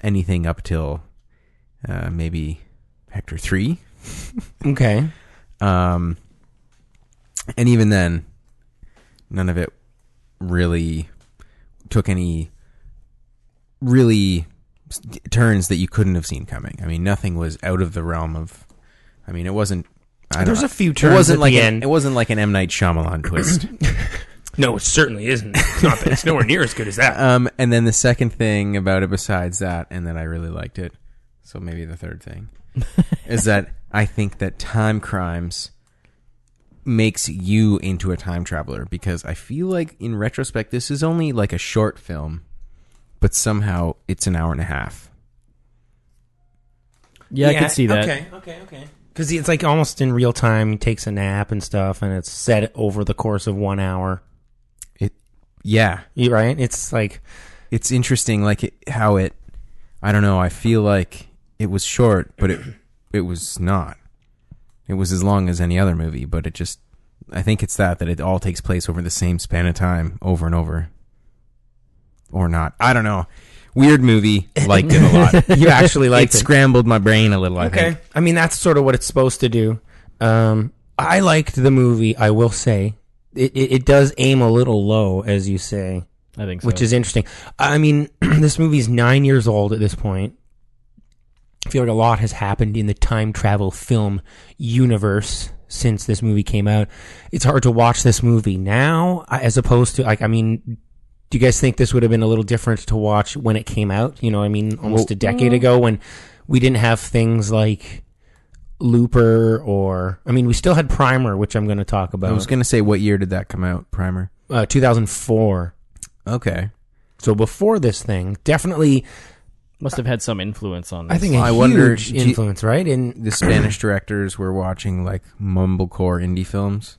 Speaker 6: anything up till uh, maybe Hector three.
Speaker 5: Okay.
Speaker 6: Um, and even then, none of it really took any really s- turns that you couldn't have seen coming. I mean, nothing was out of the realm of. I mean, it wasn't. I
Speaker 5: There's
Speaker 6: don't,
Speaker 5: a few
Speaker 6: It
Speaker 5: turns
Speaker 6: wasn't
Speaker 5: at
Speaker 6: like
Speaker 5: the
Speaker 6: an-
Speaker 5: end.
Speaker 6: it wasn't like an M Night Shyamalan twist.
Speaker 5: No, it certainly isn't. It's, not, it's nowhere near as good as that.
Speaker 6: um, and then the second thing about it, besides that, and that I really liked it. So maybe the third thing is that I think that time crimes makes you into a time traveler because I feel like in retrospect this is only like a short film, but somehow it's an hour and a half.
Speaker 7: Yeah, I could see that.
Speaker 5: Okay, okay, okay. Because it's like almost in real time. He takes a nap and stuff, and it's set over the course of one hour.
Speaker 6: It, yeah,
Speaker 5: You right? It's like
Speaker 6: it's interesting like it, how it. I don't know. I feel like it was short, but it it was not. It was as long as any other movie, but it just. I think it's that that it all takes place over the same span of time over and over. Or not. I don't know. Weird movie. Liked it a lot.
Speaker 5: you actually
Speaker 6: like
Speaker 5: like
Speaker 6: it scrambled my brain a little. I
Speaker 5: Okay.
Speaker 6: think.
Speaker 5: I mean, that's sort of what it's supposed to do. Um, I liked the movie. I will say it, it, it does aim a little low, as you say.
Speaker 7: I think so.
Speaker 5: which is interesting. I mean, this movie's nine years old at this point. I feel like a lot has happened in the time travel film universe since this movie came out. It's hard to watch this movie now I- as opposed to like. I mean, do you guys think this would have been a little different to watch when it came out? You know, I mean, almost a decade ago when we didn't have things like. Looper, or I mean, we still had Primer, which I'm going to talk
Speaker 6: I was
Speaker 5: about.
Speaker 6: gonna say, what year did that come out? Primer.
Speaker 5: Uh, 2004.
Speaker 6: Okay.
Speaker 5: So before this thing, definitely
Speaker 7: Must have had some influence on. This.
Speaker 5: I think a
Speaker 6: I
Speaker 5: huge
Speaker 6: wonder, do you-
Speaker 5: influence, right? And
Speaker 6: The Spanish directors were watching like mumblecore indie films.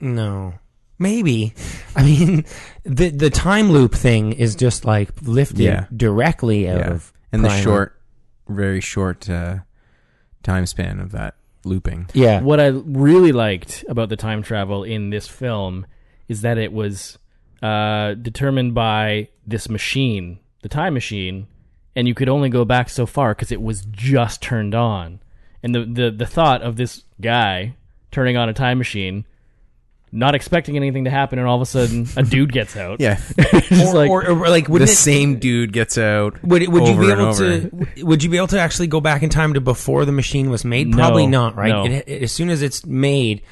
Speaker 5: no, maybe. I mean, the the time loop thing is just like lifted
Speaker 6: Yeah.
Speaker 5: directly out of
Speaker 6: and
Speaker 5: Primer.
Speaker 6: the short, very short uh, time span of that looping.
Speaker 5: Yeah,
Speaker 7: what I really liked about the time travel in this film is that it was uh, determined by this machine, the time machine, and you could only go back so far because it was just turned on. And the, the, the thought of this guy turning on a time machine, not expecting anything to happen, and all of a sudden a dude gets out.
Speaker 6: Yeah,
Speaker 7: It's just
Speaker 5: or,
Speaker 7: like,
Speaker 5: or, or like would
Speaker 6: the
Speaker 5: it,
Speaker 6: same dude gets out.
Speaker 5: would it, would you
Speaker 6: over
Speaker 5: be
Speaker 6: and
Speaker 5: able
Speaker 6: over.
Speaker 5: to w- would you be able to actually go back in time to before the machine was made?
Speaker 7: No,
Speaker 5: Probably not, right?
Speaker 7: no.
Speaker 5: It, it- as soon as it's made,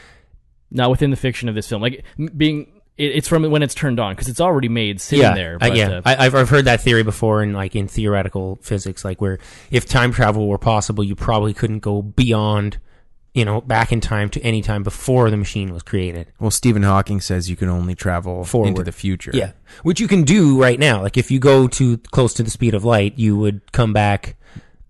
Speaker 7: not within the fiction of this film. Like m- being It, it's from when it's turned on because it's already made sitting
Speaker 5: yeah,
Speaker 7: there.
Speaker 5: I,
Speaker 7: but,
Speaker 5: yeah.
Speaker 7: uh,
Speaker 5: I, I've I've heard that theory before, in like in theoretical physics, like where if time travel were possible, you probably couldn't go beyond, you know, back in time to any time before the machine was created.
Speaker 6: Well, Stephen Hawking says you can only travel
Speaker 5: Forward
Speaker 6: into the future.
Speaker 5: Yeah, which you can do right now. Like if you go to close to the speed of light, you would come back.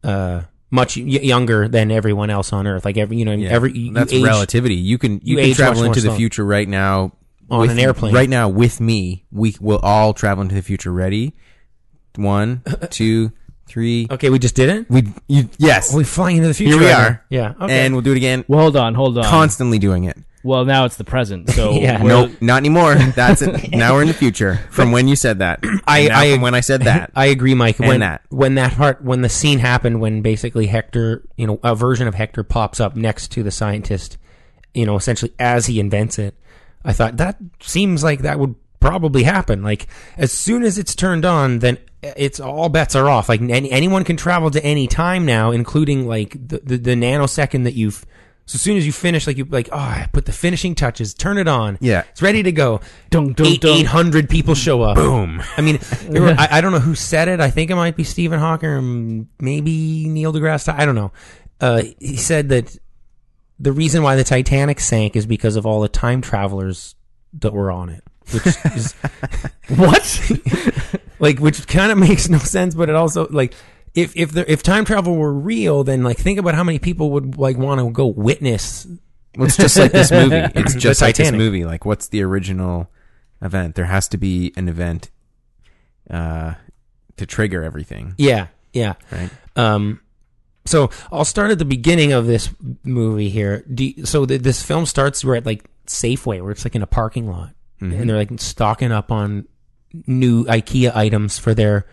Speaker 5: Uh, much y- younger than everyone else on Earth. Like every, you know,
Speaker 6: Yeah.
Speaker 5: every you
Speaker 6: that's
Speaker 5: age-
Speaker 6: relativity. You can you,
Speaker 5: you
Speaker 6: can
Speaker 5: age
Speaker 6: travel
Speaker 5: much more
Speaker 6: into the
Speaker 5: slow.
Speaker 6: future right now
Speaker 5: On
Speaker 6: with-
Speaker 5: an airplane.
Speaker 6: Right now with me, we will all travel into the future. Ready? One, two, three.
Speaker 5: Okay, we just did it.
Speaker 6: We you, yes.
Speaker 5: We're flying into the future.
Speaker 6: Here we
Speaker 5: right
Speaker 6: are.
Speaker 5: now. Yeah. Okay.
Speaker 6: And we'll do it again.
Speaker 7: well, hold on, hold on.
Speaker 6: Constantly doing it.
Speaker 7: well, now it's the present. So
Speaker 5: Yeah.
Speaker 7: we're-
Speaker 6: Nope, not anymore. That's it. now we're in the future from when you said that.
Speaker 5: I-
Speaker 6: And now
Speaker 5: I-
Speaker 6: from when I said that.
Speaker 5: I agree, Mike.
Speaker 6: And
Speaker 5: When
Speaker 6: that.
Speaker 5: when that part when the scene happened, when basically Hector, you know, a version of Hector pops up next to the scientist, you know, essentially as he invents it. I thought that seems like that would probably happen. Like as soon as it's turned on, then it's all bets are off. Like any, anyone can travel to any time now, including like the the, the nanosecond that you've. So as soon as you finish, like you like, oh, I put the finishing touches, turn it on.
Speaker 6: Yeah.
Speaker 5: it's ready to go.
Speaker 7: Dun, dun,
Speaker 5: Eight-
Speaker 7: dun.
Speaker 5: 800 people show up. Boom. I mean, there were, I, I don't know who said it. I think it might be Stephen Hawking or m- maybe Neil deGrasse. Ty- I don't know. Uh, he said that the reason why the Titanic sank is because of all the time travelers that were on it, which is
Speaker 7: what?
Speaker 5: like which kind of makes no sense, but it also like if if there, if time travel were real, then like think about how many people would like want to go witness.
Speaker 6: Well, it's just like this movie. It's
Speaker 5: The
Speaker 6: just like this
Speaker 5: Titanic.
Speaker 6: movie. Like, what's the original event? There has to be an event uh, to trigger everything,
Speaker 5: Yeah, yeah.
Speaker 6: right?
Speaker 5: Um, so I'll start at the beginning of this movie here. Do you- so th- this film starts we're at like Safeway, where it's like in a parking lot,
Speaker 6: Mm-hmm.
Speaker 5: and they're like stocking up on new IKEA items for their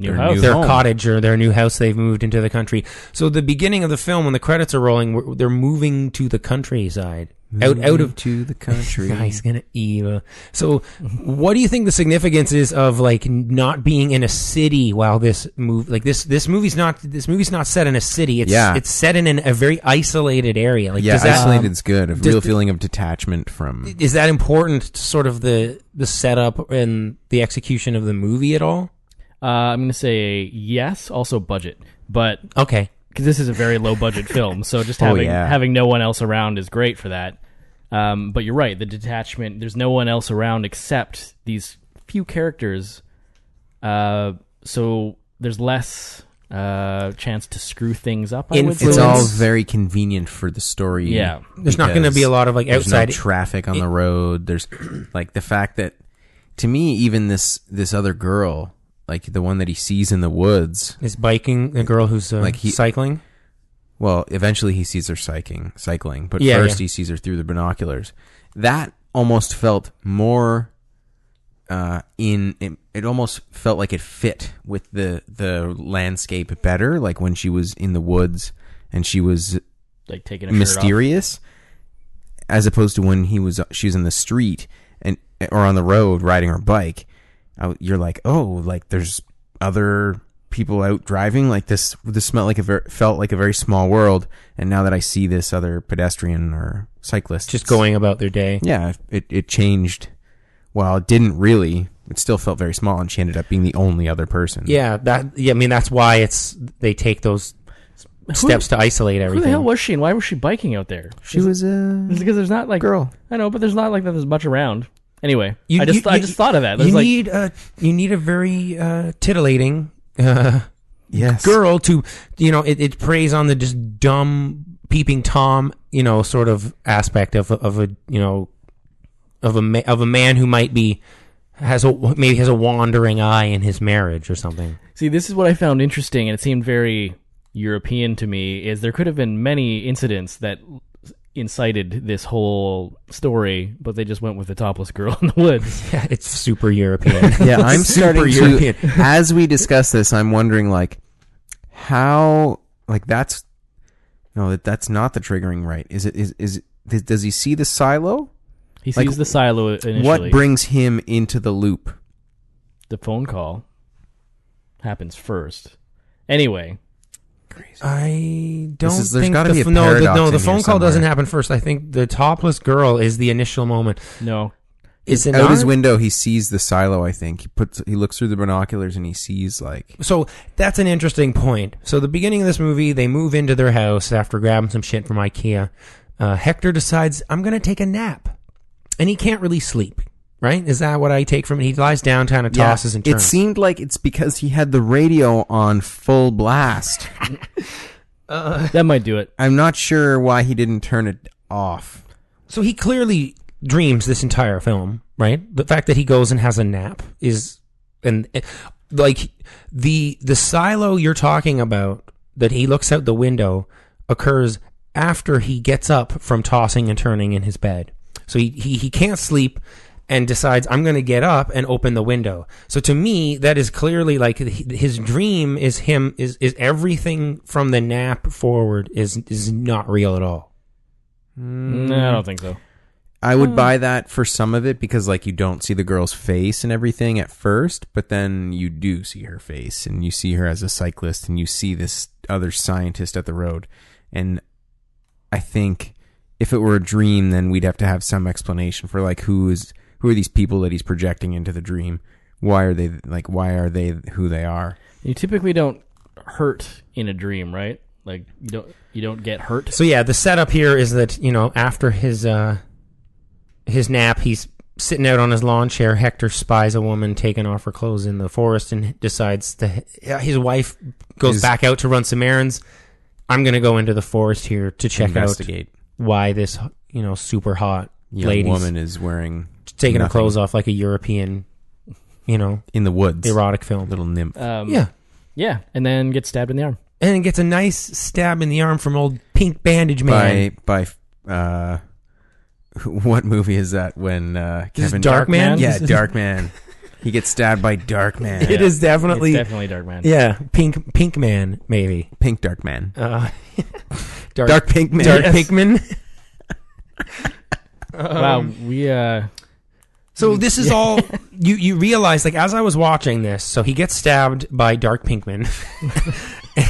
Speaker 7: New
Speaker 6: Or
Speaker 7: house.
Speaker 6: new-
Speaker 5: their
Speaker 6: Oh, home.
Speaker 5: cottage or their new house they've moved into the country. So the beginning of the film, when the credits are rolling, we're, they're moving to the countryside, out out of
Speaker 6: to the country.
Speaker 5: Guy's gonna eat. uh, So, what do you think the significance is of like n- not being in a city while this move like this this movie's not this movie's not set in a city. It's
Speaker 6: Yeah.
Speaker 5: it's set in an, a very isolated area. Like
Speaker 6: yeah,
Speaker 5: does that, um,
Speaker 6: isolated is good. A
Speaker 5: does
Speaker 6: real
Speaker 5: the-
Speaker 6: feeling of detachment from.
Speaker 5: Is that important to sort of the the setup and the execution of the movie at all?
Speaker 7: Uh, I'm gonna say yes. Also budget, but
Speaker 5: Okay.
Speaker 7: because this is a very low budget film, so just
Speaker 6: Oh,
Speaker 7: having
Speaker 6: yeah.
Speaker 7: having no one else around is great for that. Um, but you're right, the detachment. There's no one else around except these few characters, uh, so there's less uh, chance to screw things up. I would say.
Speaker 5: Influence.
Speaker 6: It's all very convenient for the story.
Speaker 7: Yeah.
Speaker 5: There's not gonna be a
Speaker 6: because-
Speaker 5: lot of like
Speaker 6: There's no
Speaker 5: outside.
Speaker 6: traffic on the road. There's like the fact that to me, even this this other girl, like the one that he sees in the woods,
Speaker 5: is biking the girl who's uh,
Speaker 6: Like he-
Speaker 5: cycling.
Speaker 6: well, eventually he sees her cycling, cycling, but
Speaker 5: Yeah,
Speaker 6: first
Speaker 5: yeah.
Speaker 6: he sees her through the binoculars. That almost felt more uh, in. It, it almost felt like it fit with the the landscape better, like when she was in the woods and she was
Speaker 7: like taking a mysterious.
Speaker 6: mysterious, as opposed to when he was she was in the street and or on the road riding her bike. I, you're like, oh, like there's other people out driving. Like this, this smelled like a ver- felt like a very small world. And now that I see this other pedestrian or cyclist,
Speaker 5: Just
Speaker 6: it's-
Speaker 5: going about their day.
Speaker 6: yeah, it it changed. Well, it didn't really. It still felt very small, and she ended up being the only other person.
Speaker 5: Yeah, that. Yeah, I mean that's why it's they take those steps to isolate
Speaker 7: Who
Speaker 5: everything.
Speaker 7: the hell was she, and why was she biking out there?
Speaker 6: she was a
Speaker 7: Because there's not like
Speaker 6: girl.
Speaker 7: I know, but there's not like that. There's much around. Anyway,
Speaker 5: You-
Speaker 7: I just
Speaker 5: you-
Speaker 7: I
Speaker 5: you-
Speaker 7: just thought of that. There's
Speaker 5: you
Speaker 7: like
Speaker 5: need a you need a very uh, titillating uh,
Speaker 6: Yes,
Speaker 5: girl to you know it, it preys on the just dumb peeping tom you know sort of aspect of a- of a you know of a ma- of a man who might be has a maybe has a wandering eye in his marriage or something.
Speaker 7: See, this is what I found interesting, and it seemed very European to me. Is there could have been many incidents that incited this whole story, but they just went with the topless girl in the woods.
Speaker 5: it's super European.
Speaker 6: Yeah, I'm
Speaker 5: Super
Speaker 6: starting
Speaker 5: European.
Speaker 6: to. As we discuss this, I'm wondering like how like that's no that that's not the triggering right. Is it is is does- does he see the silo?
Speaker 7: He sees
Speaker 6: Like,
Speaker 7: the silo initially.
Speaker 6: What brings him into the loop?
Speaker 7: the phone call happens first. Anyway,
Speaker 5: I don't
Speaker 6: is- there's
Speaker 5: think
Speaker 6: gotta
Speaker 5: the,
Speaker 6: be a
Speaker 5: f- no, the,
Speaker 6: paradox
Speaker 5: no,
Speaker 6: in
Speaker 5: the
Speaker 6: here
Speaker 5: phone call doesn't
Speaker 6: somewhere.
Speaker 5: happen first. I think the topless girl is the initial moment.
Speaker 7: no,
Speaker 5: Is it
Speaker 6: out
Speaker 5: not?
Speaker 6: his window? He sees the silo. I think he puts. He looks through the binoculars and he sees like
Speaker 5: So that's an interesting point. So the beginning of this movie, they move into their house after grabbing some shit from IKEA. Uh, Hector decides I'm gonna take a nap, and he can't really sleep. Right? Is that what I take from it? He lies down, kind of tosses and
Speaker 6: It
Speaker 5: turns.
Speaker 6: seemed like it's because he had the radio on full blast.
Speaker 7: that might do it.
Speaker 6: I'm not sure why he didn't turn it off.
Speaker 5: so he clearly dreams this entire film. Right? The fact that he goes and has a nap is, and eh, like the the silo you're talking about that he looks out the window occurs after he gets up from tossing and turning in his bed. So he, he, he can't sleep and decides, I'm going to get up and open the window. So to me, that is clearly like h- his dream is him, is, is everything from the nap forward is, is not real at all.
Speaker 7: No, Mm, I don't think so.
Speaker 6: I would buy that for some of it because like you don't see the girl's face and everything at first, but then you do see her face and you see her as a cyclist and you see this other scientist at the road. And I think if it were a dream then we'd have to have some explanation for like who is who are these people that he's projecting into the dream? Why are they like why are they who they are?
Speaker 7: You typically don't hurt in a dream, right? Like you don't you don't get hurt.
Speaker 5: So yeah, the setup here is that you know after his uh, his nap, he's sitting out on his lawn chair. Hector spies a woman taking off her clothes in the forest and decides that his wife goes
Speaker 6: His-
Speaker 5: back out to run some errands. I'm gonna go into the forest here to check out
Speaker 6: Investigate.
Speaker 5: why this you know super hot
Speaker 6: Young
Speaker 5: lady
Speaker 6: woman is wearing
Speaker 5: taking her
Speaker 6: nothing
Speaker 5: clothes off like a European, you know,
Speaker 6: in the woods.
Speaker 5: erotic film.
Speaker 6: Little nymph.
Speaker 7: Um,
Speaker 5: Yeah,
Speaker 7: yeah, and then get stabbed in the arm.
Speaker 5: and it gets a nice stab in the arm from old Pink Bandage Man.
Speaker 6: by by uh what movie is that when uh
Speaker 5: This is
Speaker 6: Kevin
Speaker 5: Darkman?
Speaker 6: Yeah,
Speaker 5: This is-
Speaker 6: Darkman. he gets stabbed by Darkman.
Speaker 5: it is
Speaker 7: It's
Speaker 5: definitely
Speaker 7: definitely dark man.
Speaker 5: Yeah, pink pink man maybe.
Speaker 6: Pink Darkman.
Speaker 5: Uh, dark
Speaker 6: Dark Pink Man.
Speaker 5: dark Pinkman.
Speaker 7: Wow,
Speaker 5: Um,
Speaker 7: we uh
Speaker 5: So this is all you you realize like as I was watching this. So he gets stabbed by Dark Pinkman,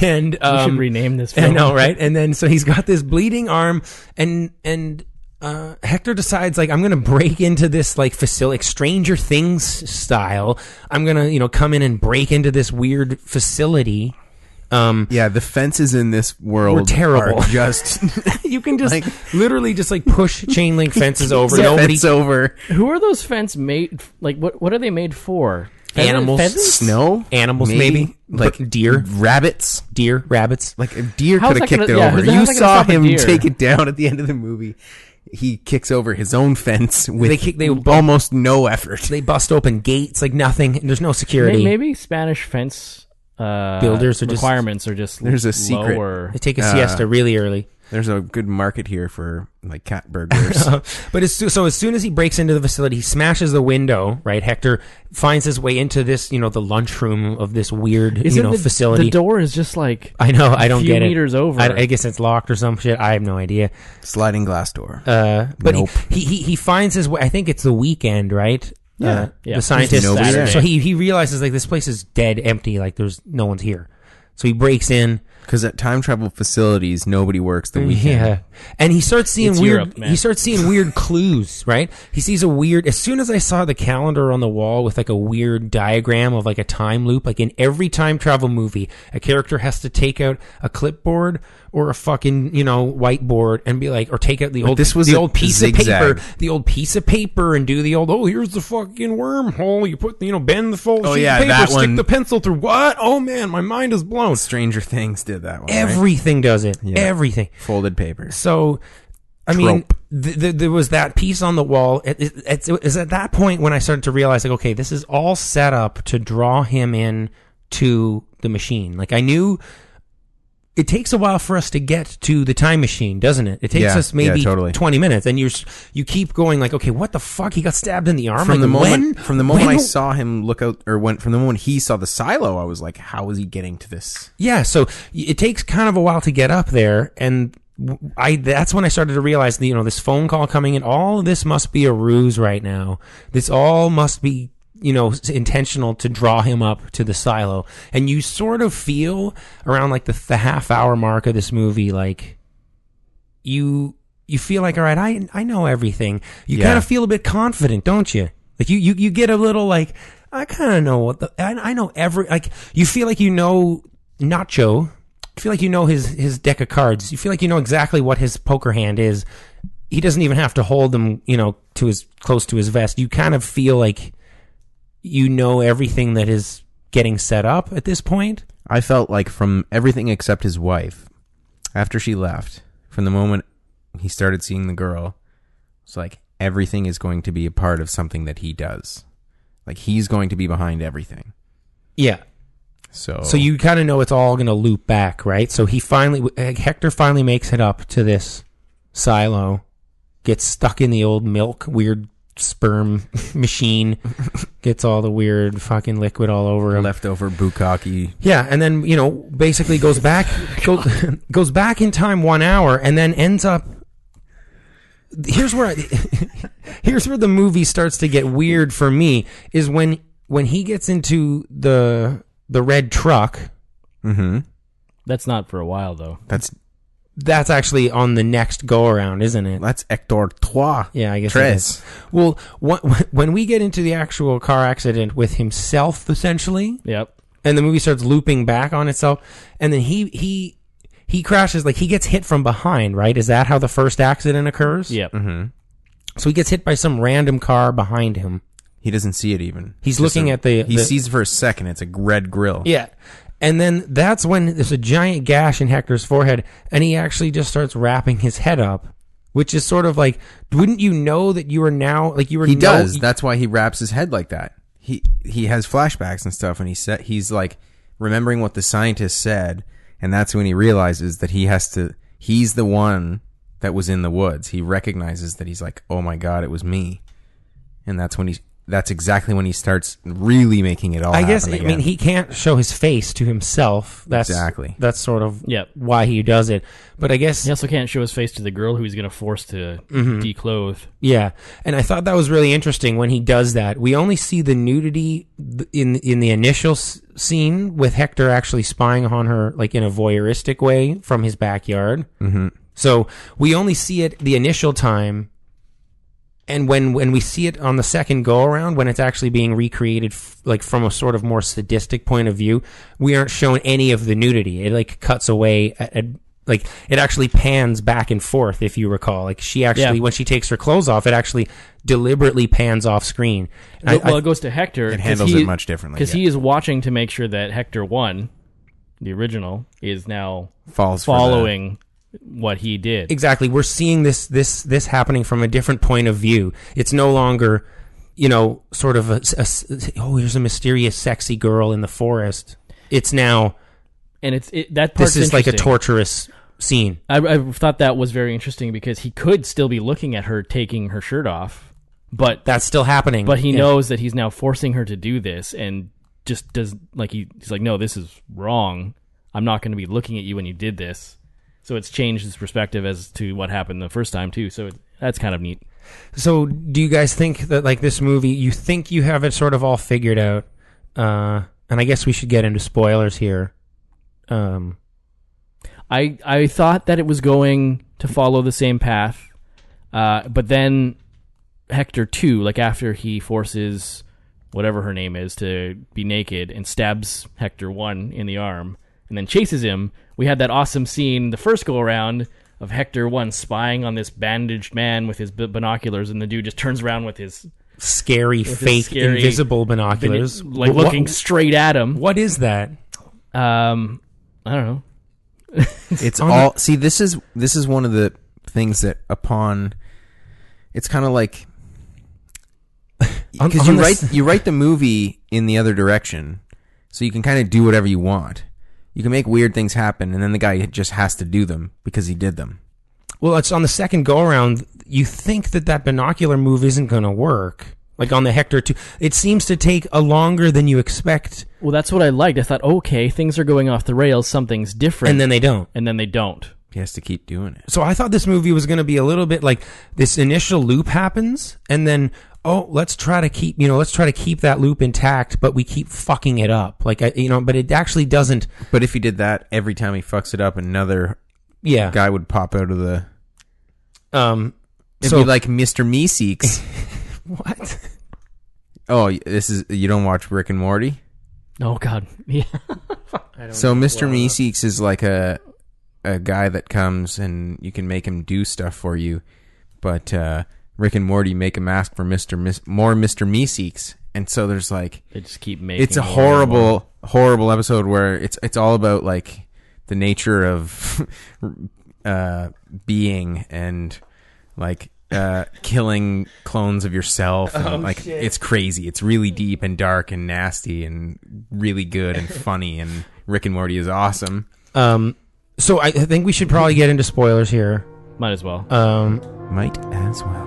Speaker 5: and
Speaker 7: we
Speaker 5: um,
Speaker 7: should rename this.
Speaker 5: I
Speaker 7: Film.
Speaker 5: know right. And then so he's got this bleeding arm, and and uh, Hector decides like I'm gonna break into this like facility, like Stranger Things style. I'm gonna you know come in and break into this weird facility. Um,
Speaker 6: Yeah, the fences in this world
Speaker 5: Were terrible.
Speaker 6: are just
Speaker 5: you can just
Speaker 6: Like-
Speaker 5: literally just like push chain link fences over.
Speaker 6: Yeah,
Speaker 5: Nobody
Speaker 6: fence over
Speaker 7: Who are those fence made? Like what? What are they made for? Pheasant-
Speaker 5: Animals.
Speaker 7: Pheasants?
Speaker 6: snow,
Speaker 5: Animals, maybe. But
Speaker 6: like
Speaker 5: deer.
Speaker 6: rabbits.
Speaker 5: deer, rabbits.
Speaker 6: Like a deer
Speaker 7: How's
Speaker 6: could have
Speaker 7: that
Speaker 6: kicked
Speaker 7: gonna- yeah,
Speaker 6: it over.
Speaker 7: how's that
Speaker 6: You
Speaker 7: gonna
Speaker 6: saw
Speaker 7: stop a
Speaker 6: him
Speaker 7: deer?
Speaker 6: take it down at the end of the movie. He kicks over his own fence with
Speaker 5: They kick- they-
Speaker 6: almost no effort.
Speaker 5: They bust open gates like nothing. There's no
Speaker 7: May-
Speaker 5: security.
Speaker 7: Maybe, Spanish fence uh,
Speaker 5: Builders are just-
Speaker 7: requirements are just
Speaker 6: There's a secret.
Speaker 7: lower.
Speaker 5: They
Speaker 6: Uh.
Speaker 5: take a siesta really early.
Speaker 6: There's a good market here for like cat burglars.
Speaker 5: But as so, so as soon as he breaks into the facility, he smashes the window. Right, Hector finds his way into this, you know, the lunchroom of this weird, you
Speaker 7: Isn't
Speaker 5: know,
Speaker 7: the,
Speaker 5: facility.
Speaker 7: The door is just like
Speaker 5: I know. I don't
Speaker 7: few
Speaker 5: get it.
Speaker 7: meters over.
Speaker 5: I, I guess it's locked or some shit. I have no idea.
Speaker 6: Sliding glass door.
Speaker 5: Uh, but he-
Speaker 6: Nope.
Speaker 5: he, he he finds his way. I think it's the weekend, right? Yeah, uh,
Speaker 7: Yeah.
Speaker 5: the scientist.
Speaker 6: There's nobody there.
Speaker 5: So he he realizes like this place is dead empty. Like there's no one's here. So he breaks in.
Speaker 6: Because at time travel facilities, nobody works the weekend.
Speaker 5: Yeah, and he starts seeing
Speaker 7: It's
Speaker 5: weird.
Speaker 7: Europe, man.
Speaker 5: he starts seeing weird clues, right? He sees a weird. As soon as I saw the calendar on the wall with like a weird diagram of like a time loop, like in every time travel movie, a character has to take out a clipboard or a fucking you know whiteboard and be like, or take out the old
Speaker 6: this was
Speaker 5: the
Speaker 6: a
Speaker 5: old piece
Speaker 6: zigzag.
Speaker 5: of paper, the old piece of paper, and do the old oh here's the fucking wormhole. You put you know bend the fold
Speaker 6: Oh,
Speaker 5: sheet
Speaker 6: yeah,
Speaker 5: of paper,
Speaker 6: that
Speaker 5: stick
Speaker 6: one-
Speaker 5: the pencil through. What? Oh man, my mind is blown.
Speaker 6: Stranger Things did that one. right?
Speaker 5: Everything does it.
Speaker 6: Yeah.
Speaker 5: Everything.
Speaker 6: folded papers.
Speaker 5: So, I mean,
Speaker 6: Trope.
Speaker 5: th- th- there was that piece on the wall. It, it, it's, it was at that point when I started to realize, like, okay, this is all set up to draw him in to the machine. Like, I knew it takes a while for us to get to the time machine, doesn't it? It takes
Speaker 6: Yeah,
Speaker 5: us maybe
Speaker 6: yeah, totally.
Speaker 5: 20 minutes, and you are you keep going, like, okay, what the fuck? He got stabbed in the arm.
Speaker 6: From
Speaker 5: Like,
Speaker 6: the moment,
Speaker 5: when-
Speaker 6: from the moment
Speaker 5: when
Speaker 6: I
Speaker 5: w-
Speaker 6: saw him look out, or when from the moment he saw the silo, I was like, "How is he getting to this?"
Speaker 5: Yeah, so y- it takes kind of a while to get up there, and w- I that's when I started to realize, you know, this phone call coming in, all of this must be a ruse right now. This all must be, you know, s- intentional to draw him up to the silo. And you sort of feel around like the, the half hour mark of this movie, like you you feel like all right, I I know everything. You
Speaker 6: Yeah.
Speaker 5: kind of feel a bit confident, don't you? Like you you you get a little like I kind of know what the I, I know every like you feel like you know Nacho. You feel like you know his his deck of cards. You feel like you know exactly what his poker hand is. He doesn't even have to hold them, you know, to his close to his vest. You kind of feel like you know everything that is getting set up at this point.
Speaker 6: I felt like from everything except his wife, after she left, from the moment he started seeing the girl, it's like everything is going to be a part of something that he does. Like he's going to be behind everything.
Speaker 5: Yeah.
Speaker 6: So
Speaker 5: So you kind of know it's all going to loop back, right? So he finally, eh, Hector finally makes it up to this silo, gets stuck in the old milk, weird sperm machine, gets all the weird fucking liquid all over him.
Speaker 6: leftover bukkake.
Speaker 5: Yeah, and then you know basically goes back goes, goes back in time one hour, and then ends up. Here's where I, here's where the movie starts to get weird for me is when when he gets into the the red truck.
Speaker 6: Mm-hmm.
Speaker 7: That's not for a while though.
Speaker 6: That's
Speaker 5: That's actually on the next go around, isn't it?
Speaker 6: that's Hector Trois.
Speaker 5: Yeah, I guess. it
Speaker 6: Tres.
Speaker 5: is. Well, wha- when we get into the actual car accident with himself, essentially,
Speaker 7: Yep.
Speaker 5: and the movie starts looping back on itself and then he he he crashes like he gets hit from behind right is that how the first accident occurs
Speaker 7: Yep.
Speaker 6: Mm-hmm.
Speaker 5: so he gets hit by some random car behind him
Speaker 6: He doesn't see it even.
Speaker 5: He's
Speaker 6: Just
Speaker 5: looking
Speaker 6: a-
Speaker 5: at the-
Speaker 6: He
Speaker 5: the-
Speaker 6: sees for a second. It's a red grill.
Speaker 5: yeah and then that's when there's a giant gash in Hector's forehead and he actually just starts wrapping his head up which is sort of like wouldn't you know that you are now like you were
Speaker 6: He
Speaker 5: no-
Speaker 6: does. That's why he wraps his head like that. He he has flashbacks and stuff, and he said he's like remembering what the scientist said, and that's when he realizes that he has to. He's the one that was in the woods. He recognizes that he's like, oh my god, it was me, and that's when he. That's exactly when he starts really making it all.
Speaker 5: I guess.
Speaker 6: happen
Speaker 5: I mean,
Speaker 6: again.
Speaker 5: he can't show his face to himself. That's
Speaker 6: Exactly.
Speaker 5: That's sort of
Speaker 7: Yep.
Speaker 5: why he does it. But I guess
Speaker 7: He also can't show his face to the girl who he's gonna force to
Speaker 6: Mm-hmm.
Speaker 7: declothe.
Speaker 5: Yeah, and I thought that was really interesting when he does that. We only see the nudity th- in in the initial s- scene with Hector actually spying on her like in a voyeuristic way from his backyard.
Speaker 6: Mhm.
Speaker 5: So we only see it the initial time, and when when we see it on the second go around, when it's actually being recreated f- like from a sort of more sadistic point of view, we aren't shown any of the nudity. It like cuts away at. at like it actually pans back and forth, if you recall. Like she actually,
Speaker 7: Yeah.
Speaker 5: when she takes her clothes off, it actually deliberately pans off screen. And I-
Speaker 7: well,
Speaker 5: I-
Speaker 7: it goes to Hector.
Speaker 6: It
Speaker 7: 'cause
Speaker 6: handles
Speaker 7: he-
Speaker 6: it much differently,
Speaker 7: because
Speaker 6: yeah.
Speaker 7: he is watching to make sure that Hector one, the original, is now
Speaker 6: falls for the-
Speaker 7: following what he did.
Speaker 5: exactly, we're seeing this this this happening from a different point of view. It's no longer, you know, sort of a, a s- oh, here's a mysterious, sexy girl in the forest. It's now
Speaker 7: and it's it, that part
Speaker 5: this is like a torturous scene.
Speaker 7: I, I thought that was very interesting because he could still be looking at her taking her shirt off, but
Speaker 5: That's still happening,
Speaker 7: but he
Speaker 5: Yeah.
Speaker 7: knows that he's now forcing her to do this and just does like he, he's like no this is wrong i'm not going to be looking at you when you did this so it's changed his perspective as to what happened the first time too so it, that's kind of neat
Speaker 5: So, do you guys think that like this movie, you think you have it sort of all figured out? Uh, and I guess we should get into spoilers here. Um,
Speaker 7: i i thought that it was going to follow the same path uh, but then hector too like after he forces whatever her name is to be naked and stabs hector 1 in the arm and then chases him we had that awesome scene the first go around of hector 1 spying on this bandaged man with his bi- binoculars and the dude just turns around with his
Speaker 5: scary,
Speaker 7: With his
Speaker 5: fake,
Speaker 7: scary
Speaker 5: invisible binoculars,
Speaker 7: like
Speaker 5: Wh-
Speaker 7: looking
Speaker 5: what-
Speaker 7: straight at him
Speaker 5: what is that?
Speaker 7: um i don't know
Speaker 6: It's
Speaker 5: on
Speaker 6: all see. This is this is one of the things that upon. It's kind of like
Speaker 5: On-
Speaker 6: because
Speaker 5: on
Speaker 6: you
Speaker 5: this-
Speaker 6: write you write the movie in the other direction, so you can kind of do whatever you want. You can make weird things happen, and then the guy just has to do them because he did them.
Speaker 5: Well, it's on the second go around. You think that that binocular move isn't going to work, like on the Hector two. It seems to take a longer than you expect,
Speaker 7: well that's what i liked i thought okay things are going off the rails something's different
Speaker 5: and then they don't.
Speaker 7: and then they don't
Speaker 6: He has to keep doing it.
Speaker 5: so I thought this movie was going to be a little bit like this initial loop happens and then oh let's try to keep you know let's try to keep that loop intact but we keep fucking it up like I, you know but it actually doesn't
Speaker 6: But if he did that every time he fucks it up, another
Speaker 5: yeah
Speaker 6: guy would pop out of the
Speaker 5: Um,
Speaker 6: It'd
Speaker 5: so-
Speaker 6: be like Mr. Meeseeks.
Speaker 5: what?
Speaker 6: Oh, this is you don't watch Rick and Morty.
Speaker 7: Oh God, yeah.
Speaker 6: So Mr. Meeseeks is like a a guy that comes and you can make him do stuff for you, but uh, Rick and Morty make him ask for Mr. Mis- more Mr. Meeseeks, and so there's like
Speaker 7: They just keep making
Speaker 6: it's a
Speaker 7: more and more.
Speaker 6: horrible horrible episode where it's it's all about like the nature of uh, being and like uh, killing clones of yourself
Speaker 5: Oh,
Speaker 6: and, like it's crazy it's really deep and dark and nasty and really good and funny and Rick and Morty is awesome
Speaker 5: Um, so I, I think we should probably get into spoilers here.
Speaker 7: Might as well.
Speaker 5: Um,
Speaker 6: might as well.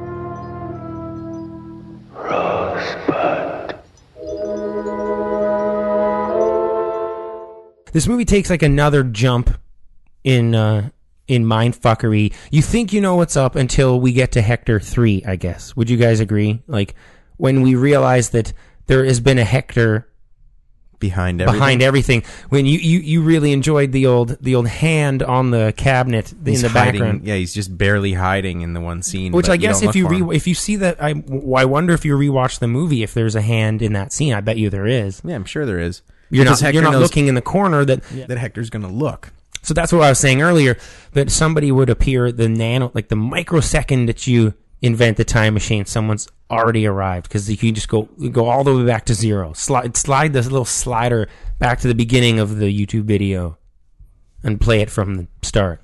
Speaker 5: This movie takes like another jump in uh, in mindfuckery. You think you know what's up until we get to Hector three. I guess. Would you guys agree? Like when we realize that there has been a Hector
Speaker 6: behind everything.
Speaker 5: behind everything. When you, you, you really enjoyed the old the old hand on the cabinet in
Speaker 6: He's
Speaker 5: the
Speaker 6: hiding-
Speaker 5: background.
Speaker 6: yeah he's just barely hiding in the one scene
Speaker 5: Which
Speaker 6: but
Speaker 5: I guess
Speaker 6: don't
Speaker 5: if
Speaker 6: look
Speaker 5: you
Speaker 6: for him.
Speaker 5: re- if you see that I I wonder if you rewatch the movie if there's a hand in that scene. I bet you there is.
Speaker 6: yeah I'm sure there is
Speaker 5: You're
Speaker 6: Because
Speaker 5: not
Speaker 6: Hector
Speaker 5: you're not
Speaker 6: knows
Speaker 5: looking in the corner that
Speaker 6: that Hector's gonna look
Speaker 5: So that's what I was saying earlier that somebody would appear the nano, like the microsecond that you invent the time machine, someone's already arrived because you can just go go all the way back to zero. Slide slide this little slider back to the beginning of the YouTube video and play it from the start.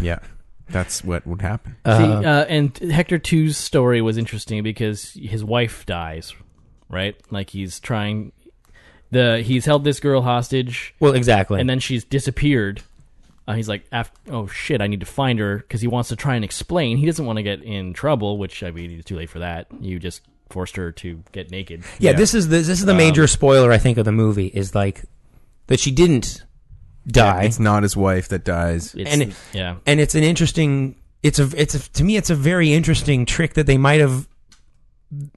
Speaker 6: yeah that's what would happen
Speaker 7: See, uh, and Hector 2's story was interesting because his wife dies, right? Like he's trying the he's held this girl hostage,
Speaker 5: Well, exactly.
Speaker 7: and then she's disappeared. Uh, he's like, af "Oh shit, I need to find her" because he wants to try and explain. He doesn't want to get in trouble, which I mean, it's too late for that. You just forced her to get naked.
Speaker 5: yeah, this is the, this is the major spoiler I think of the movie is like that she didn't die.
Speaker 6: it's not his wife that dies
Speaker 7: It's,
Speaker 5: and it-
Speaker 7: yeah,
Speaker 5: and it's an interesting it's a it's a, to me it's a very interesting trick that they might have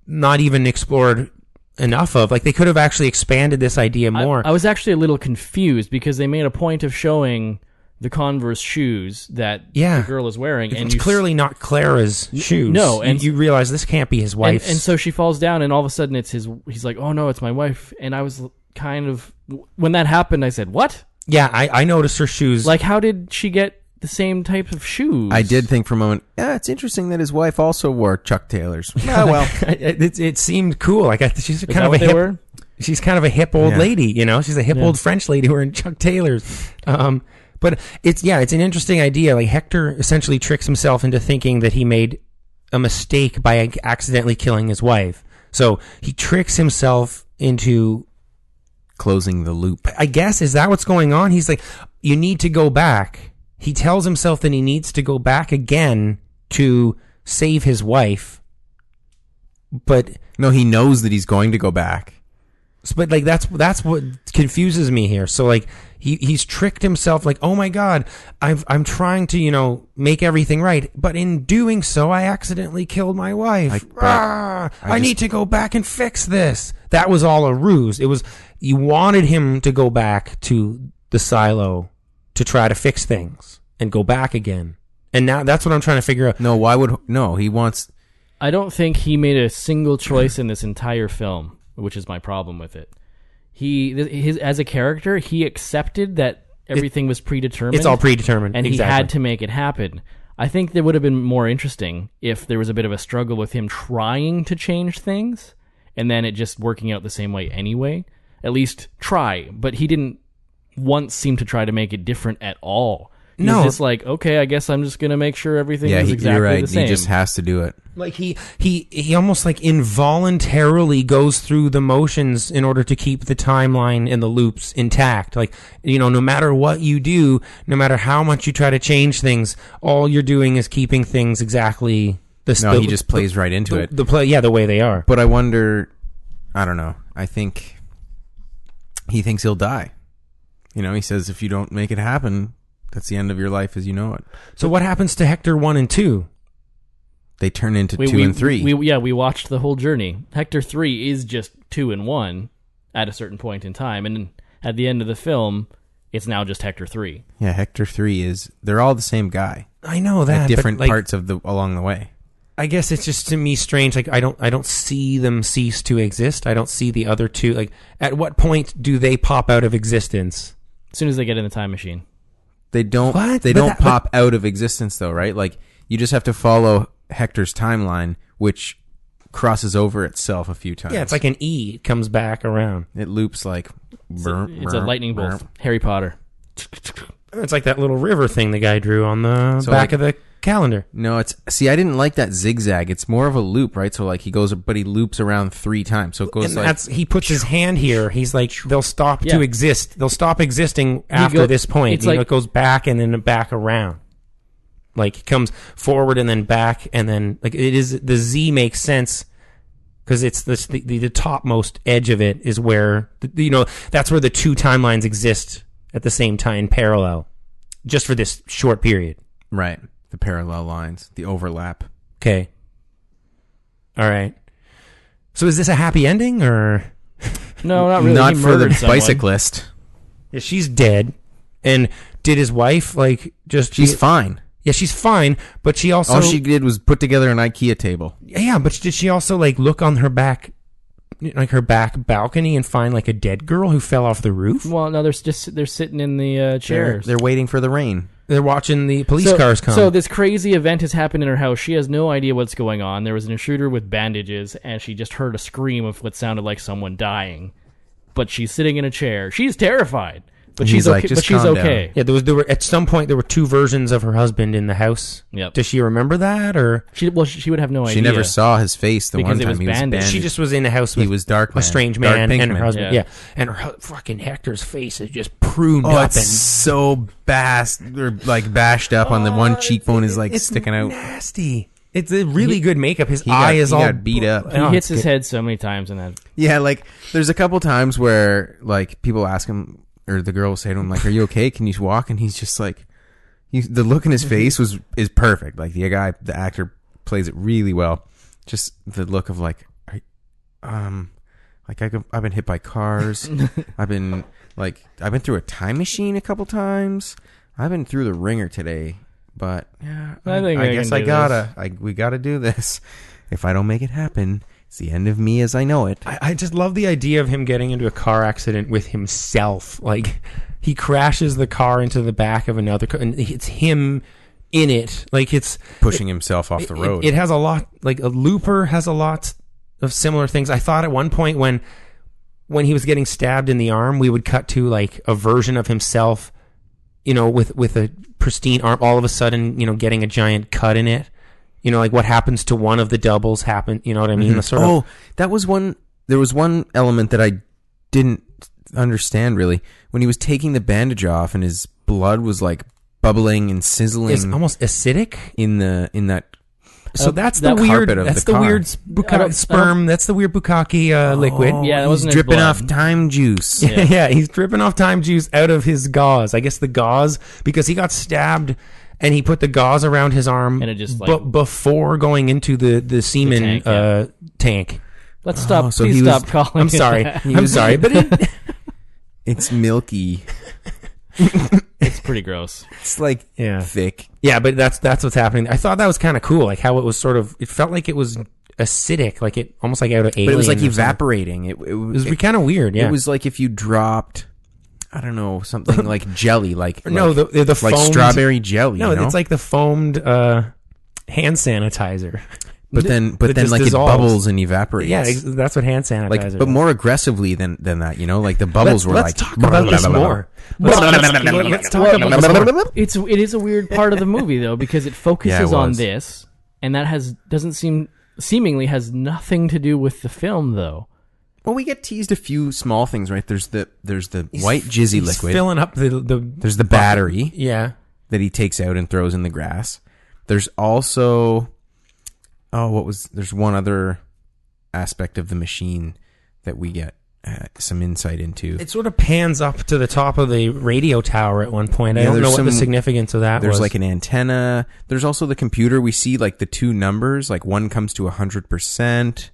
Speaker 5: not even explored enough of like they could have actually expanded this idea
Speaker 7: I-
Speaker 5: more
Speaker 7: I, was actually a little confused because they made a point of showing the Converse shoes that
Speaker 5: Yeah.
Speaker 7: the girl is wearing, and
Speaker 5: it's
Speaker 7: you s-
Speaker 5: clearly not clara's shoes
Speaker 7: no,
Speaker 5: You-
Speaker 7: and-
Speaker 5: you, realize this can't be his
Speaker 7: and,
Speaker 5: wife's
Speaker 7: and so she falls down, and all of a sudden it's his. He's like, "Oh no, it's my wife." And I was l- kind of when that happened, I said, "What?
Speaker 5: yeah I, I noticed her shoes
Speaker 7: Like, how did she get the same type of shoes?"
Speaker 6: I did think for a moment, yeah, it's interesting that his wife also wore Chuck Taylors. Oh, well.
Speaker 5: it, it, it seemed cool like I, she's
Speaker 7: Is
Speaker 5: kind
Speaker 7: that
Speaker 5: of a
Speaker 7: what they
Speaker 5: hip
Speaker 7: were?
Speaker 5: she's kind of a hip old
Speaker 6: Yeah.
Speaker 5: lady, you know. She's a hip
Speaker 7: Yeah.
Speaker 5: old French lady wearing Chuck Taylors. Um, but it's yeah, it's an interesting idea. Like Hector essentially tricks himself into thinking that he made a mistake by ac- accidentally killing his wife. So he tricks himself into.
Speaker 6: Closing the loop.
Speaker 5: I guess is that what's going on? He's like, you need to go back. He tells himself that he needs to go back again to save his wife. But
Speaker 6: No, he knows that he's going to go back.
Speaker 5: So, but like that's that's what confuses me here. So like he he's tricked himself. Like oh my god, I've I'm trying to you know make everything right, but in doing so, I accidentally killed my wife.
Speaker 6: I- but
Speaker 5: Ah, I,
Speaker 6: I just-
Speaker 5: need to go back and fix this. That was all a ruse. It was you wanted him to go back to the silo to try to fix things and go back again. And now that's what I'm trying to figure out.
Speaker 6: No, why would no? He wants
Speaker 7: I don't think he made a single choice in this entire film, which is my problem with it. He th- his as a character, he accepted that everything was predetermined.
Speaker 5: It's all predetermined.
Speaker 7: and
Speaker 5: exactly.
Speaker 7: he had to make it happen. I think that would have been more interesting if there was a bit of a struggle with him trying to change things and then it just working out the same way anyway. At least try, but he didn't once seem to try to make it different at all. He
Speaker 5: No.
Speaker 7: was just like, okay, I guess I'm just gonna make sure everything
Speaker 6: Yeah,
Speaker 7: is
Speaker 6: he,
Speaker 7: exactly
Speaker 6: you're right.
Speaker 7: the same.
Speaker 6: He just has to do it.
Speaker 5: like he he he almost like involuntarily goes through the motions in order to keep the timeline and the loops intact like you know no matter what you do no matter how much you try to change things all you're doing is keeping things exactly the
Speaker 6: No,
Speaker 5: the-
Speaker 6: he just plays right into
Speaker 5: the,
Speaker 6: it.
Speaker 5: the play yeah the way they are
Speaker 6: But I wonder. I don't know. I think he thinks he'll die. You know, he says if you don't make it happen, that's the end of your life as you know it.
Speaker 5: so what happens to hector 1 and 2
Speaker 6: They turn into
Speaker 7: we,
Speaker 6: two
Speaker 7: we-
Speaker 6: and three.
Speaker 7: We, yeah, we watched the whole journey. Hector three is just two and one at a certain point in time, and at the end of the film, it's now just Hector three.
Speaker 6: yeah, Hector three is. They're all the same guy.
Speaker 5: I know
Speaker 6: At
Speaker 5: that but,
Speaker 6: different
Speaker 5: like-
Speaker 6: parts of the along the way.
Speaker 5: I guess it's just to me strange. Like I don't, I don't see them cease to exist. I don't see the other two. Like at what point do they pop out of existence?
Speaker 7: As soon as they get in the time machine.
Speaker 6: They don't.
Speaker 5: What?
Speaker 6: They
Speaker 5: But
Speaker 6: don't
Speaker 5: that- but-
Speaker 6: pop out of existence, though, right? Like you just have to follow Hector's timeline, which crosses over itself a few times.
Speaker 5: Yeah, it's like an E. It comes back around.
Speaker 6: it loops like. It's
Speaker 7: It's a lightning bolt. Harry Potter.
Speaker 5: It's like that little river thing the guy drew on the
Speaker 6: So,
Speaker 5: back
Speaker 6: like-
Speaker 5: of the calendar.
Speaker 6: No, it's see. I didn't like that zigzag. It's more of a loop, right? So like he goes, but he loops around three times. So it goes
Speaker 5: And
Speaker 6: like
Speaker 5: that's he puts his hand here. He's like they'll stop
Speaker 7: Yeah.
Speaker 5: to exist. They'll stop existing after
Speaker 7: go-
Speaker 5: this point.
Speaker 7: it's
Speaker 5: you know,
Speaker 7: like-
Speaker 5: it goes back and then back around. Like it comes forward and then back and then like it is the Z makes sense because it's this, the, the the topmost edge of it is where the, you know that's where the two timelines exist at the same time in parallel, just for this short period.
Speaker 6: right. The parallel lines, the overlap.
Speaker 5: Okay. All right. So is this a happy ending or?
Speaker 7: No,
Speaker 5: Oh,
Speaker 7: not really.
Speaker 6: Not
Speaker 7: He
Speaker 6: for the
Speaker 7: murdered someone.
Speaker 6: bicyclist.
Speaker 5: Yeah, she's dead. And did his wife like just?
Speaker 6: She's
Speaker 5: be-
Speaker 6: fine.
Speaker 5: Yeah, she's fine. But she also.
Speaker 6: All she did was put together an IKEA table.
Speaker 5: yeah, but did she also like look on her back, like her back balcony, and find like a dead girl who fell off the roof?
Speaker 7: Well, no, they're just they're sitting in the uh,
Speaker 6: They're,
Speaker 7: chairs.
Speaker 6: they're waiting for the rain.
Speaker 5: They're watching the police
Speaker 7: so,
Speaker 5: cars come.
Speaker 7: So this crazy event has happened in her house. She has no idea what's going on. There was an intruder with bandages, and she just heard a scream of what sounded like someone dying. But she's sitting in a chair. She's terrified, but
Speaker 6: And
Speaker 7: she's
Speaker 6: he's like,
Speaker 7: okay.
Speaker 6: "Just
Speaker 7: but she's
Speaker 6: calm down."
Speaker 7: okay.
Speaker 5: yeah, there was there were at some point there were two versions of her husband in the house.
Speaker 7: Yep.
Speaker 5: Does she remember that or?
Speaker 7: She well, she would have no idea.
Speaker 6: She never saw his face the
Speaker 7: Because
Speaker 6: one
Speaker 7: it
Speaker 6: time
Speaker 7: was
Speaker 6: he was
Speaker 7: bandaged.
Speaker 6: bandaged.
Speaker 5: She just was in the house
Speaker 6: He
Speaker 5: with
Speaker 6: was dark
Speaker 5: a
Speaker 6: man.
Speaker 5: strange
Speaker 6: Dark
Speaker 5: man
Speaker 6: pink
Speaker 5: and her
Speaker 6: man.
Speaker 5: husband. Yeah.
Speaker 7: Yeah.
Speaker 5: And her hu- fucking Hector's face is just pruned
Speaker 6: Oh,
Speaker 5: up
Speaker 6: it's
Speaker 5: and
Speaker 6: so bast or like bashed up on the one cheekbone is like sticking out.
Speaker 5: Nasty. It's a really good makeup. His
Speaker 6: he
Speaker 5: eye
Speaker 6: got-
Speaker 5: is
Speaker 6: he
Speaker 5: all
Speaker 6: got beat up.
Speaker 5: Oh,
Speaker 7: He hits
Speaker 5: it's
Speaker 7: his
Speaker 5: good.
Speaker 7: head so many times in that.
Speaker 6: Yeah, like there's a couple times where like people ask him or the girl will say to him like, "Are you okay? Can you walk?" And he's just like, he, the look
Speaker 7: Mm-hmm.
Speaker 6: in his face was is perfect. Like the guy, the actor plays it really well. Just the look of like, I, um, like I go- I've been hit by cars. I've been like I've been through a time machine a couple times. I've been through the ringer today, but yeah,
Speaker 7: I think I
Speaker 6: guess
Speaker 7: can
Speaker 6: I
Speaker 7: do
Speaker 6: gotta. I, we gotta do this. If I don't make it happen, it's the end of me as I know it.
Speaker 5: I, I just love the idea of him getting into a car accident with himself. Like he crashes the car into the back of another car, and it's him in it. Like it's
Speaker 6: pushing himself off the
Speaker 5: it-
Speaker 6: road.
Speaker 5: It, it has a lot. Like a looper has a lot of similar things. I thought at one point when when he was getting stabbed in the arm, we would cut to like a version of himself, you know, with with a pristine arm. All of a sudden, you know, getting a giant cut in it. You know, like what happens to one of the doubles happen. You know what I mean? The sort
Speaker 6: oh,
Speaker 5: of
Speaker 6: that was one. There was one element that I didn't understand really when he was taking the bandage off and his blood was like bubbling and sizzling
Speaker 5: is almost acidic.
Speaker 6: Oh, mm. in the in that.
Speaker 5: So
Speaker 7: Uh,
Speaker 5: that's
Speaker 7: that
Speaker 5: the weird.
Speaker 6: carpet of
Speaker 5: That's
Speaker 6: the
Speaker 5: the,
Speaker 6: car.
Speaker 5: weird s-
Speaker 7: I don't- I
Speaker 5: bukkake
Speaker 7: don't-
Speaker 5: sperm. That's the weird bukkake uh, liquid.
Speaker 6: Oh,
Speaker 7: Yeah, that
Speaker 6: he's
Speaker 7: wasn't his
Speaker 6: dripping
Speaker 7: blood.
Speaker 6: off time juice.
Speaker 5: Yeah. he's dripping off time juice out of his gauze. I guess the gauze because he got stabbed and he put the gauze around his arm
Speaker 7: And it just,
Speaker 5: bu-
Speaker 7: like-
Speaker 5: before going into the the semen
Speaker 7: tank, yeah.
Speaker 5: uh, tank.
Speaker 7: Let's stop.
Speaker 6: Oh, so
Speaker 7: Please
Speaker 6: he was-
Speaker 7: stop calling.
Speaker 5: I'm
Speaker 7: it
Speaker 5: sorry.
Speaker 7: that.
Speaker 5: I'm sorry, but it,
Speaker 6: It's milky.
Speaker 7: it's pretty gross.
Speaker 6: It's like
Speaker 5: Yeah.
Speaker 6: thick.
Speaker 5: yeah, but that's that's what's happening. I thought that was kind of cool, like how it was sort of. It felt like it was acidic, like it almost like out of alien.
Speaker 6: But it was like
Speaker 5: or something.
Speaker 6: evaporating. It, it,
Speaker 5: It was kind of weird. Yeah,
Speaker 6: It was like if you dropped, I don't know, something like jelly, like
Speaker 5: No,
Speaker 6: like,
Speaker 5: the- the
Speaker 6: like
Speaker 5: foamed-
Speaker 6: strawberry jelly.
Speaker 5: no,
Speaker 6: you know?
Speaker 5: it's like the foamed uh, hand sanitizer.
Speaker 6: but then
Speaker 5: that
Speaker 6: but then
Speaker 5: just
Speaker 6: like
Speaker 5: dissolves.
Speaker 6: it bubbles and evaporates.
Speaker 5: Yeah, ex- that's what hand sanitizer.
Speaker 6: like but
Speaker 5: does.
Speaker 6: more aggressively than than that you know like the
Speaker 5: let's,
Speaker 6: bubbles were
Speaker 5: let's
Speaker 6: like
Speaker 5: talk about this more. Let's, let's- let's talk about this more.
Speaker 7: It's it is a weird part of the movie though because it
Speaker 6: Yeah,
Speaker 7: focuses
Speaker 6: it
Speaker 7: on
Speaker 6: was.
Speaker 7: this, and that has doesn't seem seemingly has nothing to do with the film though.
Speaker 6: well we get teased a few small things right there's the there's the white jizzy
Speaker 5: He's
Speaker 6: liquid
Speaker 5: filling up the the.
Speaker 6: there's the battery
Speaker 5: Yeah,
Speaker 6: that he takes out and throws in the grass there's also oh what was there's one other aspect of the machine that we get uh, some insight into
Speaker 5: it sort of pans up to the top of the radio tower at one point. I
Speaker 6: Yeah,
Speaker 5: don't know
Speaker 6: there's
Speaker 5: what the
Speaker 6: some-
Speaker 5: significance of that
Speaker 6: there's
Speaker 5: was.
Speaker 6: like an antenna there's also the computer we see like the two numbers like one comes to 100%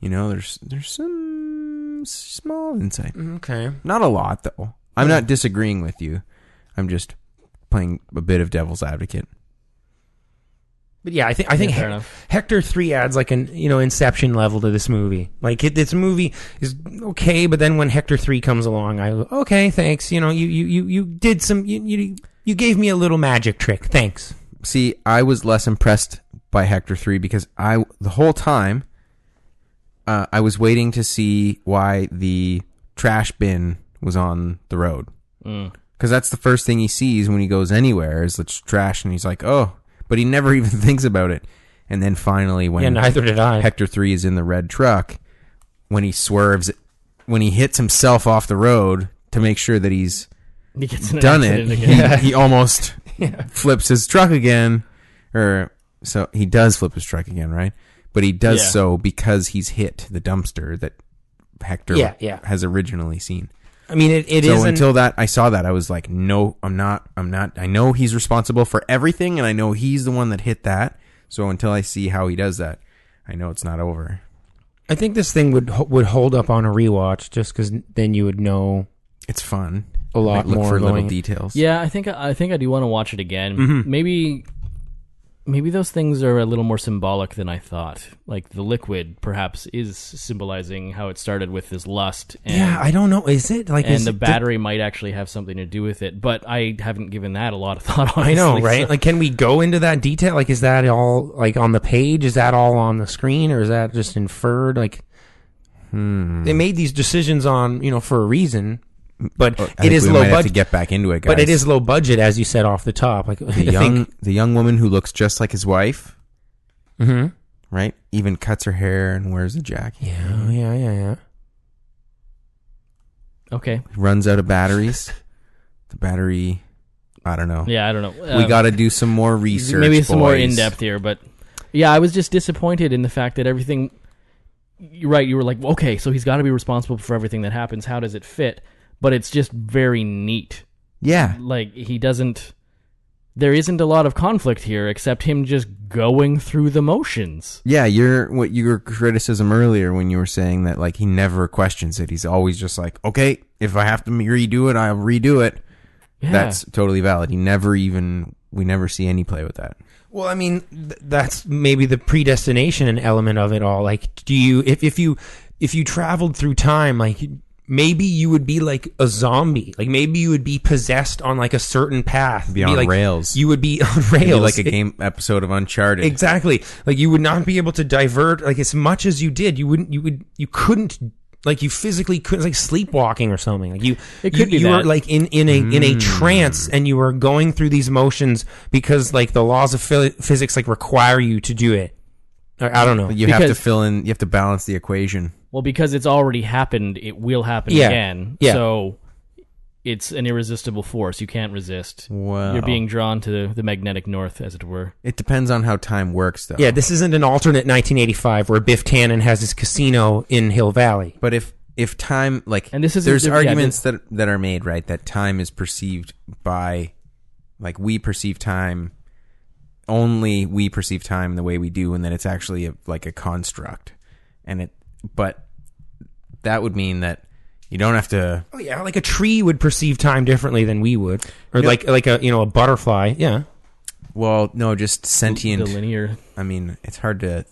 Speaker 6: you know there's there's some small insight
Speaker 5: okay.
Speaker 6: not a lot though i'm not disagreeing with you i'm just playing a bit of devil's advocate
Speaker 5: But yeah, I think I think
Speaker 7: Yeah, fair
Speaker 5: Hec-
Speaker 7: enough.
Speaker 5: Hector Three adds like an you know Inception level to this movie. Like it, this movie is okay, but then when Hector Three comes along, I go, okay, thanks. You know, you you you, you did some you, you you gave me a little magic trick. Thanks.
Speaker 6: See, I was less impressed by Hector 3 because I the whole time uh, I was waiting to see why the trash bin was on the road.
Speaker 7: Mm.
Speaker 6: Cuz that's the first thing he sees when he goes anywhere is the trash and he's like, "Oh," but he never even thinks about it. And then finally when
Speaker 5: Yeah, neither did I.
Speaker 6: Hector 3 is in the red truck when he swerves when he hits himself off the road to make sure that he's
Speaker 7: He gets in an
Speaker 6: done it,
Speaker 7: accident again. Yeah.
Speaker 6: he, he almost
Speaker 7: Yeah.
Speaker 6: flips his truck again, or so he does flip his truck again, right? But he does
Speaker 5: Yeah.
Speaker 6: so because he's hit the dumpster that Hector
Speaker 5: Yeah, yeah.
Speaker 6: has originally seen.
Speaker 5: I mean, it it
Speaker 6: so
Speaker 5: is an-
Speaker 6: until that I saw that I was like, no, I'm not, I'm not. I know he's responsible for everything, and I know he's the one that hit that. So until I see how he does that, I know it's not over.
Speaker 5: I think this thing would ho- would hold up on a rewatch just because then you would know
Speaker 6: it's fun
Speaker 5: a lot
Speaker 6: Might look
Speaker 5: more
Speaker 6: for little
Speaker 5: going-
Speaker 6: details.
Speaker 7: Yeah, I think I think I do want to watch it again.
Speaker 6: Mhm.
Speaker 7: Maybe maybe those things are a little more symbolic than I thought. Like the liquid perhaps is symbolizing how it started with this lust and
Speaker 5: Yeah, I don't know. Is it like
Speaker 7: and
Speaker 5: is
Speaker 7: the
Speaker 5: it-
Speaker 7: battery might actually have something to do with it, but I haven't given that a lot of thought. Honestly,
Speaker 5: I know,
Speaker 7: so-
Speaker 5: right? Like, can we go into that detail? Like, is that all like on the page? Is that all on the screen, or is that just inferred? Like,
Speaker 6: Hmm.
Speaker 5: they made these decisions on you know for a reason, but
Speaker 6: Oh, I
Speaker 5: it
Speaker 6: think
Speaker 5: is
Speaker 6: we
Speaker 5: low
Speaker 6: might have
Speaker 5: budget.
Speaker 6: to get back into it,
Speaker 5: but it
Speaker 6: guys.
Speaker 5: is low budget, as you said off the top. Like, I
Speaker 6: the
Speaker 5: think-
Speaker 6: young the young woman who looks just like his wife,
Speaker 5: Mhm.
Speaker 6: right? Even cuts her hair and wears a jacket.
Speaker 5: Yeah, Oh, yeah, yeah, yeah.
Speaker 7: Okay.
Speaker 6: Runs out of batteries. the battery, I don't know.
Speaker 7: Yeah, I don't know.
Speaker 6: we
Speaker 7: Um,
Speaker 6: got to do some more research.
Speaker 7: Maybe some more
Speaker 6: boys.
Speaker 7: in depth here, but yeah, I was just disappointed in the fact that everything. You're right. You were like, okay, so he's got to be responsible for everything that happens. How does it fit? But it's just very neat.
Speaker 6: Yeah.
Speaker 7: Like he doesn't. There isn't a lot of conflict here except him just going through the motions.
Speaker 6: Yeah, your what your criticism earlier when you were saying that like he never questions it. He's always just like, okay, if I have to redo it, I'll redo it.
Speaker 5: Yeah.
Speaker 6: That's totally valid. He never even we never see any play with that.
Speaker 5: Well, I mean, th- that's maybe the predestination element of it all. Like, do you if if you if you traveled through time, like maybe you would be like a zombie. Like maybe you would be possessed on like a certain path,
Speaker 6: Be on
Speaker 5: like,
Speaker 6: rails.
Speaker 5: You would be on
Speaker 6: It'd be
Speaker 5: rails,
Speaker 6: like a
Speaker 5: It-
Speaker 6: game episode of Uncharted.
Speaker 5: Exactly. Like you would not be able to divert like as much as you did. You wouldn't. You would. You couldn't. Like you physically couldn't. Like sleepwalking or something. Like you.
Speaker 7: It could
Speaker 5: you,
Speaker 7: be
Speaker 5: you were
Speaker 7: that.
Speaker 5: like in in a in a
Speaker 7: Mm.
Speaker 5: trance and you were going through these motions because like the laws of phy- physics like require you to do it. Or, I don't know.
Speaker 6: You have to fill in. You have to balance the equation.
Speaker 7: Well, because it's already happened, it will happen
Speaker 6: Yeah.
Speaker 7: again.
Speaker 6: Yeah.
Speaker 7: So it's an irresistible force. You can't resist.
Speaker 6: Wow.
Speaker 7: You're being drawn to the, the magnetic north, as it were.
Speaker 6: It depends on how time works, though.
Speaker 5: Yeah, this isn't an alternate 1985 where Biff Tannen has his casino in Hill Valley.
Speaker 6: But if if time like
Speaker 5: And this is-
Speaker 6: there's
Speaker 5: yeah,
Speaker 6: arguments that that are made right that time is perceived by like we perceive time only we perceive time the way we do and that it's actually a, like a construct and it but that would mean that you don't have to
Speaker 5: Oh yeah, like a tree would perceive time differently than we would, or
Speaker 6: No.
Speaker 5: like like a you know a butterfly. Yeah.
Speaker 6: well no just sentient
Speaker 7: the linear
Speaker 6: I mean it's hard to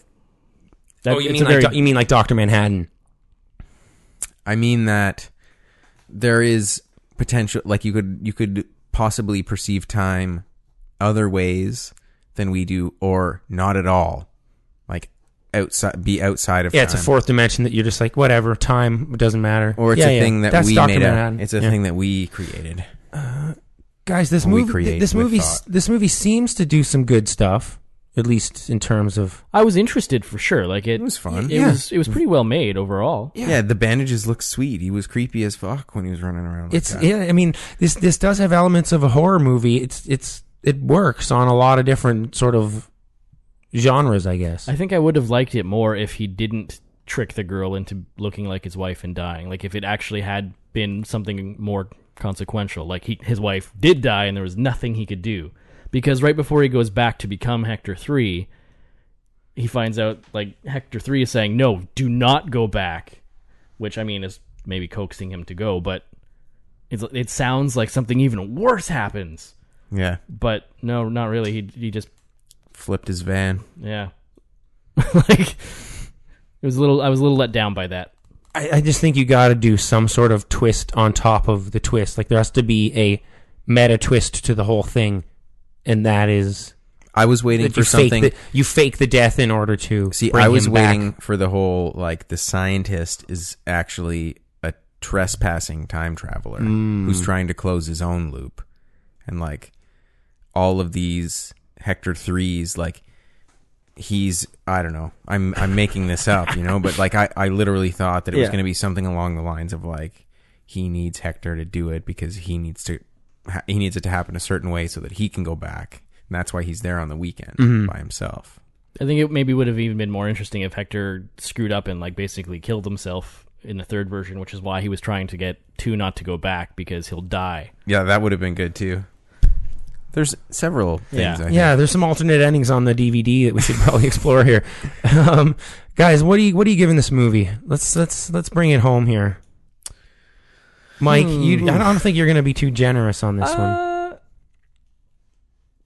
Speaker 5: oh, you mean like Do- you mean like Doctor Manhattan?
Speaker 6: I mean that there is potential like you could you could possibly perceive time other ways than we do or not at all. Like outside be outside of
Speaker 5: Yeah, it's
Speaker 6: time.
Speaker 5: a fourth dimension that you're just like whatever time it doesn't matter.
Speaker 6: or it's
Speaker 5: Yeah,
Speaker 6: a
Speaker 5: yeah,
Speaker 6: thing that
Speaker 5: that's
Speaker 6: we
Speaker 5: Dr.
Speaker 6: made up.
Speaker 5: Manhattan.
Speaker 6: It's a
Speaker 5: Yeah.
Speaker 6: thing that we created.
Speaker 5: Guys, this
Speaker 6: Or we
Speaker 5: movie,
Speaker 6: create
Speaker 5: th- this
Speaker 6: with
Speaker 5: movie,
Speaker 6: thought.
Speaker 5: this movie seems to do some good stuff, at least in terms of.
Speaker 7: I was interested for sure. Like it, was
Speaker 6: fun.
Speaker 7: It
Speaker 6: Yeah.
Speaker 7: was it was pretty well made overall.
Speaker 6: Yeah. the bandages look sweet. He was creepy as fuck when he was running around. like
Speaker 5: It's
Speaker 6: that.
Speaker 5: yeah, I mean this this does have elements of a horror movie. It's it's it works on a lot of different sort of genres, I guess.
Speaker 7: I think I would have liked it more if he didn't trick the girl into looking like his wife and dying. Like if it actually had been something more consequential. Like he his wife did die and there was nothing he could do. Because right before he goes back to become Hector 3, he finds out like Hector 3 is saying, "No, do not go back." Which I mean is maybe coaxing him to go, but it's, it sounds like something even worse happens.
Speaker 6: Yeah.
Speaker 7: But no, not really. He he just
Speaker 6: flipped his van.
Speaker 7: Yeah. like it was a little I was a little let down by that.
Speaker 5: I, I just think you got to do some sort of twist on top of the twist. Like there has to be a meta twist to the whole thing, and that is.
Speaker 6: I was waiting
Speaker 5: that
Speaker 6: for
Speaker 5: you fake
Speaker 6: something-
Speaker 5: the- you fake the death in order to
Speaker 6: See,
Speaker 5: bring
Speaker 6: I was
Speaker 5: him back.
Speaker 6: waiting for the whole like the scientist is actually a trespassing time traveler
Speaker 5: Mm.
Speaker 6: who's trying to close his own loop, and like all of these Hector threes, like he's I don't know. I'm I'm making this up, you know, but like I I literally thought that it was
Speaker 5: Yeah.
Speaker 6: going to be something along the lines of like he needs Hector to do it because he needs to ha- he needs it to happen a certain way so that he can go back. And that's why he's there on the weekend
Speaker 5: Mhm.
Speaker 6: by himself.
Speaker 7: I think it maybe would have even been more interesting if Hector screwed up and like basically killed himself in the third version, which is why he was trying to get two not to go back because he'll die.
Speaker 6: Yeah, that would have been good too. There's several
Speaker 7: Yeah.
Speaker 6: things. I
Speaker 5: Yeah, there's some alternate endings on the DVD that we should probably explore here. Um, guys, what do you what are you giving this movie? Let's let's let's bring it home here. Mike, you,
Speaker 6: Hmm.
Speaker 5: I don't think you're going to be too generous on this
Speaker 6: Uh,
Speaker 5: one.
Speaker 7: Uh,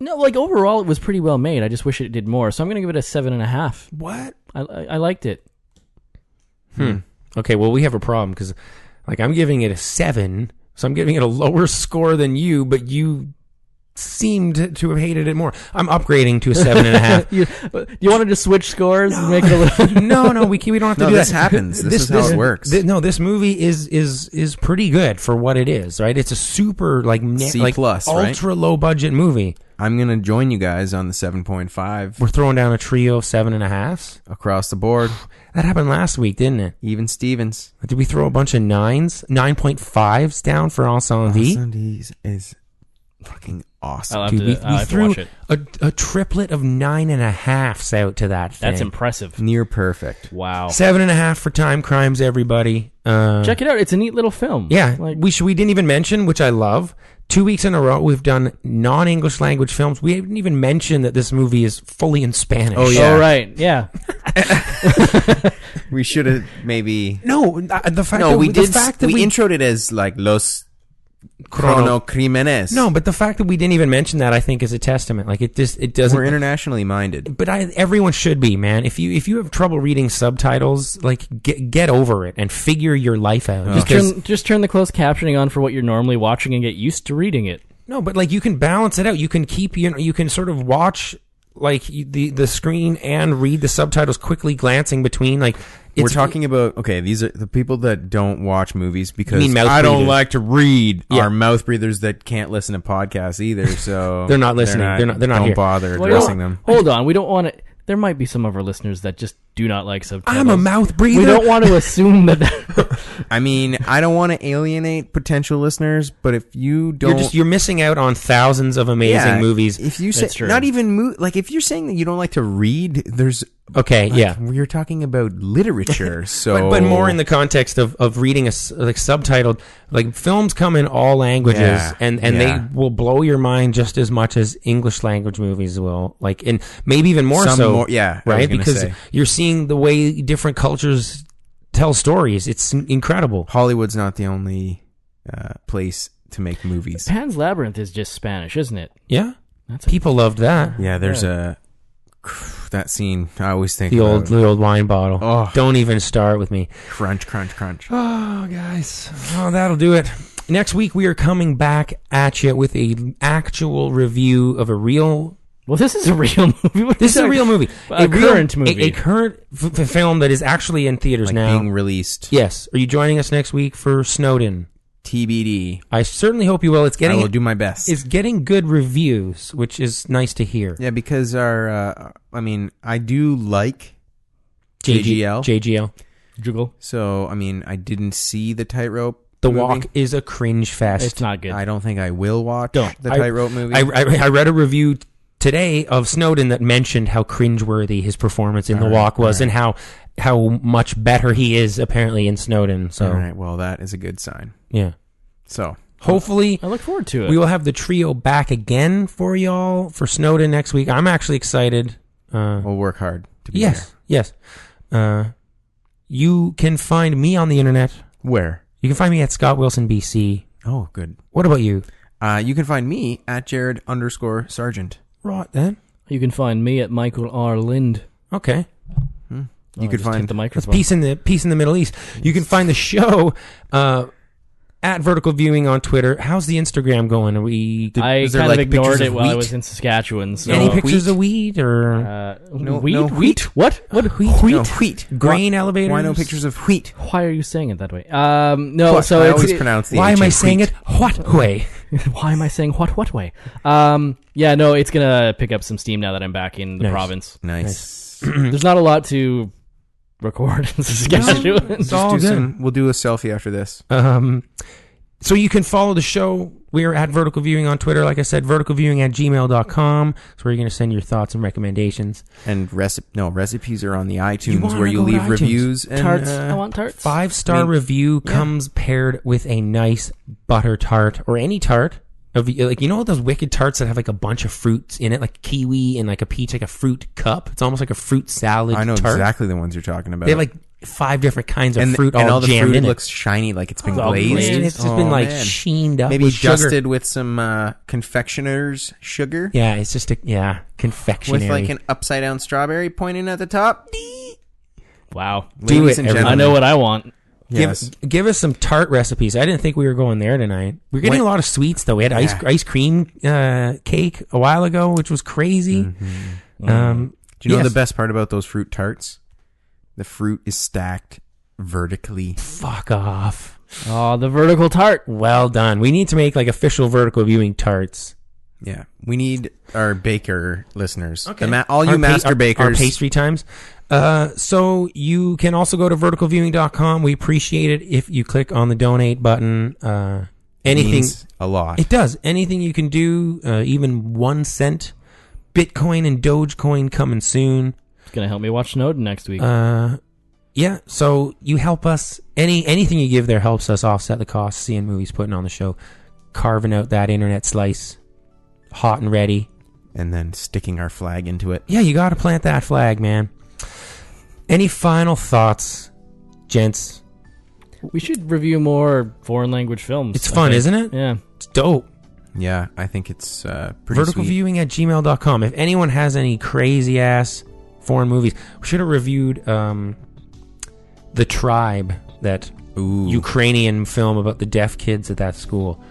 Speaker 7: No, like overall, it was pretty well made. I just wish it did more. So I'm going to give it a seven and a half.
Speaker 6: What?
Speaker 7: I I, I liked it.
Speaker 5: Hmm. Okay, well we have a problem because, like, I'm giving it a seven, so I'm giving it a lower score than you, but you seemed to have hated it more. I'm upgrading to a seven and a half.
Speaker 7: you uh, you want to just switch scores and make it a little?
Speaker 5: no, no, we can, we don't have to
Speaker 6: No,
Speaker 5: do
Speaker 6: this
Speaker 5: that.
Speaker 6: happens. This is how it works.
Speaker 5: thi- no, this movie is is is pretty good for what it is, right? It's a super like na-
Speaker 6: C
Speaker 5: like
Speaker 6: plus, right?
Speaker 5: ultra low budget movie.
Speaker 6: I'm gonna join you guys on the 7.5
Speaker 5: We're throwing down a trio of seven and a halfs.
Speaker 6: across the board.
Speaker 5: That happened last week, didn't it?
Speaker 6: Even Stevens.
Speaker 5: Did we throw a bunch of nines, nine point fives down for Ensemble V?
Speaker 6: Sundays is fucking awesome.
Speaker 7: I'll have
Speaker 5: Dude,
Speaker 7: to,
Speaker 5: we,
Speaker 7: I'll
Speaker 5: we
Speaker 7: have to
Speaker 5: threw
Speaker 7: watch it.
Speaker 5: a, a triplet of nine and a halfs out to that thing.
Speaker 7: That's impressive.
Speaker 6: Near perfect.
Speaker 7: Wow.
Speaker 5: Seven and a half for time crimes, everybody. Uh,
Speaker 7: Check it out. It's a neat little film.
Speaker 5: Yeah,
Speaker 7: Like
Speaker 5: we should, we didn't even mention, which I love. Two weeks in a row, we've done non-English language films. We didn't even mention that this movie is fully in Spanish.
Speaker 6: Oh, yeah.
Speaker 7: Oh right. Yeah.
Speaker 6: We should have maybe.
Speaker 5: No, uh, the fact
Speaker 6: No,
Speaker 5: that
Speaker 6: we
Speaker 5: the
Speaker 6: did. s-
Speaker 5: fact that
Speaker 6: we,
Speaker 5: we,
Speaker 6: introed it as like Los
Speaker 5: Chrono-
Speaker 6: Cronocrimenes.
Speaker 5: no, but the fact that we didn't even mention that, I think, is a testament. Like it just it doesn't.
Speaker 6: we're internationally minded.
Speaker 5: but I, everyone should be, man. If you if you have trouble reading subtitles, like get get over it and figure your life out.
Speaker 6: Oh.
Speaker 7: Just
Speaker 5: Because-
Speaker 7: turn just turn the closed captioning on for what you're normally watching and get used to reading it.
Speaker 5: No, but like you can balance it out. You can keep you know you can sort of watch like you- the the screen and read the subtitles quickly, glancing between. Like
Speaker 6: We're talking about okay. These are the people that don't watch movies because
Speaker 5: mean mouth
Speaker 6: I don't
Speaker 5: breathers.
Speaker 6: like to read.
Speaker 5: Yeah.
Speaker 6: Are mouth breathers that can't listen to podcasts either. So
Speaker 5: They're not listening. They're not- they're not
Speaker 6: don't
Speaker 5: here.
Speaker 6: bother
Speaker 7: Well,
Speaker 6: addressing
Speaker 7: don't-
Speaker 6: them.
Speaker 7: Hold on, we don't want to. There might be some of our listeners that just do not like subtitles.
Speaker 5: I'm a mouth breather.
Speaker 7: We don't want to assume that. that
Speaker 6: I mean, I don't want to alienate potential listeners, but if you don't,
Speaker 5: You're just you're missing out on thousands of amazing
Speaker 6: Yeah,
Speaker 5: movies.
Speaker 6: If you say
Speaker 7: That's true.
Speaker 6: not even mo- like if you're saying that you don't like to read, there's
Speaker 5: Okay,
Speaker 6: like,
Speaker 5: Oh, yeah.
Speaker 6: we're talking about literature. So,
Speaker 5: But, but more in the context of, of reading a s- like subtitled like films come in all languages
Speaker 6: Yeah,
Speaker 5: and, and
Speaker 6: yeah.
Speaker 5: they will blow your mind just as much as English language movies will like and maybe even more
Speaker 6: Some
Speaker 5: so
Speaker 6: more- yeah, I was
Speaker 5: right
Speaker 6: gonna
Speaker 5: because
Speaker 6: say.
Speaker 5: you're seeing the way different cultures tell stories it's n- incredible
Speaker 6: Hollywood's not the only uh, place to make movies.
Speaker 7: Pan's Labyrinth is just Spanish, isn't it?
Speaker 5: yeah
Speaker 7: That's a,
Speaker 5: people loved that
Speaker 6: Yeah, there's a that scene. I always think
Speaker 5: the
Speaker 6: about
Speaker 5: old
Speaker 6: it.
Speaker 5: the old wine bottle
Speaker 6: Oh.
Speaker 5: don't even start with me
Speaker 6: crunch, crunch, crunch.
Speaker 5: Oh, guys. Oh, that'll do it. Next week, we are coming back at you with a actual review of a real.
Speaker 7: well, this is a real movie. What are
Speaker 5: This is
Speaker 7: you
Speaker 5: a real
Speaker 7: talking-
Speaker 5: movie.
Speaker 7: A,
Speaker 5: real-
Speaker 7: current
Speaker 5: a-
Speaker 7: movie.
Speaker 5: A, current f- f- film that is actually in theaters
Speaker 6: Like
Speaker 5: now.
Speaker 6: being released.
Speaker 5: yes. Are you joining us next week for Snowden?
Speaker 6: TBD.
Speaker 5: I certainly hope you will. It's
Speaker 6: I
Speaker 5: getting
Speaker 6: will do my best.
Speaker 5: it's getting good reviews, which is nice to hear.
Speaker 6: yeah, because our, uh, I mean, I do like JGL.
Speaker 5: JGL.
Speaker 7: Juggle.
Speaker 6: So, I mean, I didn't see the tightrope.
Speaker 5: The
Speaker 6: movie.
Speaker 5: Walk is a cringe fest.
Speaker 7: It's not good.
Speaker 6: I don't think I will watch
Speaker 5: Don't.
Speaker 6: the
Speaker 5: I-
Speaker 6: tightrope movie.
Speaker 5: I, I, I read a review today of Snowden that mentioned how cringeworthy his performance in The Walk was, and how how much better he is apparently in Snowden. So
Speaker 6: All right. Well, that is a good sign.
Speaker 5: yeah,
Speaker 6: So,
Speaker 5: hopefully
Speaker 7: I look forward to it.
Speaker 5: we will have the trio back again for y'all for Snowden next week. I'm actually excited. Uh,
Speaker 6: we'll work hard to be
Speaker 5: yes, yes. Uh, you can find me on the internet.
Speaker 6: there. Where?
Speaker 5: You can find me at Scott Wilson BC.
Speaker 6: Oh, good.
Speaker 5: What about you?
Speaker 6: Uh, you can find me at Jared underscore Sergeant.
Speaker 5: Right then.
Speaker 7: You can find me at Michael R. Lind.
Speaker 5: Okay.
Speaker 7: You could find the
Speaker 5: That's
Speaker 7: microphone.
Speaker 5: peace in the peace in the Middle East. You can find the show uh, at Vertical Viewing on Twitter. How's the Instagram going? Are we?
Speaker 7: I
Speaker 5: is there,
Speaker 7: kind
Speaker 5: like,
Speaker 7: of ignored
Speaker 5: pictures
Speaker 7: it while I
Speaker 5: wheat?
Speaker 7: was in Saskatchewan. So
Speaker 5: Any pictures of wheat or
Speaker 7: Uh,
Speaker 6: No-
Speaker 7: wheat?
Speaker 6: no
Speaker 7: wheat?
Speaker 6: wheat.
Speaker 7: What? What? Wheat?
Speaker 5: wheat?
Speaker 6: No, wheat.
Speaker 5: Grain
Speaker 6: Why-
Speaker 5: elevators?
Speaker 6: Why no pictures of wheat?
Speaker 7: Why are you saying it that way? Um, no.
Speaker 6: Fuck,
Speaker 7: so
Speaker 6: I
Speaker 7: it's,
Speaker 6: always
Speaker 7: it-
Speaker 6: pronounce the
Speaker 5: Why am I
Speaker 6: H as
Speaker 5: saying
Speaker 6: wheat.
Speaker 5: it? What way?
Speaker 7: Why am I saying what? What way? Um, yeah. No, it's gonna pick up some steam now that I'm back in the
Speaker 5: Nice.
Speaker 7: province.
Speaker 6: Nice.
Speaker 7: There's not a lot to record in Saskatchewan.
Speaker 5: It's all
Speaker 6: do
Speaker 5: good.
Speaker 6: some, we'll do a selfie after this.
Speaker 5: Um, so you can follow the show. We are at Vertical Viewing on Twitter. Like I said, verticalviewing at gmail.com. That's where you're going to send your thoughts and recommendations.
Speaker 6: And recipe no recipes are on the
Speaker 5: You
Speaker 6: iTunes
Speaker 5: wanna
Speaker 6: where you
Speaker 5: go to
Speaker 6: leave
Speaker 5: iTunes.
Speaker 6: reviews and
Speaker 7: tarts.
Speaker 6: uh,
Speaker 7: I want tarts.
Speaker 5: Five star
Speaker 6: mean,
Speaker 5: review comes paired with a nice butter tart or any tart. Of, like you know those wicked tarts that have like a bunch of fruits in it, like kiwi and like a peach, like a fruit cup. It's almost like a fruit salad.
Speaker 6: I know
Speaker 5: tart.
Speaker 6: exactly the ones you're talking about.
Speaker 5: They have like five different kinds of
Speaker 6: and
Speaker 5: fruit
Speaker 6: and
Speaker 5: all,
Speaker 6: all the
Speaker 5: jammed
Speaker 6: fruit
Speaker 5: in it.
Speaker 6: looks shiny like it's been
Speaker 7: all
Speaker 6: glazed.
Speaker 7: glazed.
Speaker 5: And Oh, it's just been
Speaker 6: Oh,
Speaker 5: like
Speaker 6: man.
Speaker 5: sheened up
Speaker 6: maybe
Speaker 5: with sugar.
Speaker 6: dusted with some uh, confectioner's sugar.
Speaker 5: Yeah, it's just a yeah confectionery.
Speaker 6: With like an upside down strawberry pointing at the top.
Speaker 7: Wow.
Speaker 5: Do
Speaker 6: Ladies
Speaker 5: it,
Speaker 6: and
Speaker 5: everyone.
Speaker 7: I
Speaker 6: gentlemen.
Speaker 7: know what I want.
Speaker 5: Give,
Speaker 6: Yes.
Speaker 5: give us some tart recipes. I didn't think we were going there tonight. We're getting
Speaker 6: When-
Speaker 5: a lot of sweets though. We had ice
Speaker 6: Yeah.
Speaker 5: ice cream uh, cake a while ago, which was crazy.
Speaker 6: Mm-hmm.
Speaker 5: Um,
Speaker 6: Do you know
Speaker 5: yes.
Speaker 6: the best part about those fruit tarts? The fruit is stacked vertically.
Speaker 5: Fuck off.
Speaker 7: Oh, the vertical tart.
Speaker 5: Well done. We need to make like official vertical viewing tarts.
Speaker 6: Yeah, we need our baker listeners. The ma- all you
Speaker 5: Our pa-
Speaker 6: master
Speaker 5: our-
Speaker 6: bakers.
Speaker 5: our pastry times. Uh, so you can also go to verticalviewing.com. We appreciate it if you click on the donate button. Uh, anything
Speaker 6: means a lot.
Speaker 5: It does. Anything you can do, uh, even one cent. Bitcoin and Dogecoin coming soon.
Speaker 7: It's gonna help me watch Snowden next week.
Speaker 5: Uh, yeah. So you help us. Any anything you give there helps us offset the cost. Seeing movies, putting on the show, carving out that internet slice, hot and ready.
Speaker 6: and then sticking our flag into it.
Speaker 5: Yeah, you got to plant that flag, man. Any final thoughts, gents?
Speaker 7: we should review more foreign language films.
Speaker 5: It's fun,
Speaker 7: think.
Speaker 5: isn't it?
Speaker 7: Yeah.
Speaker 5: It's dope.
Speaker 6: Yeah, I think it's uh, pretty
Speaker 5: vertical
Speaker 6: sweet.
Speaker 5: viewing at gmail.com if anyone has any crazy ass foreign movies we should have reviewed um, the tribe that
Speaker 6: Ooh,
Speaker 5: ukrainian film about the deaf kids at that school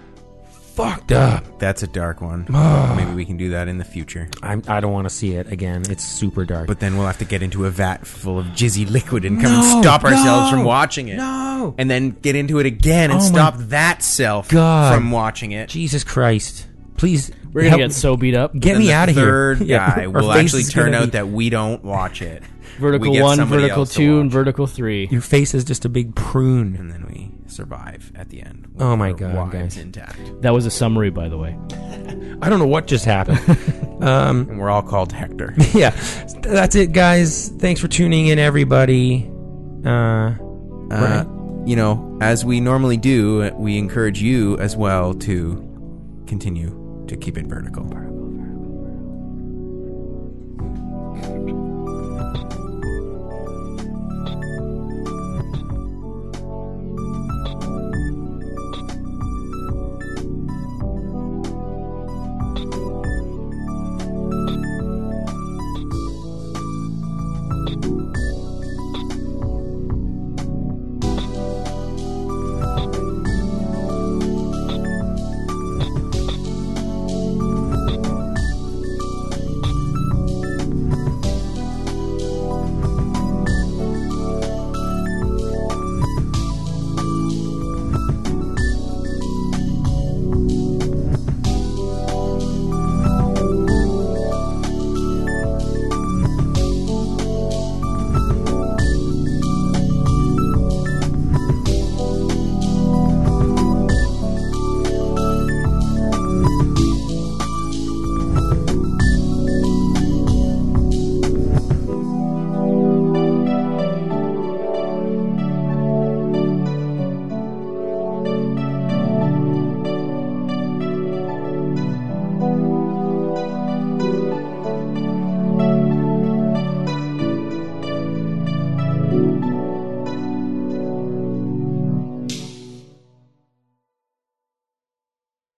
Speaker 5: fucked up
Speaker 6: that's a dark one.
Speaker 5: Ah.
Speaker 6: Maybe we can do that in the future.
Speaker 5: I, I don't want to see it again it's super dark
Speaker 6: But then we'll have to get into a vat full of jizzy liquid and come
Speaker 5: No,
Speaker 6: and stop ourselves
Speaker 5: no,
Speaker 6: from watching it.
Speaker 5: no.
Speaker 6: And then get into it again and
Speaker 5: Oh my
Speaker 6: stop that self
Speaker 5: God.
Speaker 6: from watching it.
Speaker 5: jesus christ please
Speaker 7: We're gonna
Speaker 5: help-
Speaker 7: get so beat up.
Speaker 5: get
Speaker 6: And
Speaker 5: me
Speaker 6: the
Speaker 5: out of here
Speaker 6: third
Speaker 5: Yeah,
Speaker 6: guy
Speaker 5: our
Speaker 6: will
Speaker 5: face
Speaker 6: actually
Speaker 5: is gonna
Speaker 6: turn out
Speaker 5: be-
Speaker 6: that we don't watch it.
Speaker 7: vertical
Speaker 6: We get
Speaker 7: one,
Speaker 6: somebody
Speaker 7: vertical
Speaker 6: else to
Speaker 7: two, and
Speaker 6: watch it.
Speaker 7: vertical three.
Speaker 5: your face is just a big prune
Speaker 6: And then we survive at the end. with
Speaker 5: Oh my
Speaker 6: our
Speaker 5: God,
Speaker 6: wives
Speaker 5: guys.
Speaker 6: intact.
Speaker 7: That was a summary, by the way.
Speaker 6: Hmm.
Speaker 5: i don't know what just happened
Speaker 6: And we're all called Hector.
Speaker 5: yeah that's it guys thanks for tuning in everybody uh
Speaker 6: Uh, you know, as we normally do, we encourage you as well to continue to keep it vertical.